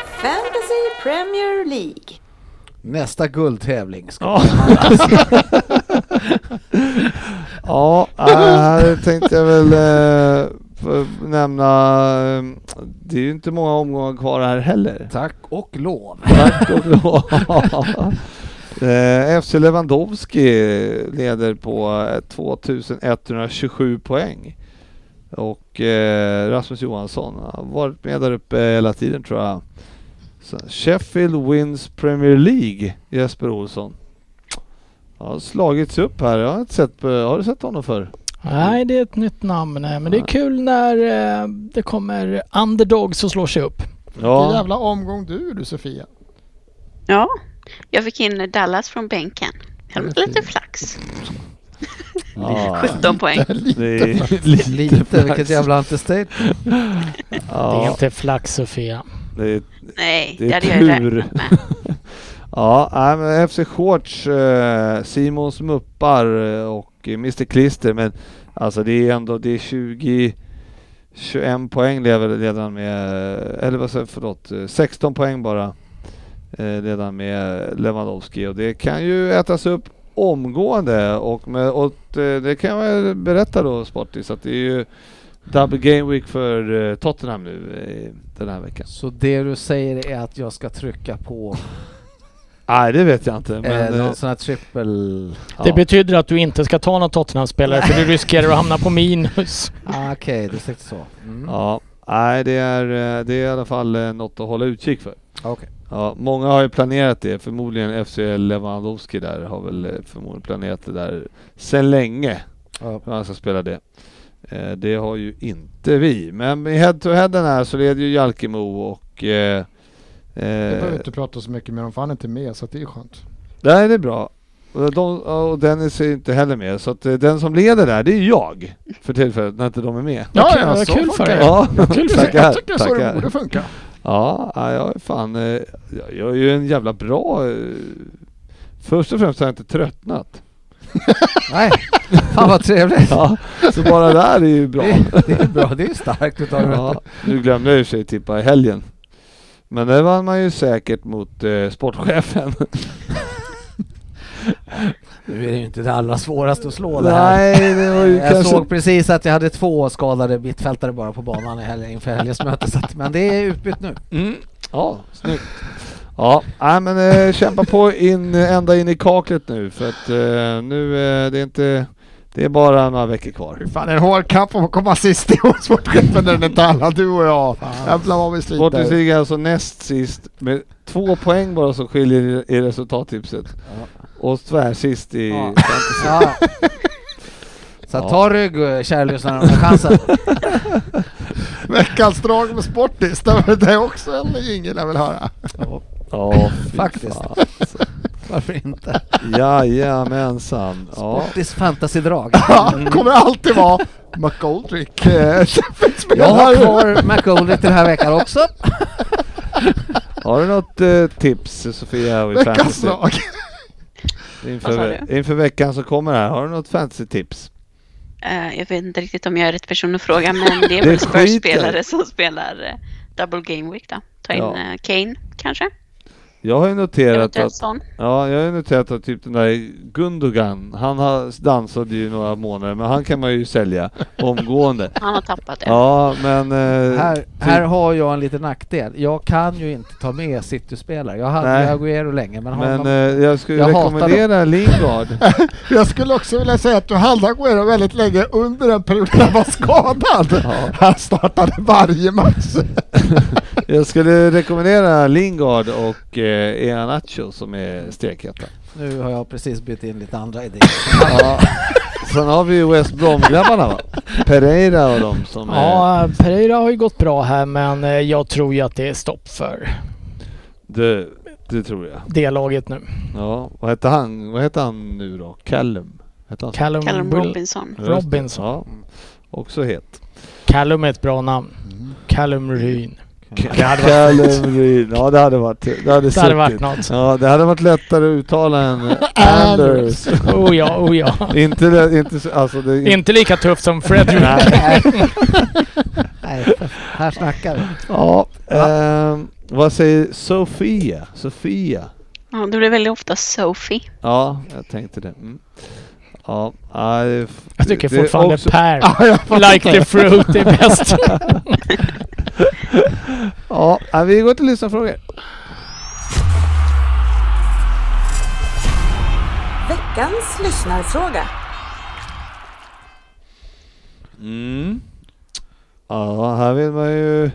[SPEAKER 6] Fantasy Premier League.
[SPEAKER 4] Nästa guldtävling. Ska
[SPEAKER 1] Ja, ja äh, här tänkte jag väl eh, få nämna. eh, Det är ju inte många omgångar kvar här heller.
[SPEAKER 4] Tack och lov.
[SPEAKER 1] Tack och lov. Eh, FC Lewandowski leder på eh, 2127 poäng. Och eh, Rasmus Johansson har varit med där uppe hela tiden tror jag. Så Sheffield wins Premier League, Jesper Olsson. Har slagits upp här. Jag har, inte sett, på- har du sett honom förr?
[SPEAKER 2] Nej, det är ett nytt namn. eh, Men det är
[SPEAKER 1] Ja.
[SPEAKER 2] kul när eh, det kommer underdogs och slår sig upp.
[SPEAKER 5] Vilken jävla omgång du du Sofia.
[SPEAKER 3] Ja, jag fick in Dallas från bänken. Jag
[SPEAKER 1] Mm.
[SPEAKER 3] hade lite flax.
[SPEAKER 1] ja.
[SPEAKER 3] 17 poäng.
[SPEAKER 1] Det är-
[SPEAKER 4] Lite, vilket jävla antistate.
[SPEAKER 2] Det är
[SPEAKER 1] ja,
[SPEAKER 2] inte flax Sofia.
[SPEAKER 1] det är
[SPEAKER 3] Nej, det,
[SPEAKER 1] Det är
[SPEAKER 3] hade jag
[SPEAKER 1] tur.
[SPEAKER 3] ju räknat med.
[SPEAKER 1] Ja, nej, men FC Shorts, eh, Simons Muppar eh, och Mr Klister, men alltså det är ändå, det är 20, 21 poäng lever redan med, eller vad säger jag, förlåt, eh, 16 poäng bara eh, redan med Lewandowski och det kan ju ätas upp omgående och, med, och eh, det kan jag väl berätta då Sportis att det är ju Double Game Week för eh, Tottenham nu eh, den här veckan.
[SPEAKER 4] Så det du säger är att jag ska trycka på
[SPEAKER 1] Nej, det vet jag inte.
[SPEAKER 4] eh,
[SPEAKER 1] Men, eh,
[SPEAKER 4] någon sån här trippel...
[SPEAKER 2] Det
[SPEAKER 1] ja.
[SPEAKER 2] betyder att du inte ska ta någon Tottenham-spelare för du riskerar att hamna på minus.
[SPEAKER 4] Ah, Okej, du tänkte så. Mm.
[SPEAKER 1] Ja, nej det är, eh, det är i alla fall eh, något att hålla utkik för.
[SPEAKER 4] Okej.
[SPEAKER 1] Ja, många har ju planerat det, förmodligen FC Lewandowski där har väl eh, förmodligen planerat det där sen länge,
[SPEAKER 4] Ja.
[SPEAKER 1] hur han ska spela det. Eh, Det har ju inte vi, men i head-to-headen här så leder ju Jalkemo och... Eh,
[SPEAKER 5] Vi
[SPEAKER 1] eh,
[SPEAKER 5] behöver inte prata så mycket med dem för han är inte med så att det är skönt.
[SPEAKER 1] nej, det är bra. Och, de, och Dennis är inte heller med, så att eh, den som leder där, det är jag för tillfället när inte de är med.
[SPEAKER 5] Ja,
[SPEAKER 2] Okej,
[SPEAKER 5] ja,
[SPEAKER 2] vad
[SPEAKER 5] så
[SPEAKER 2] kul
[SPEAKER 5] funkar
[SPEAKER 2] för dig.
[SPEAKER 5] det.
[SPEAKER 1] Ja,
[SPEAKER 2] Kul för dig.
[SPEAKER 1] tackar,
[SPEAKER 5] jag tycker så det
[SPEAKER 1] tackar.
[SPEAKER 5] borde funka.
[SPEAKER 1] Ja, ja, jag är fan... eh, Jag jag är ju en jävla bra... eh, Först och främst har jag inte tröttnat.
[SPEAKER 4] Nej, fan vad trevligt.
[SPEAKER 1] Ja, så bara där är ju bra.
[SPEAKER 4] Det, det är bra, det är starkt utav dig.
[SPEAKER 1] Ja, nu glömde jag i och för sig tippa i helgen. Men det vann man ju säkert mot eh, sportchefen.
[SPEAKER 4] Nu är det ju inte det allra svåraste att slå det här.
[SPEAKER 1] Nej, det var ju
[SPEAKER 4] jag
[SPEAKER 1] kanske...
[SPEAKER 4] såg precis att jag hade två skadade mittfältare bara på banan i helgen inför helgens möte, så att, men det är utbytt nu.
[SPEAKER 1] Mm. Ja, snyggt. Ja, nej, men eh, kämpa på in, ända in i kaklet nu för att eh, nu, eh, det är inte... Det är bara några veckor kvar.
[SPEAKER 5] Fy fan en hård kamp om att komma sist i Sportchefen när den inte alla du och jag. Jävlar vad vi
[SPEAKER 1] Sportis
[SPEAKER 5] sliter.
[SPEAKER 1] ligger alltså näst sist med två poäng bara som skiljer i- i resultattipset. Och tvärsist i
[SPEAKER 4] Ja.
[SPEAKER 1] fantasy.
[SPEAKER 4] Ja. Så
[SPEAKER 1] Ja.
[SPEAKER 4] ta rygg eh, kära lyssnare om ni har chansen.
[SPEAKER 5] Veckans drag med Sportis, det var det också en jingel jag vill höra.
[SPEAKER 1] Ja, fy
[SPEAKER 4] Faktiskt.
[SPEAKER 1] fan.
[SPEAKER 4] Varför inte?
[SPEAKER 1] Jajamensan. Ja.
[SPEAKER 4] Sportis fantasydrag.
[SPEAKER 5] Ja, kommer alltid vara McGoldrick. eh,
[SPEAKER 4] Mm. Jag har kvar McGoldrick den här veckan också.
[SPEAKER 1] Har du något eh, tips Sofia? i
[SPEAKER 5] Veckans
[SPEAKER 1] fantasy?
[SPEAKER 5] lag.
[SPEAKER 1] Inför,
[SPEAKER 3] Vad sa
[SPEAKER 1] inför veckan som kommer här, har du något fantasy-tips?
[SPEAKER 3] Eh, jag vet inte riktigt om jag är rätt person att fråga, men det är
[SPEAKER 1] Det
[SPEAKER 3] väl
[SPEAKER 1] skiter.
[SPEAKER 3] Spurs-spelare som spelar eh, Double Game Week då. Ta in
[SPEAKER 1] Ja.
[SPEAKER 3] eh, Kane kanske,
[SPEAKER 1] Jag har ju noterat
[SPEAKER 3] eventuellt
[SPEAKER 1] att,
[SPEAKER 3] sån.
[SPEAKER 1] ja, jag har ju noterat att typ den där Gundogan, han har dansade ju några månader men han kan man ju sälja omgående.
[SPEAKER 3] Han har tappat det.
[SPEAKER 1] Ja men... eh,
[SPEAKER 4] Här,
[SPEAKER 1] typ-
[SPEAKER 4] här har jag en liten nackdel. Jag kan ju inte ta med City-spelare. Jag hade
[SPEAKER 1] Nej.
[SPEAKER 4] ju Aguero länge, men,
[SPEAKER 1] men
[SPEAKER 4] honom,
[SPEAKER 1] eh, jag skulle
[SPEAKER 4] Jag hatar
[SPEAKER 1] rekommendera Lingard.
[SPEAKER 5] Jag skulle också vilja säga att du hade Aguero väldigt länge under en period när han var skadad. Han startade varje match.
[SPEAKER 1] jag skulle rekommendera Lingard och eh, Iheanacho som är stekheta.
[SPEAKER 4] nu har jag precis bytt in lite andra idéer.
[SPEAKER 1] Ja. Sen har vi ju West Brom-grabbarna va? Pereira och de som är
[SPEAKER 2] Ja, Pereira har ju gått bra här men eh, jag tror ju att det är stopp för
[SPEAKER 1] det, det tror jag.
[SPEAKER 2] det laget nu.
[SPEAKER 1] Ja, vad hette han, vad hette han nu då? Callum? Hette han så?
[SPEAKER 2] Callum,
[SPEAKER 3] Callum
[SPEAKER 2] Will-
[SPEAKER 3] Robinson.
[SPEAKER 1] Ja, just det.
[SPEAKER 2] Robinson.
[SPEAKER 1] Ja, också het.
[SPEAKER 2] Callum är ett bra namn.
[SPEAKER 4] Mm,
[SPEAKER 2] Callum Ryn.
[SPEAKER 1] Callum Ryn. Ja, det hade varit Det hade,
[SPEAKER 2] Det hade varit
[SPEAKER 1] suttit.
[SPEAKER 2] något.
[SPEAKER 1] Ja, det hade varit lättare att uttala än Anders.
[SPEAKER 2] Oh ja, oh ja.
[SPEAKER 1] inte det, inte så- alltså det...
[SPEAKER 2] Inte lika tufft som Fredrik.
[SPEAKER 4] Nej, för- här snackar vi.
[SPEAKER 1] Ja, ehm, vad säger Sofia? Sofia?
[SPEAKER 3] Ja, det blir väldigt ofta Sophie.
[SPEAKER 1] Ja, jag tänkte det. Mm. Ja, ja, det är f-
[SPEAKER 2] Jag tycker
[SPEAKER 1] det är
[SPEAKER 2] fortfarande
[SPEAKER 1] också-
[SPEAKER 2] Per.
[SPEAKER 5] Ja, jag fattar
[SPEAKER 2] Like the
[SPEAKER 5] inte.
[SPEAKER 2] fruit är bäst.
[SPEAKER 1] Ja, ja, vi går till lyssnarfrågor.
[SPEAKER 6] Veckans lyssnarfråga.
[SPEAKER 1] Mm. Ja, här vill man ju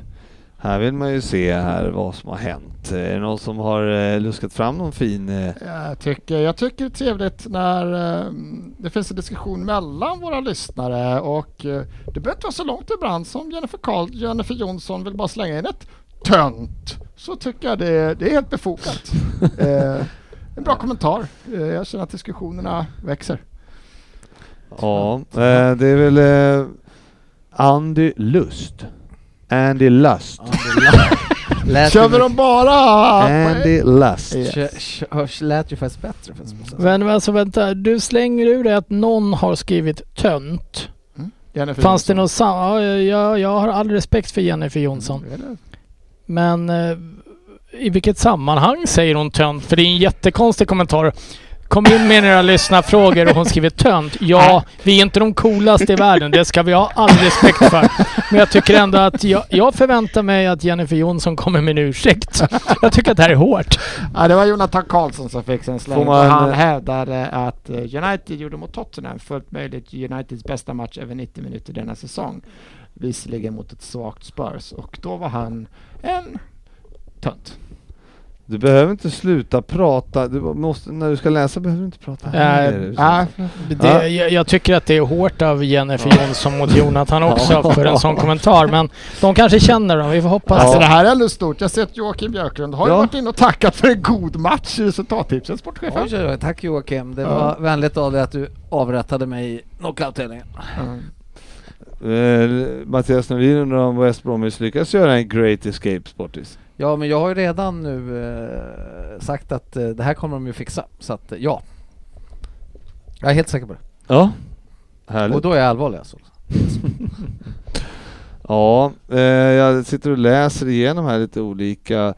[SPEAKER 1] här vill man ju se här vad som har hänt. Är det någon som har eh, luskat fram någon fin... Eh,
[SPEAKER 5] Jag tycker, jag tycker det är trevligt när eh, det finns en diskussion mellan våra lyssnare och eh, det behöver inte vara så långt ibland som Jennifer, Karl, Jennifer Jonsson vill bara slänga in ett tönt. Så tycker jag det, det är helt befogat. eh, en bra kommentar. Eh, jag känner att diskussionerna växer.
[SPEAKER 1] ja, eh, det är väl eh, Andy Lust. Andy Lust. Äh,
[SPEAKER 4] Lät
[SPEAKER 5] Kör vi
[SPEAKER 4] ju-
[SPEAKER 5] dem bara?
[SPEAKER 1] Andy Lust.
[SPEAKER 5] Ja.
[SPEAKER 4] kö- kö- hörs- Lät ju faktiskt bättre. För
[SPEAKER 2] Men alltså vänta, du slänger ur dig att någon har skrivit tönt.
[SPEAKER 5] Jennifer
[SPEAKER 2] Fanns det
[SPEAKER 5] Jonsson.
[SPEAKER 2] någon sam... Ja, jag, jag har all respekt för Jennifer Jonsson.
[SPEAKER 5] Är det-
[SPEAKER 2] Men eh, i vilket sammanhang säger hon tönt? För det är en jättekonstig kommentar. Kom in med era lyssnarfrågor och hon skriver tönt. Ja, vi är inte de coolaste i världen. Det ska vi ha all respekt för. Men jag tycker ändå att jag, jag förväntar mig att Jennifer Jonsson kommer med en ursäkt. Jag tycker att det här är hårt.
[SPEAKER 5] Ja, det var Jonathan Karlsson som fick sin släng.
[SPEAKER 1] Får man-
[SPEAKER 5] och Han hävdade att eh, United gjorde mot Tottenham fullt möjligt Uniteds bästa match över 90 minuter denna säsong. Visserligen mot ett svagt Spurs och då var han en tönt.
[SPEAKER 1] Du behöver inte sluta prata. Du måste, när du ska läsa behöver du inte prata.
[SPEAKER 2] Eh, Nej.
[SPEAKER 1] Det är det som-
[SPEAKER 5] Ja,
[SPEAKER 2] Det, jag, jag tycker att det är hårt av Jennifer Jonsson mot Jonathan också för en sån kommentar. Men de kanske känner dem. Vi får hoppas.
[SPEAKER 5] Alltså det här är ändå stort. Jag ser att Joakim Björklund har ju
[SPEAKER 1] Ja.
[SPEAKER 5] varit inne och tackat för en god match i resultattipsen, sportchefen.
[SPEAKER 4] Oj, oj, oj, tack Joakim, det
[SPEAKER 5] Ja.
[SPEAKER 4] var vänligt av dig att du avrättade mig i knockout-tävlingen.
[SPEAKER 5] Mm.
[SPEAKER 1] Eh, Mattias Norlin undrar om West Bromwich lyckas göra en Great Escape Sportis.
[SPEAKER 4] Ja men jag har ju redan nu eh, sagt att eh, det här kommer de ju fixa, så att eh, ja. Jag är helt säker på det.
[SPEAKER 1] Ja. Härligt.
[SPEAKER 4] Och då är jag allvarlig alltså.
[SPEAKER 1] Ja, eh, jag sitter och läser igenom här lite olika.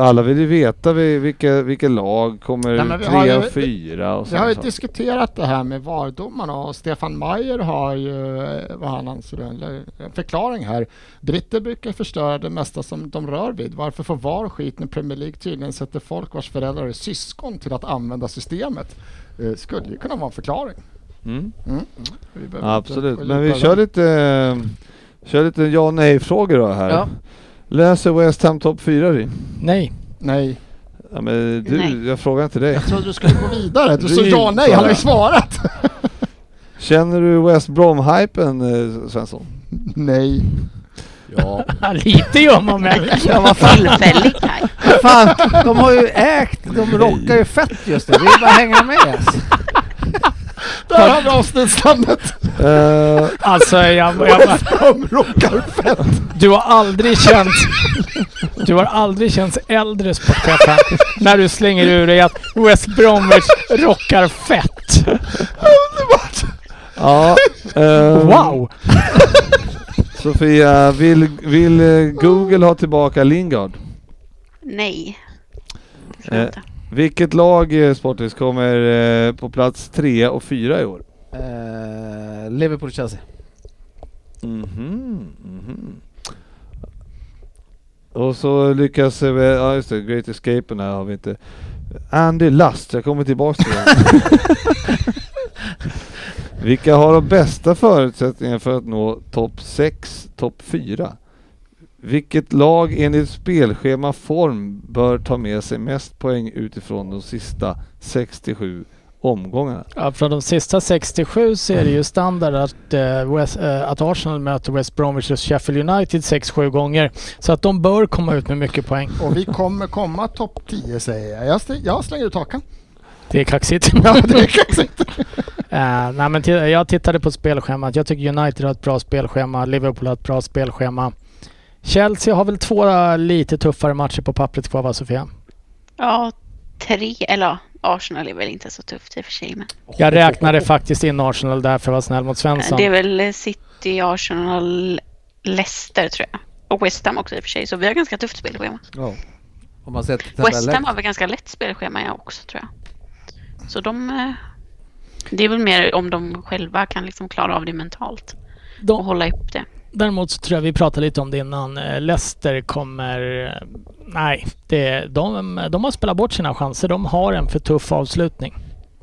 [SPEAKER 1] Alla vill ju veta vi- vilka, vilka lag
[SPEAKER 5] Nej, men
[SPEAKER 1] kommer
[SPEAKER 5] vi har
[SPEAKER 1] tre
[SPEAKER 5] ju-
[SPEAKER 1] och fyra och
[SPEAKER 5] Vi har
[SPEAKER 1] sådana
[SPEAKER 5] ju
[SPEAKER 1] saker.
[SPEAKER 5] diskuterat det här med VAR-domarna och Stefan Mayer har ju eh, vad han anser en en förklaring här. Britter brukar förstöra det mesta som de rör vid. Varför får VAR skit när Premier League tydligen sätter folk vars föräldrar är syskon till att använda systemet? Eh, Skulle ju kunna vara en förklaring.
[SPEAKER 1] Mm.
[SPEAKER 5] Vi behöver inte
[SPEAKER 1] Absolut,
[SPEAKER 5] gå
[SPEAKER 1] men vi
[SPEAKER 5] djupare.
[SPEAKER 1] kör lite, eh, kör lite ja och nej-frågor då här.
[SPEAKER 4] Ja.
[SPEAKER 1] Läser West Ham topp 4 Rin?
[SPEAKER 2] Nej.
[SPEAKER 5] Nej,
[SPEAKER 1] Ja, men du,
[SPEAKER 3] Nej.
[SPEAKER 1] jag frågar inte dig.
[SPEAKER 5] jag trodde du skulle gå vidare. Du sa
[SPEAKER 1] Vi-
[SPEAKER 5] ja, nej, han har ju svarat.
[SPEAKER 1] Känner du West Brom-hypen eh, Svensson?
[SPEAKER 5] nej.
[SPEAKER 1] Ja.
[SPEAKER 2] Lite gör man väl.
[SPEAKER 4] Ja vad
[SPEAKER 3] Tillfällig här.
[SPEAKER 4] fan, de har ju ägt, de rockar ju fett just nu, det är bara att hänga med alltså.
[SPEAKER 5] Där har vi avsnittsnamnet!
[SPEAKER 1] Eh,
[SPEAKER 2] Alltså jag, jag,
[SPEAKER 5] West Brom rockar fett!
[SPEAKER 2] du har aldrig känt... Du har aldrig känt äldre sportchefen när du slänger ur dig att West Bromwich rockar fett.
[SPEAKER 1] ja, ehm,
[SPEAKER 2] Wow!
[SPEAKER 1] Sofia, vill, vill eh, Google ha tillbaka Lingard?
[SPEAKER 3] Nej. Det tror
[SPEAKER 1] Eh.
[SPEAKER 3] jag inte.
[SPEAKER 1] Vilket lag, eh, Sportis, kommer eh, på plats tre och fyra i år?
[SPEAKER 4] Eh, Liverpool-Chelsea.
[SPEAKER 1] Mhm, mhm. Och så lyckas, eh, ja just det, Great Escapen här har vi inte. Andy Last, jag kommer tillbaks till honom. Vilka har de bästa förutsättningarna för att nå topp 6, topp 4? Vilket lag enligt spelschema form bör ta med sig mest poäng utifrån de sista 67 omgångarna?
[SPEAKER 2] Ja, från de sista 67 så är det ju standard att, eh, West, eh, att Arsenal möter West Bromwich och Sheffield United 6-7 gånger. Så att de bör komma ut med mycket poäng.
[SPEAKER 5] Och vi kommer komma topp 10 säger jag. Jag, st- jag slänger ut hakan.
[SPEAKER 2] Det är kaxigt.
[SPEAKER 5] Ja, det är kaxigt.
[SPEAKER 2] Eh, nej, men t- jag tittade på spelschemat. Jag tycker United har ett bra spelschema. Liverpool har ett bra spelschema. Chelsea har väl två eh, lite tuffare matcher på pappret kvar va Sofia?
[SPEAKER 3] Ja, tre. Eller ja, Arsenal är väl inte så tufft i och för sig. Men eh,
[SPEAKER 2] Jag räknade faktiskt in Arsenal där för att vara snäll mot Svensson.
[SPEAKER 3] det är väl City, Arsenal, Leicester tror jag. Och West Ham också i och för sig. Så vi har ganska tufft spelschema.
[SPEAKER 4] Ja. Om man ser till
[SPEAKER 3] West
[SPEAKER 4] tabellen.
[SPEAKER 3] Ham har väl ganska lätt spelschema jag också tror jag. Så de... eh, Det är väl mer om de själva kan liksom klara av det mentalt
[SPEAKER 2] De-
[SPEAKER 3] och hålla upp det.
[SPEAKER 2] Däremot så tror jag vi pratade lite om det innan. Eh, Leicester kommer... eh, Nej, det, de, de har spelat bort sina chanser. De har en för tuff avslutning.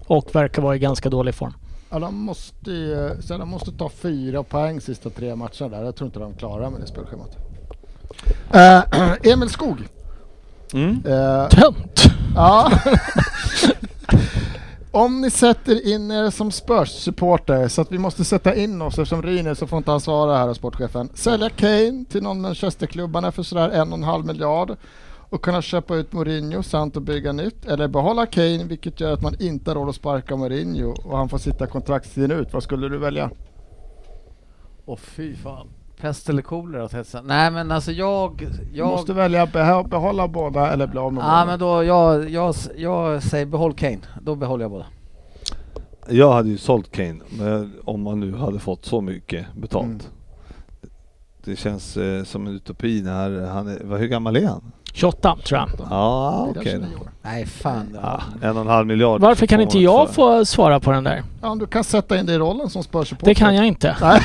[SPEAKER 2] Och verkar vara i ganska dålig form.
[SPEAKER 5] Ja, de, måste, ju- så de måste ta fyra poäng sista tre matcherna där. Jag tror inte de klarar med det spelschemat. Eh, Emil Skog.
[SPEAKER 1] Mm.
[SPEAKER 5] Eh,
[SPEAKER 2] Tönt!
[SPEAKER 5] Ja. Om ni sätter in er som Spurs-supporter, så att vi måste sätta in oss eftersom Ryn är så får inte han svara här, sportchefen. Sälja Kane till någon av Manchesterklubbarna för sådär en och en halv miljard och kunna köpa ut Mourinho samt och bygga nytt. Eller behålla Kane, vilket gör att man inte har råd att sparka Mourinho och han får sitta kontraktstiden ut. Vad skulle du välja?
[SPEAKER 4] Åh fy fan. Pest eller kolera att hetsa. Nej men alltså jag...
[SPEAKER 5] Du
[SPEAKER 4] jag...
[SPEAKER 5] måste välja behå- behålla båda eller bli av med
[SPEAKER 4] Ja
[SPEAKER 5] båda.
[SPEAKER 4] men då, jag, jag, jag säger behåll Kane. Då behåller jag båda.
[SPEAKER 1] Jag hade ju sålt Kane men om man nu hade fått så mycket betalt.
[SPEAKER 5] Mm.
[SPEAKER 1] Det känns eh, som en utopi när han är, vad, hur gammal är han?
[SPEAKER 2] 28 tror jag. Ah,
[SPEAKER 1] Ja
[SPEAKER 5] Det är
[SPEAKER 1] okej.
[SPEAKER 5] kanske ni gör.
[SPEAKER 4] Nej fan.
[SPEAKER 1] Ja, en och en halv miljard.
[SPEAKER 2] Varför kan inte
[SPEAKER 1] Får man
[SPEAKER 2] jag
[SPEAKER 1] för-
[SPEAKER 2] få svara på den där?
[SPEAKER 5] Ja, du kan sätta in dig i rollen som Spurs-supporter.
[SPEAKER 2] Det kan jag inte.
[SPEAKER 5] Nej.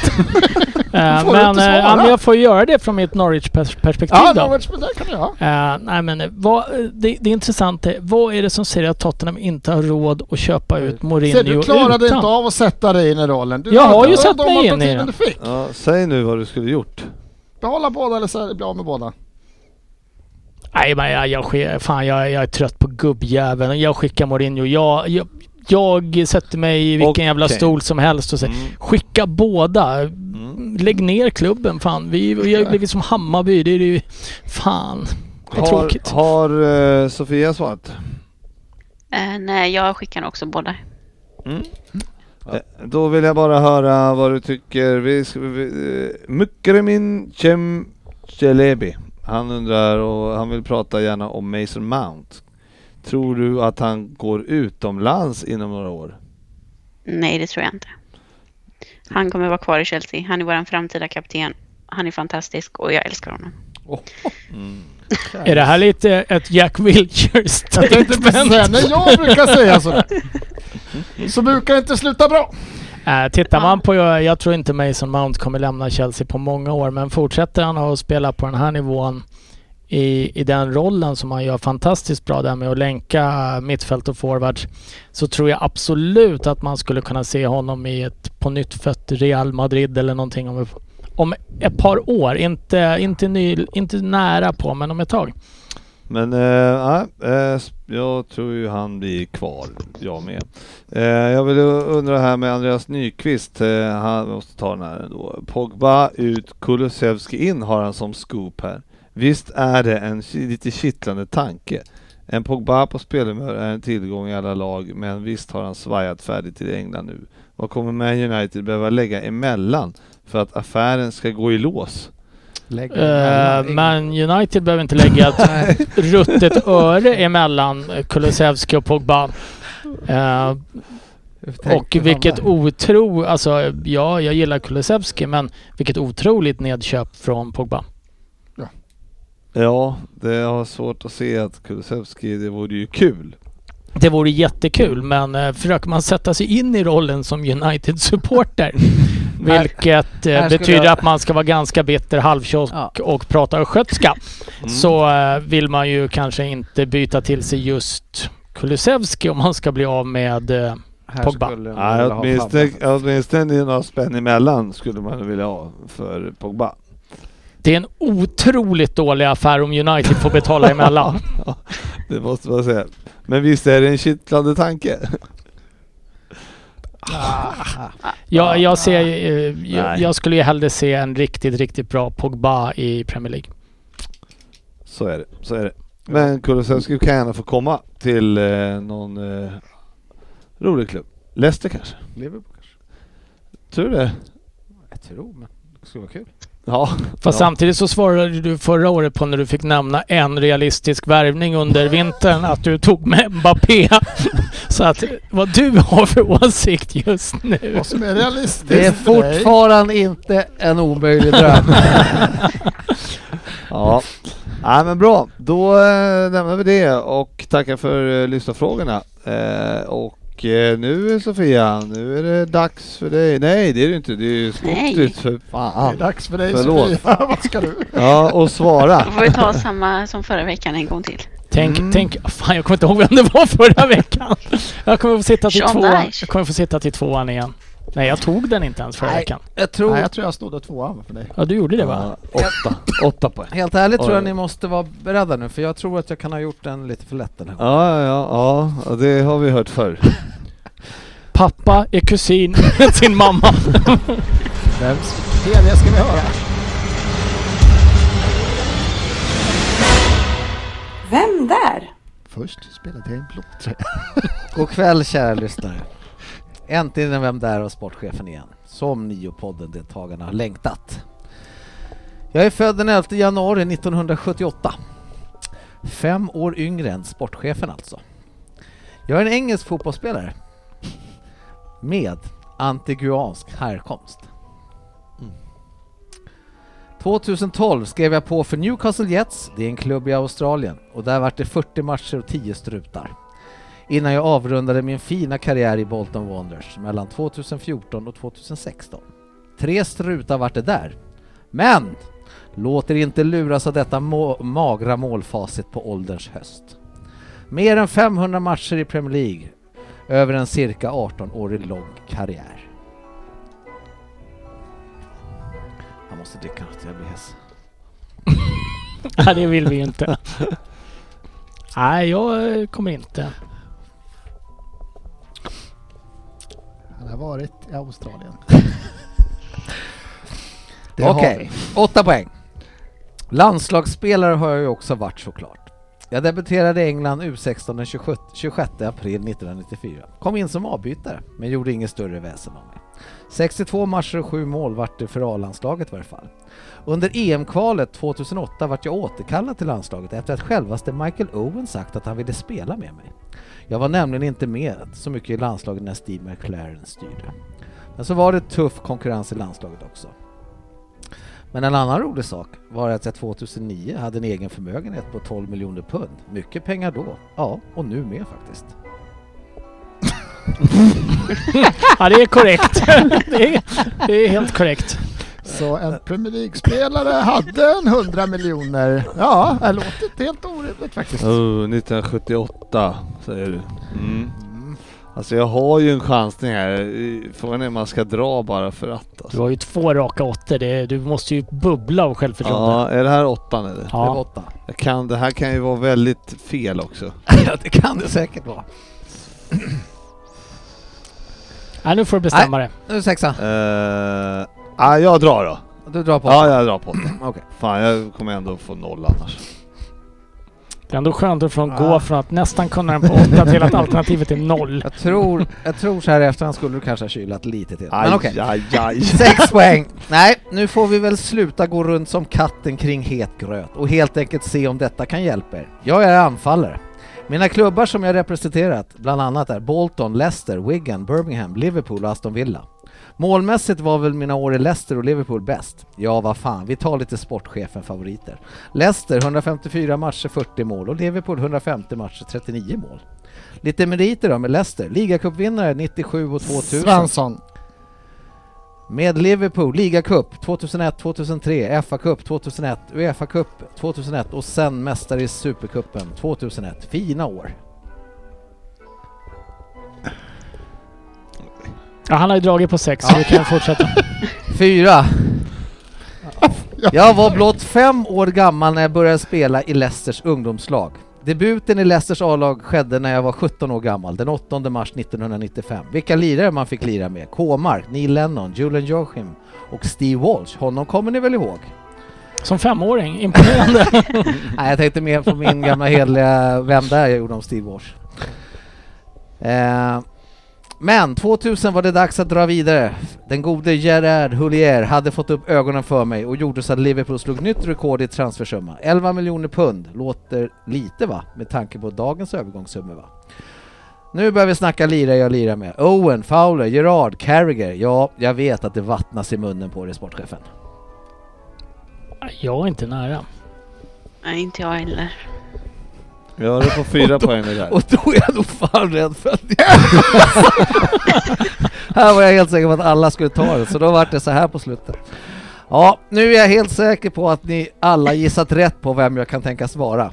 [SPEAKER 2] Eh,
[SPEAKER 5] får du
[SPEAKER 2] men,
[SPEAKER 5] inte
[SPEAKER 2] eh,
[SPEAKER 5] svara.
[SPEAKER 2] ja, men jag får göra det från mitt Norwich-perspektiv
[SPEAKER 5] Ja,
[SPEAKER 2] då.
[SPEAKER 5] Norwich, men det kan jag.
[SPEAKER 2] Eh, nej men eh, vad, eh, det, det intressanta är, vad är det som säger att Tottenham inte har råd att köpa ut Mourinho
[SPEAKER 5] Mm. Se, du klarade
[SPEAKER 2] utan?
[SPEAKER 5] inte av att sätta dig in i rollen. Du
[SPEAKER 2] Jag
[SPEAKER 5] hade
[SPEAKER 2] har ju
[SPEAKER 5] de
[SPEAKER 2] satt mig in i
[SPEAKER 5] alternativen
[SPEAKER 2] den.
[SPEAKER 5] Du fick.
[SPEAKER 1] Ja, säg nu vad du skulle gjort.
[SPEAKER 5] Behålla båda eller så- bli av med båda.
[SPEAKER 2] Nej men jag, jag, sk- fan, jag, jag är trött på gubbjäveln. Jag skickar Mourinho. Jag, jag, jag sätter mig i vilken
[SPEAKER 1] Okej.
[SPEAKER 2] jävla stol som helst och säger
[SPEAKER 1] Mm.
[SPEAKER 2] skicka båda. Lägg ner klubben fan. Vi, vi har ju blivit som Hammarby. Det är ju... Fan. Det är tråkigt.
[SPEAKER 1] Har, har eh, Sofia svarat?
[SPEAKER 3] Eh, nej, jag skickar nog också båda.
[SPEAKER 1] Eh, Då vill jag bara höra vad du tycker. Vi ska, vi, eh, Mukremin Cem Celebi. Han undrar och han vill prata gärna om Mason Mount. Tror du att han går utomlands inom några år?
[SPEAKER 3] Nej, det tror jag inte. Han kommer vara kvar i Chelsea. Han är vår framtida kapten. Han är fantastisk och jag älskar honom.
[SPEAKER 2] Är det här lite ett Jack Wilshire
[SPEAKER 5] Jag tänkte precis säga,
[SPEAKER 2] statement?
[SPEAKER 5] när jag brukar säga sådär.
[SPEAKER 2] Mm.
[SPEAKER 5] Så brukar det inte sluta bra.
[SPEAKER 2] Äh, tittar man på, jag, jag tror inte Mason Mount kommer lämna Chelsea på många år, men fortsätter han att spela på den här nivån i, i den rollen som han gör fantastiskt bra där med att länka eh, mittfält och forwards så tror jag absolut att man skulle kunna se honom i ett på nytt fött Real Madrid eller någonting om, om ett par år. Inte, inte, ny, inte nära på, men om ett tag.
[SPEAKER 1] Men eh, nej, eh, s- jag tror ju han blir kvar, jag med. Eh, jag vill undra här med Andreas Nyqvist, eh, han måste ta den här ändå. Pogba ut, Kulusevski in har han som scoop här. Visst är det en ki- lite kittlande tanke. En Pogba på spelhumör är en tillgång i alla lag, men visst har han svajat färdigt till England nu. Vad kommer Man United behöva lägga emellan för att affären ska gå i lås?
[SPEAKER 4] Lägg
[SPEAKER 2] Eh, men United behöver inte lägga ett ruttet öre emellan Kulusevski och Pogba. Eh, och vilket otro... Alltså, ja, jag gillar Kulusevski, men vilket otroligt nedköp från Pogba.
[SPEAKER 1] Ja, det har svårt att se att Kulusevski, det vore ju kul.
[SPEAKER 2] Det vore jättekul, men eh, försöker man sätta sig in i rollen som United-supporter, vilket eh,
[SPEAKER 4] här skulle
[SPEAKER 2] betyder
[SPEAKER 4] jag-
[SPEAKER 2] att man ska vara ganska bitter, halvtjock
[SPEAKER 4] Ja.
[SPEAKER 2] och prata östgötska,
[SPEAKER 1] Mm.
[SPEAKER 2] så eh, vill man ju kanske inte byta till sig just Kulusevski om man ska bli av med... Eh, Pogba.
[SPEAKER 1] Nej, åtminstone, åtminstone några spänn emellan skulle man vilja ha för Pogba.
[SPEAKER 2] det är en otroligt dålig affär om United får betala emellan.
[SPEAKER 1] Ja, det måste man säga. Men visst är det en kittlande tanke?
[SPEAKER 2] Jag, jag, ser, eh, jag,
[SPEAKER 1] Ah, Nej.
[SPEAKER 2] jag skulle ju hellre se en riktigt, riktigt bra Pogba i Premier League.
[SPEAKER 1] Så är det. Så är det. Men Kulusevski kan gärna få komma till eh, någon eh, rolig klubb. Leicester kanske?
[SPEAKER 4] Liverpool kanske?
[SPEAKER 1] Tror du det?
[SPEAKER 4] Jag tror, men det skulle vara kul.
[SPEAKER 1] Ja.
[SPEAKER 2] Fast
[SPEAKER 1] ja.
[SPEAKER 2] samtidigt så svarade du förra året på när du fick nämna en realistisk värvning under vintern att du tog med Mbappé. Så att vad du har för åsikt just nu.
[SPEAKER 5] Vad som är realistiskt
[SPEAKER 4] Det är
[SPEAKER 5] för dig.
[SPEAKER 4] fortfarande inte en omöjlig dröm.
[SPEAKER 1] Ja. Nej men bra. Då eh, lämnar vi det och tackar för eh, lyssnarfrågorna. Eh, och eh, nu Sofia, nu är det dags för dig. Nej det är det inte. Det är ju
[SPEAKER 3] Nej.
[SPEAKER 1] sportigt för
[SPEAKER 5] Det är
[SPEAKER 1] fan.
[SPEAKER 5] dags för dig
[SPEAKER 1] Förlåt.
[SPEAKER 5] Sofia. Vad ska du?
[SPEAKER 1] Ja och
[SPEAKER 4] Ah.
[SPEAKER 1] svara.
[SPEAKER 3] Då får vi ta samma som förra veckan en gång till.
[SPEAKER 2] Tänk, tänk, fan jag kommer inte ihåg vem det var förra veckan. Jag kommer få sitta till
[SPEAKER 3] Sean
[SPEAKER 2] tvåan.
[SPEAKER 3] Dyche.
[SPEAKER 2] Jag kommer få sitta till tvåan igen. Nej jag tog den inte ens förra
[SPEAKER 4] Nej.
[SPEAKER 2] veckan.
[SPEAKER 4] Jag tror,
[SPEAKER 5] Nej, jag tror jag snodde tvåan för dig.
[SPEAKER 2] Ja du gjorde det va?
[SPEAKER 1] Ja, åtta. Åtta poäng.
[SPEAKER 4] helt ärligt tror
[SPEAKER 1] Oj.
[SPEAKER 4] jag ni måste vara beredda nu, för jag tror att jag kan ha gjort den lite för lätt den här gången.
[SPEAKER 1] Ja, ja, ja, ja, det har vi hört förr.
[SPEAKER 2] Pappa är kusin med sin mamma.
[SPEAKER 4] Vems?
[SPEAKER 5] Tv ska vi höra.
[SPEAKER 6] Vem där?
[SPEAKER 5] Först spelade jag en plåtträ.
[SPEAKER 4] God kväll kära lyssnare. Äntligen är Vem där och sportchefen igen, som Nio-podden-deltagarna har längtat. Jag är född den 11 januari 1978. Fem år yngre än sportchefen alltså. Jag är en engelsk fotbollsspelare med antiguansk härkomst. 2012 skrev jag på för Newcastle Jets, det är en klubb i Australien, och där vart det 40 matcher och 10 strutar innan jag avrundade min fina karriär i Bolton Wanderers mellan 2014 och 2016. Tre strutar vart det där. Men! Låt er inte luras av detta må- magra målfacit på ålderns höst. Mer än 500 matcher i Premier League över en cirka 18-årig lång karriär. Jag måste dricka något, jag blir hes.
[SPEAKER 2] Nej det vill vi ju inte. Nej jag eh, kommer inte.
[SPEAKER 5] Han har varit i Australien.
[SPEAKER 4] Det Okej, åtta poäng. Landslagsspelare har jag ju också varit såklart. Jag debuterade i England U16 den 27 26 april 1994. Kom in som avbytare, men gjorde inget större väsen av mig. 62 matcher och 7 mål vart det för A-landslaget i varje fall. Under EM-kvalet 2008 vart jag återkallad till landslaget efter att självaste Michael Owen sagt att han ville spela med mig. Jag var nämligen inte med så mycket i landslaget när Steve McLaren styrde. Men så var det tuff konkurrens i landslaget också. Men en annan rolig sak var att jag 2009 hade en egen förmögenhet på 12 miljoner pund. Mycket pengar då. Ja, och nu med faktiskt.
[SPEAKER 2] Ja det är korrekt. Det är, det är helt korrekt.
[SPEAKER 5] Så en Premier League-spelare hade en 100 miljoner. Ja, det låter inte helt orimligt faktiskt.
[SPEAKER 1] Oh, 1978 säger du. Mm. Alltså jag har ju en chansning här. I- Frågan är om man ska dra bara för att.
[SPEAKER 2] Du
[SPEAKER 1] Alltså.
[SPEAKER 2] har ju två raka åttor. Det är- Du måste ju bubbla av självförtroende.
[SPEAKER 1] Ja, är det här åttan eller?
[SPEAKER 4] Det var
[SPEAKER 2] Ja.
[SPEAKER 4] åtta.
[SPEAKER 1] Jag kan, det här kan ju vara väldigt fel också.
[SPEAKER 4] Ja, det kan det säkert vara.
[SPEAKER 2] Nej, nu får du bestämma dig.
[SPEAKER 4] Nu sexan.
[SPEAKER 1] Uh, ah, jag drar då.
[SPEAKER 4] Du drar på.
[SPEAKER 1] Ja, jag drar på det.
[SPEAKER 4] Okej.
[SPEAKER 1] Fan, jag kommer ändå få noll annars.
[SPEAKER 2] Det är ändå skönt att från
[SPEAKER 4] Ja.
[SPEAKER 2] gå från att nästan kunna den på 8 till att alternativet är 0.
[SPEAKER 4] Jag tror, jag tror så här i efterhand skulle du kanske ha kylat lite till. Men okej.
[SPEAKER 1] aj, aj.
[SPEAKER 4] Sex poäng! Nej, nu får vi väl sluta gå runt som katten kring het gröt och helt enkelt se om detta kan hjälpa er. Jag är anfallare. Mina klubbar som jag representerat, bland annat är Bolton, Leicester, Wigan, Birmingham, Liverpool och Aston Villa. Målmässigt var väl mina år i Leicester och Liverpool bäst. Ja, vad fan, vi tar lite sportchefen-favoriter. Leicester 154 matcher 40 mål och Liverpool 150 matcher 39 mål. Lite meriter då med Leicester, ligacupvinnare 97 och 2000.
[SPEAKER 5] Svensson.
[SPEAKER 4] Med Liverpool, ligacup 2001, 2003, FA-cup 2001, Uefa-cup 2001 och sen mästare i Supercupen 2001. Fina år.
[SPEAKER 2] Ja, han har ju dragit på 6 så vi kan fortsätta.
[SPEAKER 4] Fyra. Jag var blott fem år gammal när jag började spela i Leicesters ungdomslag. Debuten i Leicesters A-lag skedde när jag var 17 år gammal, den 8 mars 1995. Vilka lirare man fick lira med? K-Mark, Neil Lennon, Julian Joachim och Steve Walsh. Honom kommer ni väl ihåg?
[SPEAKER 2] Som femåring, imponerande.
[SPEAKER 4] Nej, jag tänkte mer på min gamla heliga Vem där jag gjorde om Steve Walsh. Eh, men 2000 var det dags att dra vidare. Den gode Gerard Houllier hade fått upp ögonen för mig och gjorde så att Liverpool slog nytt rekord i transfersumma. 11 miljoner pund, låter lite va? Med tanke på dagens övergångssummor va? Nu börjar vi snacka lirare jag lirar med. Owen, Fowler, Gerard, Carragher. Ja, jag vet att det vattnas i munnen på dig sportchefen.
[SPEAKER 2] Jag är inte nära.
[SPEAKER 3] Nej, inte jag heller.
[SPEAKER 1] Jag har det på fyra poäng det där.
[SPEAKER 4] Och då är jag nog fan rädd för att ni Här var jag helt säker på att alla skulle ta det, så då vart det så här på slutet. Ja, nu är jag helt säker på att ni alla gissat rätt på vem jag kan tänkas vara.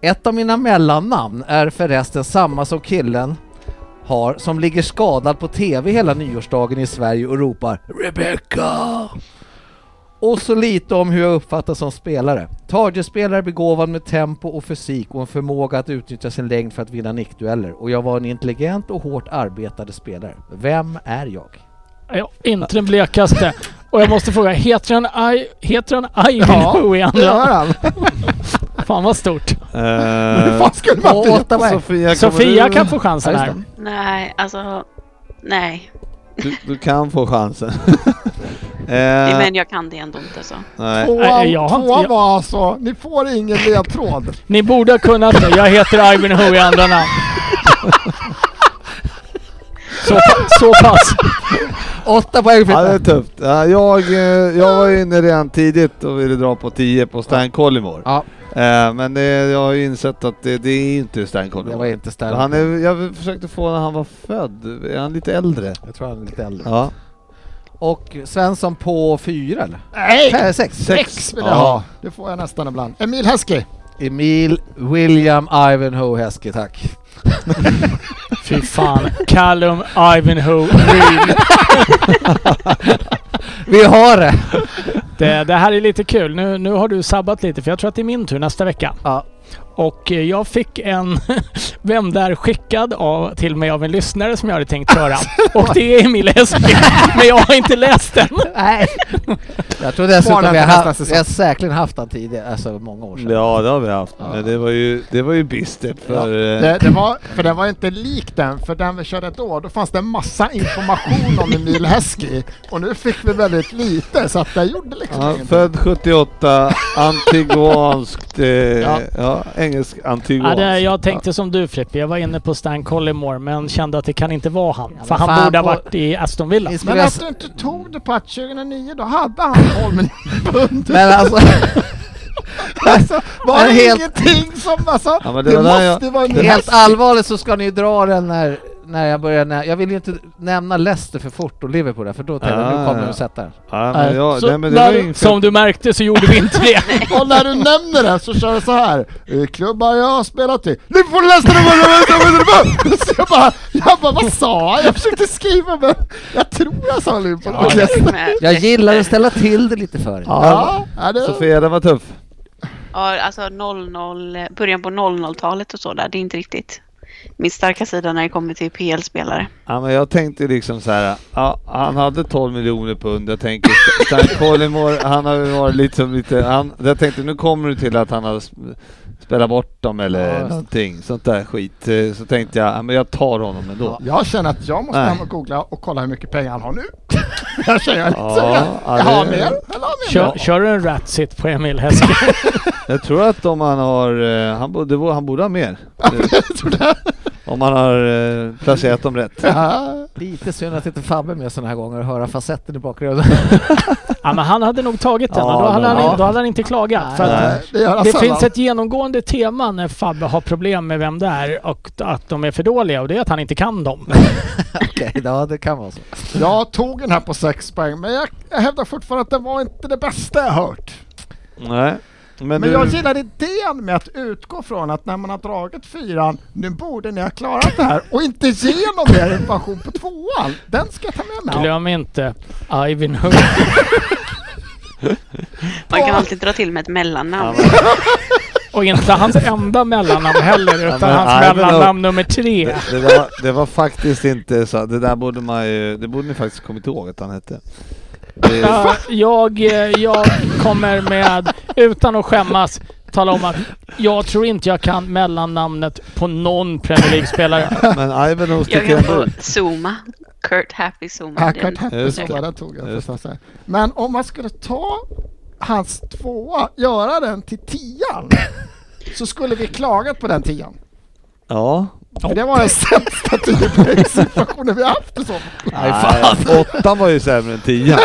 [SPEAKER 4] Ett av mina mellannamn är förresten samma som killen har som ligger skadad på TV hela nyårsdagen i Sverige och ropar Rebecca! Och så lite om hur jag uppfattas som spelare. Target-spelare begåvad med tempo och fysik och en förmåga att utnyttja sin längd för att vinna nickdueller. Och jag var en intelligent och hårt arbetande spelare. Vem är jag?
[SPEAKER 2] Ja, inte den blekaste. Och jag måste fråga, heter han I... Heter han I
[SPEAKER 5] Ja,
[SPEAKER 2] ja, i
[SPEAKER 5] Det gör
[SPEAKER 2] andra?
[SPEAKER 5] han.
[SPEAKER 2] Fan vad stort.
[SPEAKER 5] Hur
[SPEAKER 1] Eh,
[SPEAKER 5] fan skulle man
[SPEAKER 4] Och
[SPEAKER 5] inte
[SPEAKER 4] åtta poäng.
[SPEAKER 1] Sofia, kommer
[SPEAKER 2] Sofia
[SPEAKER 1] du,
[SPEAKER 2] kan få chansen
[SPEAKER 4] Ja,
[SPEAKER 2] här.
[SPEAKER 4] just
[SPEAKER 3] Nej, alltså... Nej,
[SPEAKER 1] Du, du kan få chansen. Eh,
[SPEAKER 3] Nej, men jag kan det ändå inte så.
[SPEAKER 1] nej.
[SPEAKER 5] Tvåan,
[SPEAKER 2] Nej, jag har inte-
[SPEAKER 5] tvåan
[SPEAKER 2] jag-
[SPEAKER 5] var alltså, ni får ingen ledtråd.
[SPEAKER 2] Ni borde ha kunnat det. Jag heter Ivan Ho i andra namn. Så, pa- så pass.
[SPEAKER 4] Åtta poäng
[SPEAKER 1] Ja,
[SPEAKER 4] för
[SPEAKER 1] det är tufft. Ja, jag, eh, jag var ju inne redan tidigt och ville dra på 10 på Stan Collymore.
[SPEAKER 4] Ja.
[SPEAKER 1] Eh, men det, jag har ju insett att det, det är inte Stan
[SPEAKER 4] Det var
[SPEAKER 1] Collymore.
[SPEAKER 4] inte Stanley.
[SPEAKER 1] Han är, jag försökte få när han var född. Är han lite äldre?
[SPEAKER 4] Jag tror han är lite äldre.
[SPEAKER 1] Ja.
[SPEAKER 4] Och Svensson på fyra eller?
[SPEAKER 5] Nej!
[SPEAKER 4] Nej, sex.
[SPEAKER 5] Sex vill jag
[SPEAKER 1] Ja.
[SPEAKER 5] ha. Det får jag nästan ibland. Emil Heskey.
[SPEAKER 4] Emil William Ivanhoe Heskey, tack.
[SPEAKER 2] Fy fan. Callum Ivanhoe Green.
[SPEAKER 4] Vi har det!
[SPEAKER 2] eh, Det, det här är lite kul. Nu, nu har du sabbat lite för jag tror att det är min tur nästa vecka.
[SPEAKER 4] Ja.
[SPEAKER 2] Och eh, jag fick en Vem där skickad av, till mig av en lyssnare som jag hade tänkt köra. Och det är Emil Heskey. Men jag har inte läst den.
[SPEAKER 4] Nej. Jag tror dessutom
[SPEAKER 5] Bara
[SPEAKER 4] vi har,
[SPEAKER 5] nästa
[SPEAKER 4] haft, vi
[SPEAKER 5] säsong.
[SPEAKER 4] har säkerligen haft han tidigare, alltså många år sedan.
[SPEAKER 1] Ja, det har vi haft.
[SPEAKER 4] Ja.
[SPEAKER 1] Men det var ju, det var ju bistert för... eh,
[SPEAKER 5] Det, det var, för den var inte lik den, för den vi körde då, då fanns det en massa information om Emil Heskey. Och nu fick vi väldigt lite, så att det gjorde liksom
[SPEAKER 1] Ja,
[SPEAKER 5] ingenting.
[SPEAKER 1] född 78, antiguanskt, eh, ja.
[SPEAKER 5] Ja.
[SPEAKER 1] engelsk
[SPEAKER 2] Ja,
[SPEAKER 1] antiguanskt.
[SPEAKER 2] det, jag tänkte som du Frippe, jag var inne på Stan Collymore men kände att det kan inte vara han. för han
[SPEAKER 4] fan
[SPEAKER 2] borde ha
[SPEAKER 4] på-
[SPEAKER 2] varit i Aston Villa.
[SPEAKER 4] Ni skulle
[SPEAKER 5] Men
[SPEAKER 4] ha-
[SPEAKER 5] att du inte tog det på att 2009, då hade han 12 miljoner pund.
[SPEAKER 4] Men alltså...
[SPEAKER 5] Alltså, var
[SPEAKER 4] Men
[SPEAKER 5] det
[SPEAKER 4] helt-
[SPEAKER 5] ingenting som... Alltså,
[SPEAKER 1] Ja, men det
[SPEAKER 5] det,
[SPEAKER 1] var där
[SPEAKER 5] måste
[SPEAKER 1] jag-
[SPEAKER 5] ju vara en
[SPEAKER 4] Helt
[SPEAKER 5] Heskey.
[SPEAKER 4] allvarligt så ska ni ju dra den när, när jag börjar... När, jag vill ju inte nämna Leicester för fort och Liverpool där, för då tänker jag
[SPEAKER 1] Ah,
[SPEAKER 4] nu kommer
[SPEAKER 1] ja.
[SPEAKER 4] du att sätta den.
[SPEAKER 1] Ja, men jag,
[SPEAKER 2] Så
[SPEAKER 1] nej, men det
[SPEAKER 2] där-
[SPEAKER 1] var ju inget
[SPEAKER 2] som du märkte så gjorde vi inte det.
[SPEAKER 5] Och när du nämner det så kör du så här. "Eh, Klubbar jag har spelat i. Liverpool, Leicester, Wolverhampton, Wolverhampton." Så jag bara, jag bara, vad sa jag? Jag försökte skriva men jag tror jag sa Liverpool och Leicester.
[SPEAKER 3] Men-
[SPEAKER 4] Jag gillar att ställa till det lite för er.
[SPEAKER 5] Ja, ja, det...
[SPEAKER 1] Sofia, den var tuff.
[SPEAKER 3] Ja, alltså 00, början på 00-talet och så där. Det är inte riktigt. min starka sida när det kommer till PL-spelare.
[SPEAKER 1] Ja, men jag tänkte liksom så här. Ja, han hade 12 miljoner pund. Jag tänker Stan- Stan Collymore, han har ju varit liksom lite... Han, jag tänkte nu kommer du till att han har sp- spelat bort dem eller
[SPEAKER 4] Ja, just.
[SPEAKER 1] någonting. Sånt där skit. Eh, Så tänkte jag, ja, men jag tar honom ändå.
[SPEAKER 5] Jag känner att jag måste
[SPEAKER 1] Nej.
[SPEAKER 5] hem och googla och kolla hur mycket pengar han har nu. jag känner lite
[SPEAKER 1] Ja,
[SPEAKER 5] så. Jag,
[SPEAKER 1] ja,
[SPEAKER 5] jag har
[SPEAKER 1] det-
[SPEAKER 5] mer. Jag har mer.
[SPEAKER 2] Kör, kör en ratsit på Emil Häske.
[SPEAKER 1] Jag tror att om han har... eh, Han borde, han borde ha mer. Om han har eh, placerat dem rätt.
[SPEAKER 5] Ja.
[SPEAKER 4] Lite synd att inte Fabbe är med sådana här gånger och höra facetten i bakgrunden.
[SPEAKER 2] Ja, men han hade nog tagit den
[SPEAKER 1] Ja,
[SPEAKER 2] och då hade,
[SPEAKER 1] men-
[SPEAKER 2] han,
[SPEAKER 1] ja.
[SPEAKER 2] då hade han inte klagat. För att
[SPEAKER 1] Nej.
[SPEAKER 5] eh, Det gör han
[SPEAKER 2] det
[SPEAKER 5] sällan.
[SPEAKER 2] finns ett genomgående tema när Fabbe har problem med vem det är och att de är för dåliga och det är att han inte kan dem.
[SPEAKER 4] Okej, ja det kan vara så.
[SPEAKER 5] Jag tog den här på sex poäng, men jag, jag hävdar fortfarande att den var inte det bästa jag hört.
[SPEAKER 1] Nej. Men,
[SPEAKER 5] Men
[SPEAKER 1] du,
[SPEAKER 5] jag gillar idén med att utgå från att när man har dragit fyran, nu borde ni ha klarat det här och inte ge någon mer information på tvåan. Den ska jag ta med mig.
[SPEAKER 2] Glöm inte Ivan Hook.
[SPEAKER 3] Man kan alltid dra till med ett
[SPEAKER 1] Ja,
[SPEAKER 3] mellannamn.
[SPEAKER 1] men-
[SPEAKER 2] Och inte hans enda mellannamn heller utan
[SPEAKER 1] men
[SPEAKER 2] hans
[SPEAKER 1] Ivanhoe-
[SPEAKER 2] mellannamn nummer tre.
[SPEAKER 1] Det, det, var, det var faktiskt inte så. Det där borde man ju... Det borde ni faktiskt kommit ihåg att han hette. Det-
[SPEAKER 2] Ja, jag, eh, jag kommer med, utan att skämmas, tala om att jag tror inte jag kan mellannamnet på någon Premier League-spelare.
[SPEAKER 1] Men Ivanhoe
[SPEAKER 3] Jag
[SPEAKER 1] sticker
[SPEAKER 3] kan
[SPEAKER 1] ändå
[SPEAKER 3] få
[SPEAKER 1] ut.
[SPEAKER 3] Zuma. Kurt Happy
[SPEAKER 5] Ja,
[SPEAKER 3] Zuma.
[SPEAKER 5] Kurt
[SPEAKER 1] Just
[SPEAKER 5] Happy
[SPEAKER 1] det.
[SPEAKER 5] den tog jag
[SPEAKER 1] Just
[SPEAKER 5] förstås. här. Men om man skulle ta hans tvåa, göra den till tian, så skulle vi klagat på den tian.
[SPEAKER 1] Ja.
[SPEAKER 5] För det var den sämsta tiopoängssituationen vi haft i så fall.
[SPEAKER 1] Nej, Åttan var ju sämre än tian.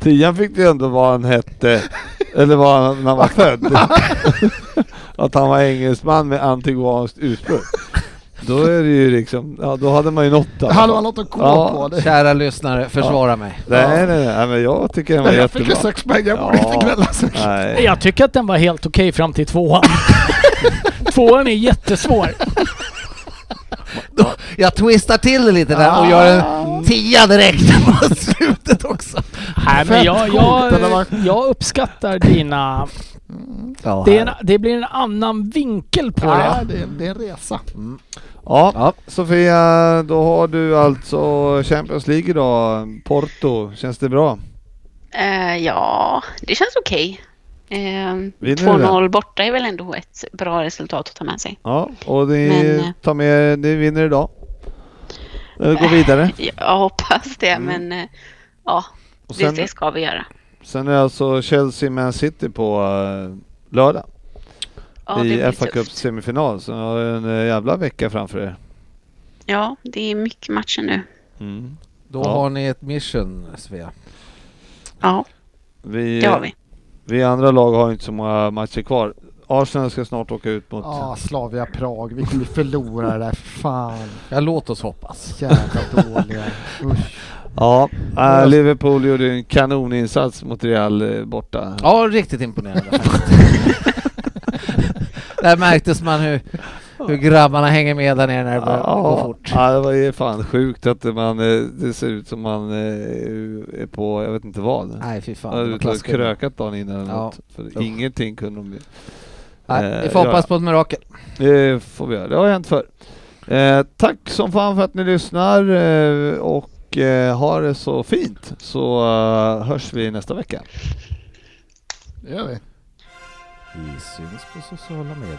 [SPEAKER 1] tian fick det ju ändå vad han hette, eller vad han, när han var född. att han var engelsman med antiguanskt ursprung. Då är det ju liksom, ja då hade man ju en åtta.
[SPEAKER 5] Hallå, något att kolla
[SPEAKER 1] Ja,
[SPEAKER 5] på. Det.
[SPEAKER 4] Kära lyssnare, försvara mig.
[SPEAKER 1] Nej, nej, nej, nej, men jag tycker den var
[SPEAKER 5] Jag fick ju
[SPEAKER 1] jättebra.
[SPEAKER 5] sex poäng, jag borde
[SPEAKER 1] Ja.
[SPEAKER 5] inte gnälla så mycket.
[SPEAKER 1] Nej.
[SPEAKER 2] Jag tycker att den var helt okej fram till tvåan. tvåan är jättesvår.
[SPEAKER 4] Jag twistar till det lite där och gör en tia direkt på slutet också.
[SPEAKER 2] Nej, men jag,
[SPEAKER 5] Fett coolt, eller
[SPEAKER 2] jag,
[SPEAKER 5] vad?
[SPEAKER 2] jag uppskattar dina...
[SPEAKER 4] Ja,
[SPEAKER 2] Det, är en, det blir en annan vinkel på
[SPEAKER 5] Ja,
[SPEAKER 2] det.
[SPEAKER 5] det är, det är en resa.
[SPEAKER 1] Ja,
[SPEAKER 4] Ja.
[SPEAKER 1] Sofia, då har du alltså Champions League idag. Porto, känns det bra?
[SPEAKER 3] Eh, ja, det känns okej. Eh,
[SPEAKER 1] Vinner du
[SPEAKER 3] 2-0 borta är väl ändå ett bra resultat att ta med sig.
[SPEAKER 1] Ja, och ni
[SPEAKER 3] Men- eh,
[SPEAKER 1] tar med, ni vinner idag. Eller går vidare.
[SPEAKER 3] Jag hoppas det, men eh, ja,
[SPEAKER 1] Mm. Och
[SPEAKER 3] det,
[SPEAKER 1] sen,
[SPEAKER 3] det ska vi göra.
[SPEAKER 1] sen är det alltså Chelsea-Man City på eh, lördag
[SPEAKER 3] Ja, det blir
[SPEAKER 1] i fa
[SPEAKER 3] tufft.
[SPEAKER 1] Cups semifinal. Så ni har en eh, jävla vecka framför er.
[SPEAKER 3] Ja, det är mycket matcher nu.
[SPEAKER 4] Då
[SPEAKER 1] Ja.
[SPEAKER 4] har ni ett mission Svea.
[SPEAKER 3] Ja,
[SPEAKER 1] Vi,
[SPEAKER 3] det har vi.
[SPEAKER 1] vi andra lag har ju inte så många matcher kvar. Arsenal ska snart åka ut mot...
[SPEAKER 5] Ja, Slavia Prag, vi kommer förlora det där. Fan,
[SPEAKER 4] Ja, låt oss hoppas.
[SPEAKER 5] jävla dåliga. Usch.
[SPEAKER 1] Ja, eh, Liverpool gjorde en kanoninsats mot Real eh, borta.
[SPEAKER 4] Ja, riktigt imponerande faktiskt. Där märktes man hur, hur grabbarna hänger med där nere när det börjar gå fort.
[SPEAKER 1] ja, det var ju fan sjukt att man, eh, det ser ut som man eh, är på, jag vet inte vad.
[SPEAKER 4] Nej, fy fan.
[SPEAKER 1] Ja,
[SPEAKER 4] det var
[SPEAKER 1] du har
[SPEAKER 4] klassiskt.
[SPEAKER 1] krökat dagen innan eller
[SPEAKER 4] Ja.
[SPEAKER 1] något. För
[SPEAKER 4] Usch.
[SPEAKER 1] ingenting kunde de ju...
[SPEAKER 4] Nej, vi
[SPEAKER 1] eh,
[SPEAKER 4] får
[SPEAKER 1] göra.
[SPEAKER 4] hoppas på ett mirakel.
[SPEAKER 1] Det får vi göra. Det har hänt förr. Eh, tack som fan för att ni lyssnar eh, och eh, ha det så fint så eh, hörs vi nästa vecka.
[SPEAKER 5] Det gör vi.
[SPEAKER 4] Vi syns på sociala medier.